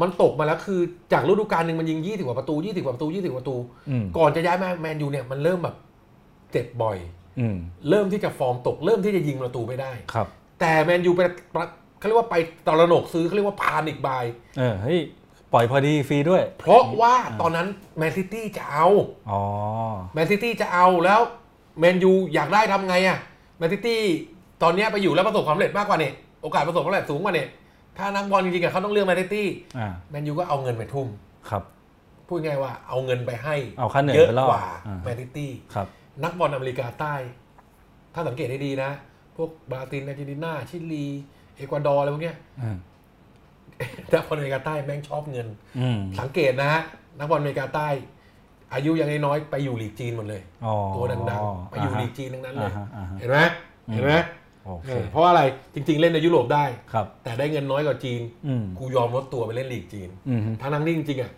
มันตกมาแล้วคือจากฤดูกาลหนึ่งมันยิง 20 กว่าประตู 20 กว่าประตู 20 กว่าประตู อืม ก่อนจะย้ายมาแมนยูเนี่ยมันเริ่มแบบเจ็บบ่อย อืม เริ่มที่จะฟอร์มตก เริ่มที่จะยิงประตูไม่ได้ ครับ แต่แมนยูไปประเขาเรียกว่าไปตระหนกซื้อเขาเรียกว่าพานิกบาย เออเฮ้ยปล่อยพอดีฟรีด้วย เพราะว่าตอนนั้นแมนซิตี้จะเอา อ๋อ แมนซิตี้จะเอาแล้วแมนยูอยากได้ทำไงอะแมนซิตี้ตอนเนี้ยไปอยู่แล้วประสบความสำเร็จมากกว่าเนี่ยโอกาสประสบความสำเร็จสูงกว่าเนี่ยถ้านักบอลจริงๆอะเขาต้องเลือกแมนซิตี้ อ่า แมนยูก็เอาเงินไปทุ่ม ครับ พูดง่ายว่าเอาเงินไปให้ เอาค่าเหนื่อย เยอะ ไปล่อก ว่า อ่า แมนซิตี้ ครับ นักบอลอเมริกาใต้ ถ้าสังเกตให้ดีนะ พวกบราซิลอาร์เจนตินาชิลี เอกวาดอร์อะไรพวกเนี้ย [laughs] อืม นักบอลอเมริกาใต้แม่งชอบเงิน อืม สังเกตนะฮะนักบอลอเมริกาใต้ อายุยังน้อยๆไปอยู่ลีกจีนหมดเลย อ๋อ ตัวดังๆไปอยู่ลีกจีนทั้งนั้นเล อ่าย ฮะอ่าฮะ เห็นไหม อืม เห็นไหม โอเค เออเพราะอะไรจริง ๆ เล่นในยุโรปได้ ครับ แต่ได้เงินน้อยกว่าจีน อืม กูยอมลดตัวไปเล่นลีกจีน อืม ทั้งนั้นที่จริงๆอ่ะ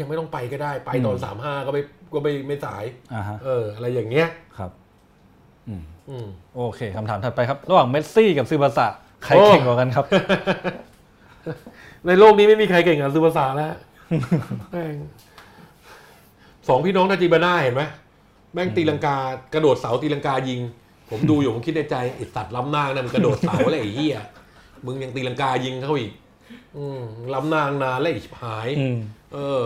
ยังไม่ต้องไปก็ได้ไปตอนสามห้าก็ไม่ก็ไม่ไม่สาย อ่าฮะ เออ อะไรอย่างเงี้ย ครับ อืม อืม โอเคคำถามถัดไปครับ ระหว่างเมสซี่กับซอภาษะใคร โอ้ เก่งกว่ากันครับ ในโลกนี้ไม่มีใครเก่งกับซูภาษาแล้วแม่งสองพี่น้องนาจิบาน่าเห็นไหมแม่งตีลังกากระโดดเสาตีลังกายิง ผมดูอยู่ผมคิดในใจไอสัตว์ล้ำหน้านั่นมันกระโดดเสาแล้วไอ้เหี้ยมึงยังตีลังกายิงเขาอีก อืมล้ำหนางนานแล้วไอ้ชิบหาย อืม เออ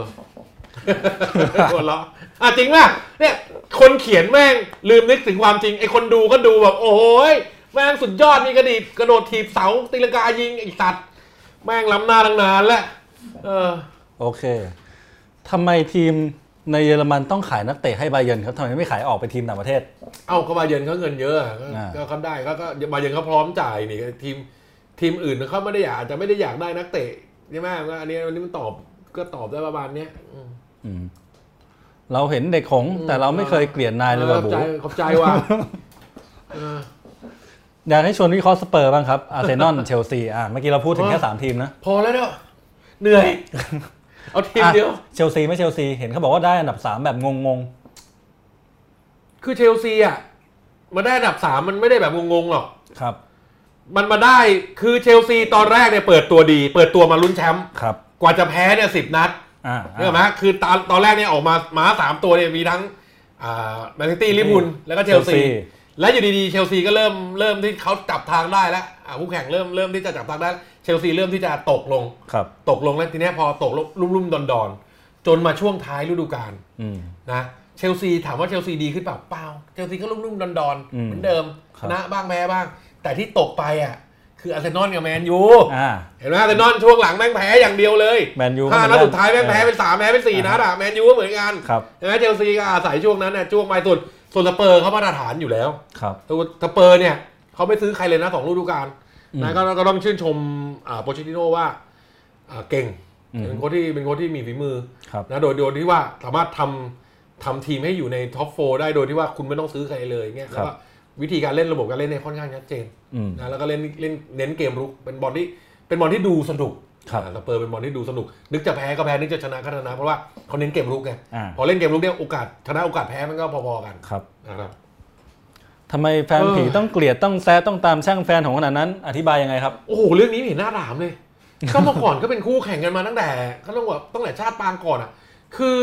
หัวเราะอ่ะจริงป่ะเนี่ย คนเขียนแม่งลืมนึกถึงความจริงไอ้คนดูก็ดูแบบโอ้ยแม่งสุดยอดมีกระดิบกระโดดถีบเสาตีลังกายิงไอ้สัตว์แม่งล้ำหน้าตั้งนานแล้วเออ โอเคทำไมทีมในเยอรมันต้องขายนักเตะให้บาเยิร์นครับทำไมไม่ขายออกไปทีมต่างประเทศ เอาก็บาเยิร์นเขาเงินเยอะอะก็ อ่า ก็เขาได้ก็ก็บาเยิร์นเขาพร้อมจ่ายนี่ทีมทีมอื่นเขาไม่ได้อยากอาจจะไม่ได้อยากได้นักเตะใช่ไหมก็อันนี้อันนี้มันตอบก็ตอบได้ประมาณเนี้ยอืม อืม เราเห็นเด็กหงส์แต่เราไม่เคยเกลียดนายเลยว่ะ ขอบ บู ใจขอบใจ [laughs] ว่ะเออ อยากให้ชวนวิเคราะห์สเปอร์บ้างครับอาร์เซนอล [laughs] เชลซีอ่ะเมื่อกี้เราพูดถึงแค่สามทีมนะ พอแล้วเนอะเหนื่อย [laughs] เอาทีมเดียว อ่ะเชลซีไม่เชลซีเห็นเขาบอกว่าได้อันดับสามแบบงง คือเชลซีอ่ะมาได้อันดับสามมันไม่ได้แบบงงๆหรอก ๆครับ มันมาได้คือเชลซีตอนแรกเนี่ยเปิดตัวดี เปิดตัวมาลุ้นแชมป์ ครับ กว่าจะแพ้เนี่ยสิบนัด อ่า เรื่องไหมคือตอนตอนแรกเนี่ยออกมาหมาสามตัวเนี่ยมีทั้งแมนซิตี้ลิบุลแล้วก็เชลซี และอยู่ดีๆเชลซีก็เริ่มเริ่มที่เขาจับทางได้แล้วอ่ะคู่แข่งเริ่มเริ่มที่จะจับทางได้แล้วเชลซีเริ่มที่จะตกลง ครับ ตกลงแล้วทีเนี้ยพอตกลงลุ่มๆดอนๆ จนมาช่วงท้ายฤดูกาล อืม นะเชลซีถามว่าเชลซีดีขึ้นเปล่าเปล่าเชลซีก็ลุ่มๆดอน อื ๆ ม เหมือนเดิม ค ช รับ นะบ้างแพ้บ้าง แต่ที่ตกไปอ่ะคืออาร์เซนอลกับแมนยู อ่า เห็นไหมอาร์เซนอลช่วงหลังแม่งแพ้อย่างเดียวเลย แมนยู ห้า ก็เหมื นั อ ด นกัน สุดท้ายแม่งแพ้เป็นสามแพ้เป็นสี่ อ่า นัดอ่ะแมนยูก็เหมือนกัน ครับ เห็นไหมเชลซีก็อาศัยช่วงนั้นเนี่ยช่วงไปสุดส่วนสเปอร์เขามาตรฐานอยู่แล้ว ครับ แต่ว่าสเปอร์เนี่ยเขาไม่ซื้อใครเลยนะสองฤดูกาล อืม นะก็ก็ต้องชื่นชมอ่าโปเชติโนว่าอ่าเก่ง อืม เป็นโค้ชที่เป็นโค้ชที่มีฝีมือ ครับ นะโดยโดยที่ว่าสามารถทำทำทีมให้อยู่ในท็อปโฟได้โดยที่ว่าคุณไม่ต้องซื้อใครเลยเงี้ย ค แล้ รั ว บ ก็วิธีการเล่นระบบการเล่นเนี่ยค่อนข้างชัดเจน อืม นะแล้วก็เล่นเล่นเน้นเกมรุกเป็นบอลที่เป็นบอลที่ดูสนุก ครับ อ่าสเปอร์เป็นบอลที่ดูสนุก นึกจะแพ้ก็แพ้นึกจะชนะก็ชนะเพราะว่าเขาเน้นเกมรุกไง อ่า พอเล่นเกมรุกเนี่ยโอกาสชนะโอกาสแพ้มันก็พอๆกัน ครับ นะครับ ทำไมแฟนผี เออ ต้องเกลียดต้องแซะต้องตามช่างแฟนของขนาดนั้น อธิบายยังไงครับ โอ้โหเรื่องนี้ไม่เห็นหน้าถามเลย ก็เมื่อก่อนก็เป็นคู่แข่งกันมาตั้งแต่ก็ต้องแบบตั้งแต่ชาติปางก่อนอ่ะ คือ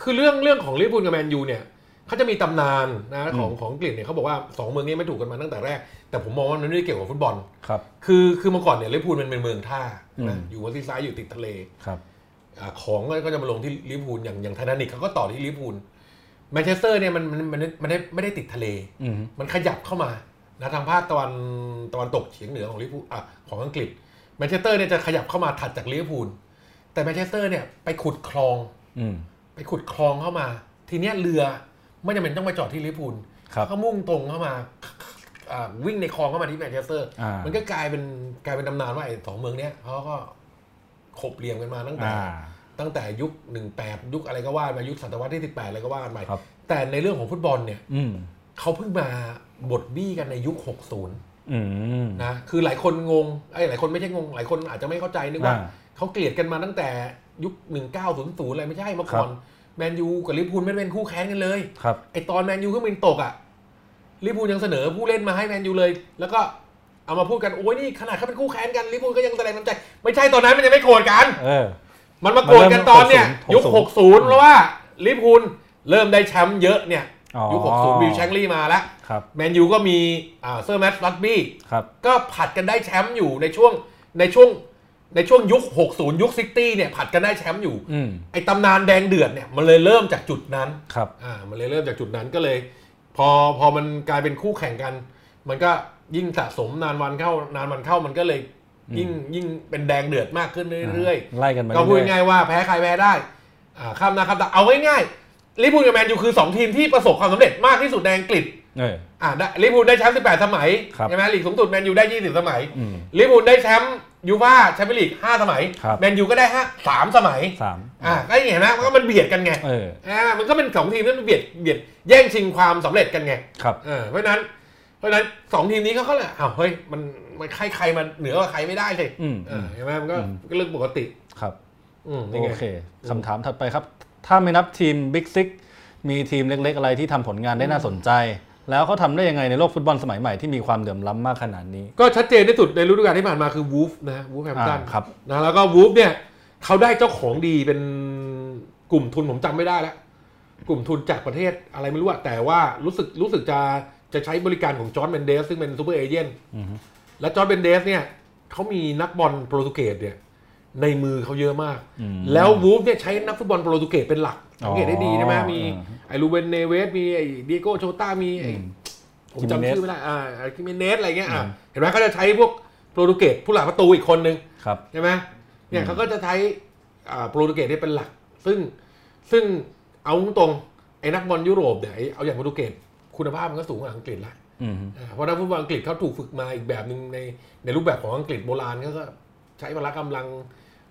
คือเรื่องเรื่องของลิเวอร์พูลกับแมนยูเนี่ยเขาจะมีตำนานนะของของอังกฤษเนี่ยเขาบอกว่าสองเมืองนี้ไม่ถูกกันมาตั้งแต่แรก แต่ผมมองว่ามันไม่ได้เกี่ยวกับฟุตบอล ครับ คือคือเมื่อก่อนเนี่ยลิเวอร์พูลมันเป็นเมืองท่านะ อืม อยู่วันที่ซ้ายอยู่ติดทะเล ครับ อ่าของก็ก็จะมาลงที่ลิเวอร์พูลอย่างอย่างไททานิกเขาก็ต่อที่ลิเวอร์พูลแมนเชสเตอร์เนี่ยมันมันมันมันไม่ได้ไม่ได้ติดทะเล อืม มันขยับเข้ามานะทางภาคตะวันตะวันตกเฉียงเหนือของลิเวอร์พูลอ่ะของอังกฤษแมนเชสเตอร์เนี่ยจะขยับเข้ามาถัดจากลิเวอร์พูลแต่แมนเชสเตอร์เนี่ยไปขุดคลอง อืม ไปขุดคลองเข้ามา ทีเนี้ยเรือไม่จำเป็นต้องมาจอดที่ลิเวอร์พูล ครับ เขามุ่งตรงเข้ามาอ่าวิ่งในคลองเข้ามาที่แมนเชสเตอร์ อ่ามั มันก็กลายเป็นกลายเป็นตำนานว่าไอ้สองเมืองเนี้ยเขาก็ขบเรียงกันมาตั้งแต่ อ่า ตั้งแต่ยุค 18 ยุคอะไรก็ว่ามายุคศตวรรษที่ 18 อะไรก็ว่ากันไป ครับ แต่ในเรื่องของฟุตบอลเนี่ย อืม เขาเพิ่งมาบดบี้กันในยุค 60 อืม นะคือหลายคนงงไอ้ยหลายคนไม่ใช่งง หลายคนอาจจะไม่เข้าใจนึกว่า อ่า เขาเกลียดกันมาตั้งแต่ยุค 1900 อะไรไม่ใช่เมื่อก่อนแมนยูกับลิเวอร์พูลไม่ได้เป็นคู่แข่งกันเลย ครับ ไอตอนแมนยูเครื่องบินตกอะ่ะลิเวอร์พูลยังเสนอผู้เล่นมาให้แมนยูเลย แล้วก็เอามาพูดกันโอ้ยนี่ขนาดเขาเป็นคู่แข่งกันลิเวอร์พูลก็ยังแสดงน้ำใจ ไม่ใช่ตอนนั้นมันยังไม่โกรธกัน เออ มันมาโกรธกันตอนเนี่ย มันเริ่ม ยุค 60 60 เพราะว่าลิเวอร์พูลเริ่มได้แชมป์เยอะเนี่ย อ๋อ ยุค 60วิลแชงลี่มาแล้ว ครับ แมนยูก็มีอ่าเซอร์แมตต์ลัตบี้ ครับ ก็ผลัดกันได้แชมป์อยู่ในช่วงในช่วงในช่วงยุค 60 ยุคซิตี้เนี่ยผลัดกันได้แชมป์อยู่ อืม ไอ้ตำนานแดงเดือดเนี่ยมันเลยเริ่มจากจุดนั้น ครับ อ่ามันเลยเริ่มจากจุดนั้นก็เลย พอพอมันกลายเป็นคู่แข่งกัน มันก็ยิ่งสะสมนานวันเข้านานวันเข้ามันก็เลยยิ่งยิ่งเป็นแดงเดือดมากขึ้นเรื่อย ไล่กันมา ๆ ก็พูด เรื่อย ง่ายๆว่าแพ้ใครแพ้ได้อ่าข้ามหนาข้ามตาเอาง่ายๆลิเวอร์พูลกับแมนยูคือสองทีมที่ประสบความสำเร็จมากที่สุดในอังกฤษ ๆเออ อ่าได้ลิเวอร์พูลได้แชมป์ 18 สมัย ครับ ใช่ไหมลีกสูงสุดแมนยูได้ 20 สมัย อืม ลิเวอร์พูลได้แชมป์ยูฟ่าแชมเปี้ยนลีก 5 สมัย ครับ แมนยูก็ได้5 3สมัย สาม อ่าก็เห็นไหมมันก็มันเบียดกันไง เออ อ่ามันก็เป็น 2 ทีมที่มันเบียดเบียดแย่งชิงความสำเร็จกันไง ครับ เออเพราะฉะนั้น เพราะฉะนั้น 2 ทีมนี้เขาก็เลยอ้าวเฮ้ยมันมันใครใครมันเหนือกว่าใครไม่ได้เลย อืม เอ อื อ ม เห็นไหมมันก็ อืม ก็เรื่องปกติ ครับ อืมนี่ไง โอเคคำถามถัดไปครับ ถ้าไม่นับทีมบิ๊กซิกมีทีมเล็กๆ อะไรที่ทำผลงานได้น่าสนใจ แล้วเขาทำได้ยังไงในโลกฟุตบอลสมัยใหม่ที่มีความเหลื่อมล้ำมากขนาดนี้ ก็ชัดเจนที่สุดในฤดูกาลที่ผ่านมาคือวูฟนะฮะวูฟแฮมป์ตัน อ่าครับ นะแล้วก็วูฟเนี่ยเขาได้เจ้าของดีเป็นกลุ่มทุนผมจำไม่ได้แล้ว กลุ่มทุนจากประเทศอะไรไม่รู้อะแต่ว่ารู้สึกรู้สึกจะจะใช้บริการของจอร์นเบนเดสซึ่งเป็นซูเปอร์เอเจนต์ อือฮึ และจอร์นเบนเดสเนี่ยเขามีนักบอลโปรตุเกสเนี่ยในมือเขาเยอะมาก อืม แล้ววูฟเนี่ยใช้นักฟุตบอลโปรตุเกสเป็นหลักสังเกตได้ดีใช่ไหม อ๋อ มี อ่า ไอรูเบนเนเวสมีไอเดียโกโชต้ามีไอ อืม ผมจำ Jimenez ชื่อไม่ได้อ่าคิเมเนสอะไรเงี้ยอ่ะ อืม เห็นไหมเขาจะใช้พวกโปรตุเกสผู้หลักประตูอีกคนนึง ครับ ใช่ไหมเนี่ยเขาก็จะใช้อ่าโปรตุเกสเนี่ยเป็นหลัก ซึ่งซึ่งเอาตรงๆไอ้นักบอลยุโรปเนี่ยไอ้เอาอย่างโปรตุเกสคุณภาพมันก็สูงกว่าอังกฤษละ อืม อ่าเพราะนักฟุตบอลอังกฤษเขาถูกฝึกมาอีกแบบหนึ่งในในรูปแบบของอังกฤษโบราณเขาก็ใช้พละกำลัง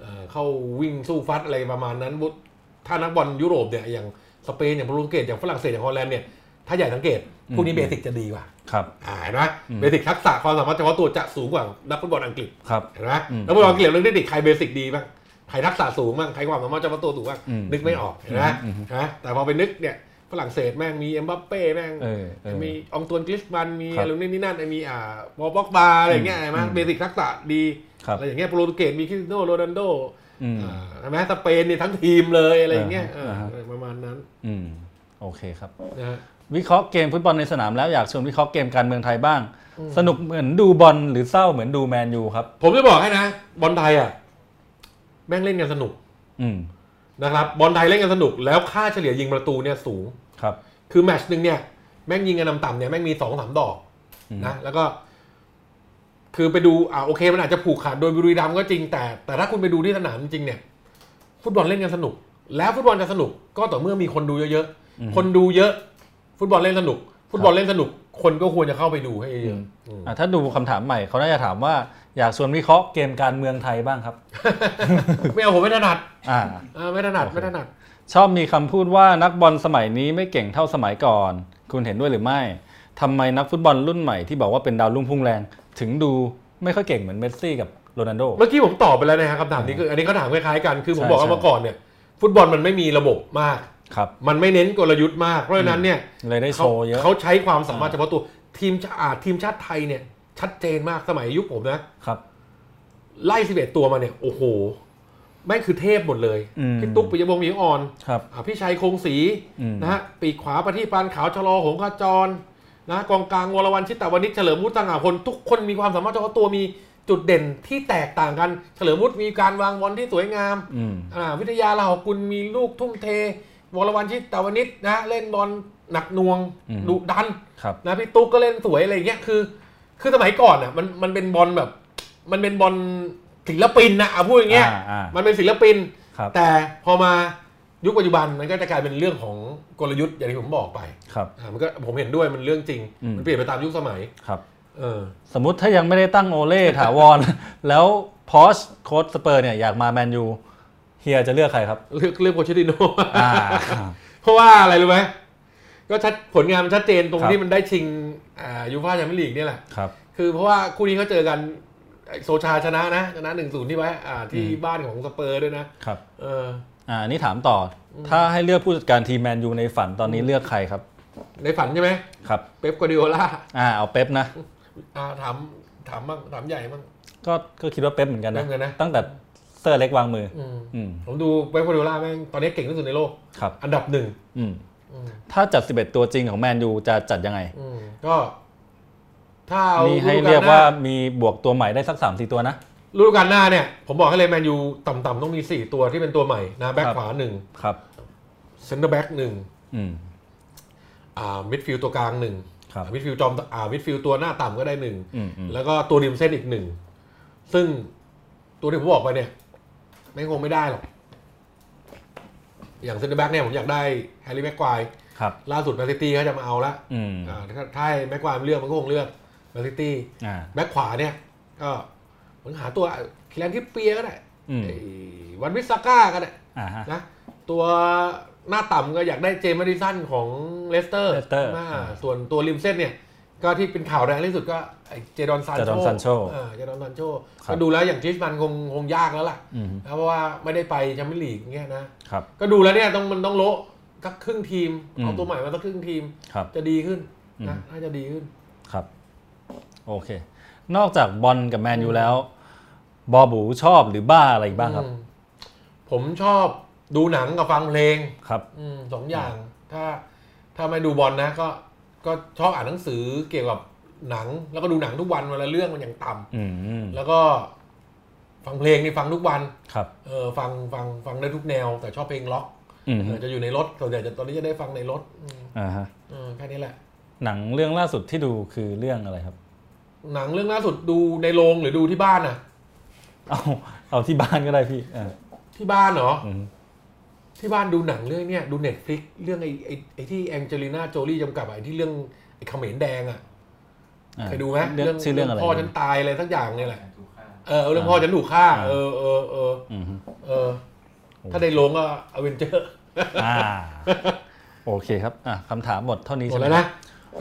เอ่อเข้าวิ่งสู้ฟัดอะไรประมาณนั้นบุ๊ถ้านักบอลยุโรปเนี่ยอย่างสเปนอย่างโปรตุเกสอย่างฝรั่งเศสอย่างฮอลแลนด์เนี่ยถ้าใหญ่สังเกตพวกนี้เบสิกจะดีกว่า ครับ อ่าเห็นไหมเบสิกทักษะความสามารถเฉพาะตัวจะสูงกว่านักฟุตบอลอังกฤษ ครับ เห็นไหม อืม แล้วพวกเราเกี่ยวเรื่องเทคนิคใครเบสิกดีบ้าง ใครทักษะสูงบ้าง ใครความสามารถเฉพาะตัวสูงบ้าง อืม นึกไม่ออก เห็นไหมเห็นไหมแต่พอไปนึกเนี่ย ฝรั่งเศสแม่งมีเอ็มบัปเป้แม่ง เออเออ มีองตวนกริสมัน มี ครับ อะไรนู่นนี่นั่น มีอ่าบอบ็อกบาอะไรอย่างเงี้ยเห็นไหม อืม เบสิกทักษะดี ครับ อะไรอย่างเงี้ยโปรตุเกสมีคริสโนโรนัลโด อืม อ่าเห็นไหมสเปนนี่ทั้งทีมเลยอะไรอย่างเงี้ย อ่าฮะ เออประมาณนั้น อืมโอเคครับ นะฮะ วิเคราะห์เกมฟุตบอลในสนามแล้วอยากชวนวิเคราะห์เกมการเมืองไทยบ้าง สนุกเหมือนดูบอลหรือเศร้าเหมือนดูแมนยูครับ ผมจะบอกให้นะบอลไทยอ่ะแม่งเล่นกันสนุก อืม นะครับ บอลไทยเล่นกันสนุก แล้วค่าเฉลี่ยยิงประตูเนี่ยสูง ครับ คือแมตช์หนึ่งเนี่ยแม่งยิงกันนำต่ำเนี่ยแม่งมีสองสามดอก อืม นะแล้วก็ คือไปดูอ่าโอเค มันอาจจะผูกขาดโดยบุรีรัมย์ก็จริงแต่ แต่ถ้าคุณไปดูที่สนามจริงเนี่ย ฟุตบอลเล่นกันสนุก แล้วฟุตบอลจะสนุก ก็ต่อเมื่อมีคนดูเยอะๆคนดูเยอะ ฟุตบอลเล่นสนุก ฟุตบอลเล่นสนุก คนก็ควรจะเข้าไปดูให้เยอะอืม อ่ะถ้าดูคำถามใหม่เขาน่าจะถามว่าอยากชวนวิเคราะห์เกมการเมืองไทยบ้างครับ ไม่เอาผมไม่ถนัด อ่า เออไม่ถนัดไม่ถนัด ชอบมีคำพูดว่านักบอลสมัยนี้ไม่เก่งเท่าสมัยก่อน คุณเห็นด้วยหรือไม่ทำไมนักฟุตบอลรุ่นใหม่ที่บอกว่าเป็นดาวรุ่งพุ่งแรง ถึงดูไม่ค่อยเก่งเหมือนเมสซี่กับโรนัลโด เมื่อกี้ผมตอบไปแล้วนะครับคำถามนี้คืออันนี้เขาถามคล้ายๆกันคือผม ใช่ บอกว่า ใช่ เมื่อก่อนเนี่ย ฟุตบอลมันไม่มีระบบมาก ครับ มันไม่เน้นกลยุทธ์มากเพราะฉะนั้นเนี่ย เลยได้โช เขา ว์เยอะ เขาใช้ความสามารถเฉพาะตัวทีมชาติทีมชาติไทยเนี่ย ชัดเจนมากสมัยยุคผมนะครับ ไล่สิบเอ็ดตัวมาเนี่ยโอ้โหแม่งคือเทพหมดเลย อืม พี่ตุ๊กปิยวงศ์หมีอ่อน ครับ อ่าพี่ชัยคงศรี อืม นะฮะปีกขวาประทีปปานขาวชะลอหงขจรนะกองกลางวรวันชิตตะวันนิชเฉลิมวุฒิต่างหากพลทุกคนมีความสามารถเฉพาะตัวมีจุดเด่นที่แตกต่างกัน เฉลิมวุฒิมีการวางบอลที่สวยงาม อืม อ่าวิทยาลาหกุลมีลูกทุ่มเท วรวันชิตตะวันนิชนะ เล่นบอลหนักหน่วง อืม ดุดัน ครับ นะพี่ตุ๊กก็เล่นสวยอะไรอย่างเงี้ยคือ คือสมัยก่อนอ่ะมันมันเป็นบอลแบบ มันเป็นบอลศิลปินนะเอาพูดอย่างเงี้ย อ่าอ่ามั มันเป็นศิลปิน ครับ แต่พอมายุคปัจจุบันมันก็จะกลายเป็นเรื่องของกลยุทธ์อย่างที่ผมบอกไป ครับ อ่ามันก็ผมเห็นด้วยมันเรื่องจริง อืม มันเปลี่ยนไปตามยุคสมัย ครับ เออ สมมติถ้ายังไม่ได้ตั้งโอเล่ [laughs] ถาวร แล้วพอชโค้ชสเปอร์เนี่ยอยากมาแมนยูเฮียจะเลือกใครครับ [laughs] เลือกเลือกโพเชติโน อ่า เพราะว่าอะไรรู้ไหม ก็ชัดผลงานมันชัดเจนตรง ครับ ที่มันได้ชิงยูฟ่าแชมเปี้ยนลีกเนี่ยแหละ [laughs] ครับ คือเพราะว่าคู่นี้เขาเจอกันโซชาชนะนะชนะหนึ่งศูนย์ที่ไว้อ่าที่บ้านของสเปอร์ด้วยนะครับ เออ อ่าอันนี้ถามต่ออถ้าให้เลือกผู้จัดการทีมแมนยูในฝันตอนนี้เลือกใครครับ ในฝันใช่ไหม ครับ เป๊ปกัวดิโอล่า อ่า เอาเป๊ปนะ [laughs] อ่าถามถามบ้างถามใหญ่บ้าง ก็ก็คิดว่าเป๊ปเหมือนกันนะ เป๊ปเหมือนกันนะ ตั้งแต่เซอร์เล็กวางมือ อืม อืม ผมดูเป๊ปกัวดิโอล่าแม่งตอนนี้เก่งที่สุดในโลก ครับ อันดับหนึ่ง อืม อืม ถ้าจัด 11 ตัวจริงของแมนยูจะจัดยังไง อืมก็ถ้าเอา มีให้ ฤดู เรียก กาลหน้า ว่ามีบวกตัวใหม่ได้สัก3ามสี่ตัวนะ ฤดูกาลหน้าเนี่ย ผมบอกให้เลยแมนยูต่ำๆต้องมี 4 ตัวที่เป็นตัวใหม่นะแบ็คครับ ขวาหนึ่ง ครับ เซนเตอร์แบ็คหนึ่ง อืม อ่ามิดฟิลด์ตัวกลางหนึ่ง ครับ มิดฟิลด์จอมอ่ามิดฟิลด์ตัวหน้าต่ำก็ได้หนึ่ง อืมอืม แล้วก็ตัวริมเส้นอีกหนึ่ง ซึ่งตัวที่ผมบอกไปเนี่ยไม่งคงไม่ได้หรอก อย่างเซนเตอร์แบ็กเนี่ยผมอยากได้แฮร์รี่แม็กควาย ครับ ล่าสุดแมนซิตี้เขาจะมาเอาละ อืม อ่าถ้าถ้าให้แม็กควายเลือกมันก็คงเลือกแมนซิตี้ อ่า แบ็กขวาเนี่ย ก็มึงหาตัวคิแลนทิปเปียร์ก็ได้ อืม ไอ้วันวิสซาก้าก็ได้ อ่าฮะ นะตัวหน้าต่ำก็อยากได้เจมส์แมดิสันของเลสเตอร์ เลสเตอร์ าส่วนตัวริมเส้นเนี่ย ก็ที่เป็นข่าวแรงที่สุดก็ไอ้เจดอนซานโช เจดอนซานโช เออเจดอนซานโช ครับ ก็ดูแล้วอย่างทริสมันคงคงยากแล้วล่ะ อืม นะเพราะว่าไม่ได้ไปแชมเปี้ยนลีกเงี้ยนะ ครับ ก็ดูแล้วเนี่ยต้องมันต้องโละสักครึ่งทีม อืม เอาตัวใหม่มาสักครึ่งทีม ครับ จะดีขึ้นนะ อืม น่าจะดีขึ้น ครับ โอเค นอกจากบอลกับแมนยูแล้ว บอบูชอบหรือบ้าอะไรอีกบ้างครับ อืมผมชอบดูหนังกับฟังเพลง ครับ อืมสองอย่าง ถ้าถ้าไม่ดูบอลนะ ก็ก็ชอบอ่านหนังสือเกี่ยวกับหนัง แล้วก็ดูหนังทุกวันวันละเรื่องมันอย่างต่ำ อืม แล้วก็ ฟังเพลงนี่ฟังทุกวัน ครับ เออฟังฟังฟังได้ทุกแนว แต่ชอบเพลงล็อก อืม เออจะอยู่ในรถส่วนใหญ่จะตอนนี้จะได้ฟังในรถอืม อ่าฮะ เออแค่นี้แหละ หนังเรื่องล่าสุดที่ดูคือเรื่องอะไรครับ หนังเรื่องล่าสุดดูในโรงหรือดูที่บ้านอ่ะ เอา เอาที่บ้านก็ได้พี่เออ ที่บ้านเหรอ อืม ที่บ้านดูหนังเรื่องเนี้ยดูเน็ตฟลิกเรื่องไอ้ไอ้ไอ้ที่แองเจลิน่าโจลี่จำกับอะไอ้ที่เรื่องไอ้เขมรแดงอ่ะ อ่า เคยดูไหม เรื่องชื่อเรื่องอะไร พ่อฉันตายอะไรสักอย่างเนี่ยแหละ ถูกฆ่า เออเรื่องพ่อฉันถูกฆ่าเออเออเออ อืมฮึ เออ ถ้าในโรงก็อเวนเจอร์ อ่า โอเคครับอ่ะคำถามหมดเท่านี้ หม ใช่ ด ไหม แล้วนะ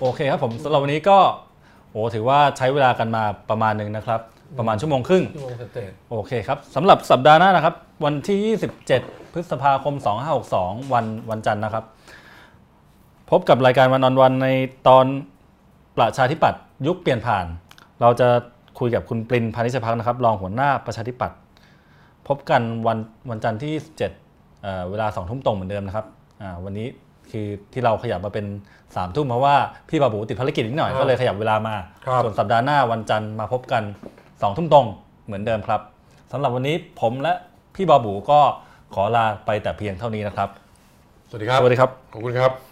โอเคครับผมสำหรับวันนี้ก็ โอ้ถือว่าใช้เวลากันมาประมาณหนึ่งนะครับ ประมาณชั่วโมงครึ่ง ชั่วโมงเสร็จ โอเคครับสำหรับสัปดาห์หน้านะครับ วันที่ 27 พฤษภาคม 2562 วันวันจันทร์นะครับ พบกับรายการวันนอนวันในตอนประชาธิปัตย์ยุคเปลี่ยนผ่าน เราจะคุยกับคุณปรินพานิชพักนะครับ รองหัวหน้าประชาธิปัตย์พบกันวันวันจันทร์ที่ 27เอ่อเวลา2ทุ่มตรงเหมือนเดิมนะครับอ่าวันนี้คือที่เราขยับมาเป็น3ทุ่มเพราะว่าพี่บาบูติดภารกิจนิดหน่อยก็เลยขยับเวลามา ส่วนสัปดาห์หน้าวันจันทร์มาพบกัน2องทุ่มตรงเหมือนเดิมครับสำหรับวันนี้ผมและพี่บาบูก็ขอลาไปแต่เพียงเท่านี้นะครับ สวัสดีครับ สวัสดีครับ ขอบคุณครับ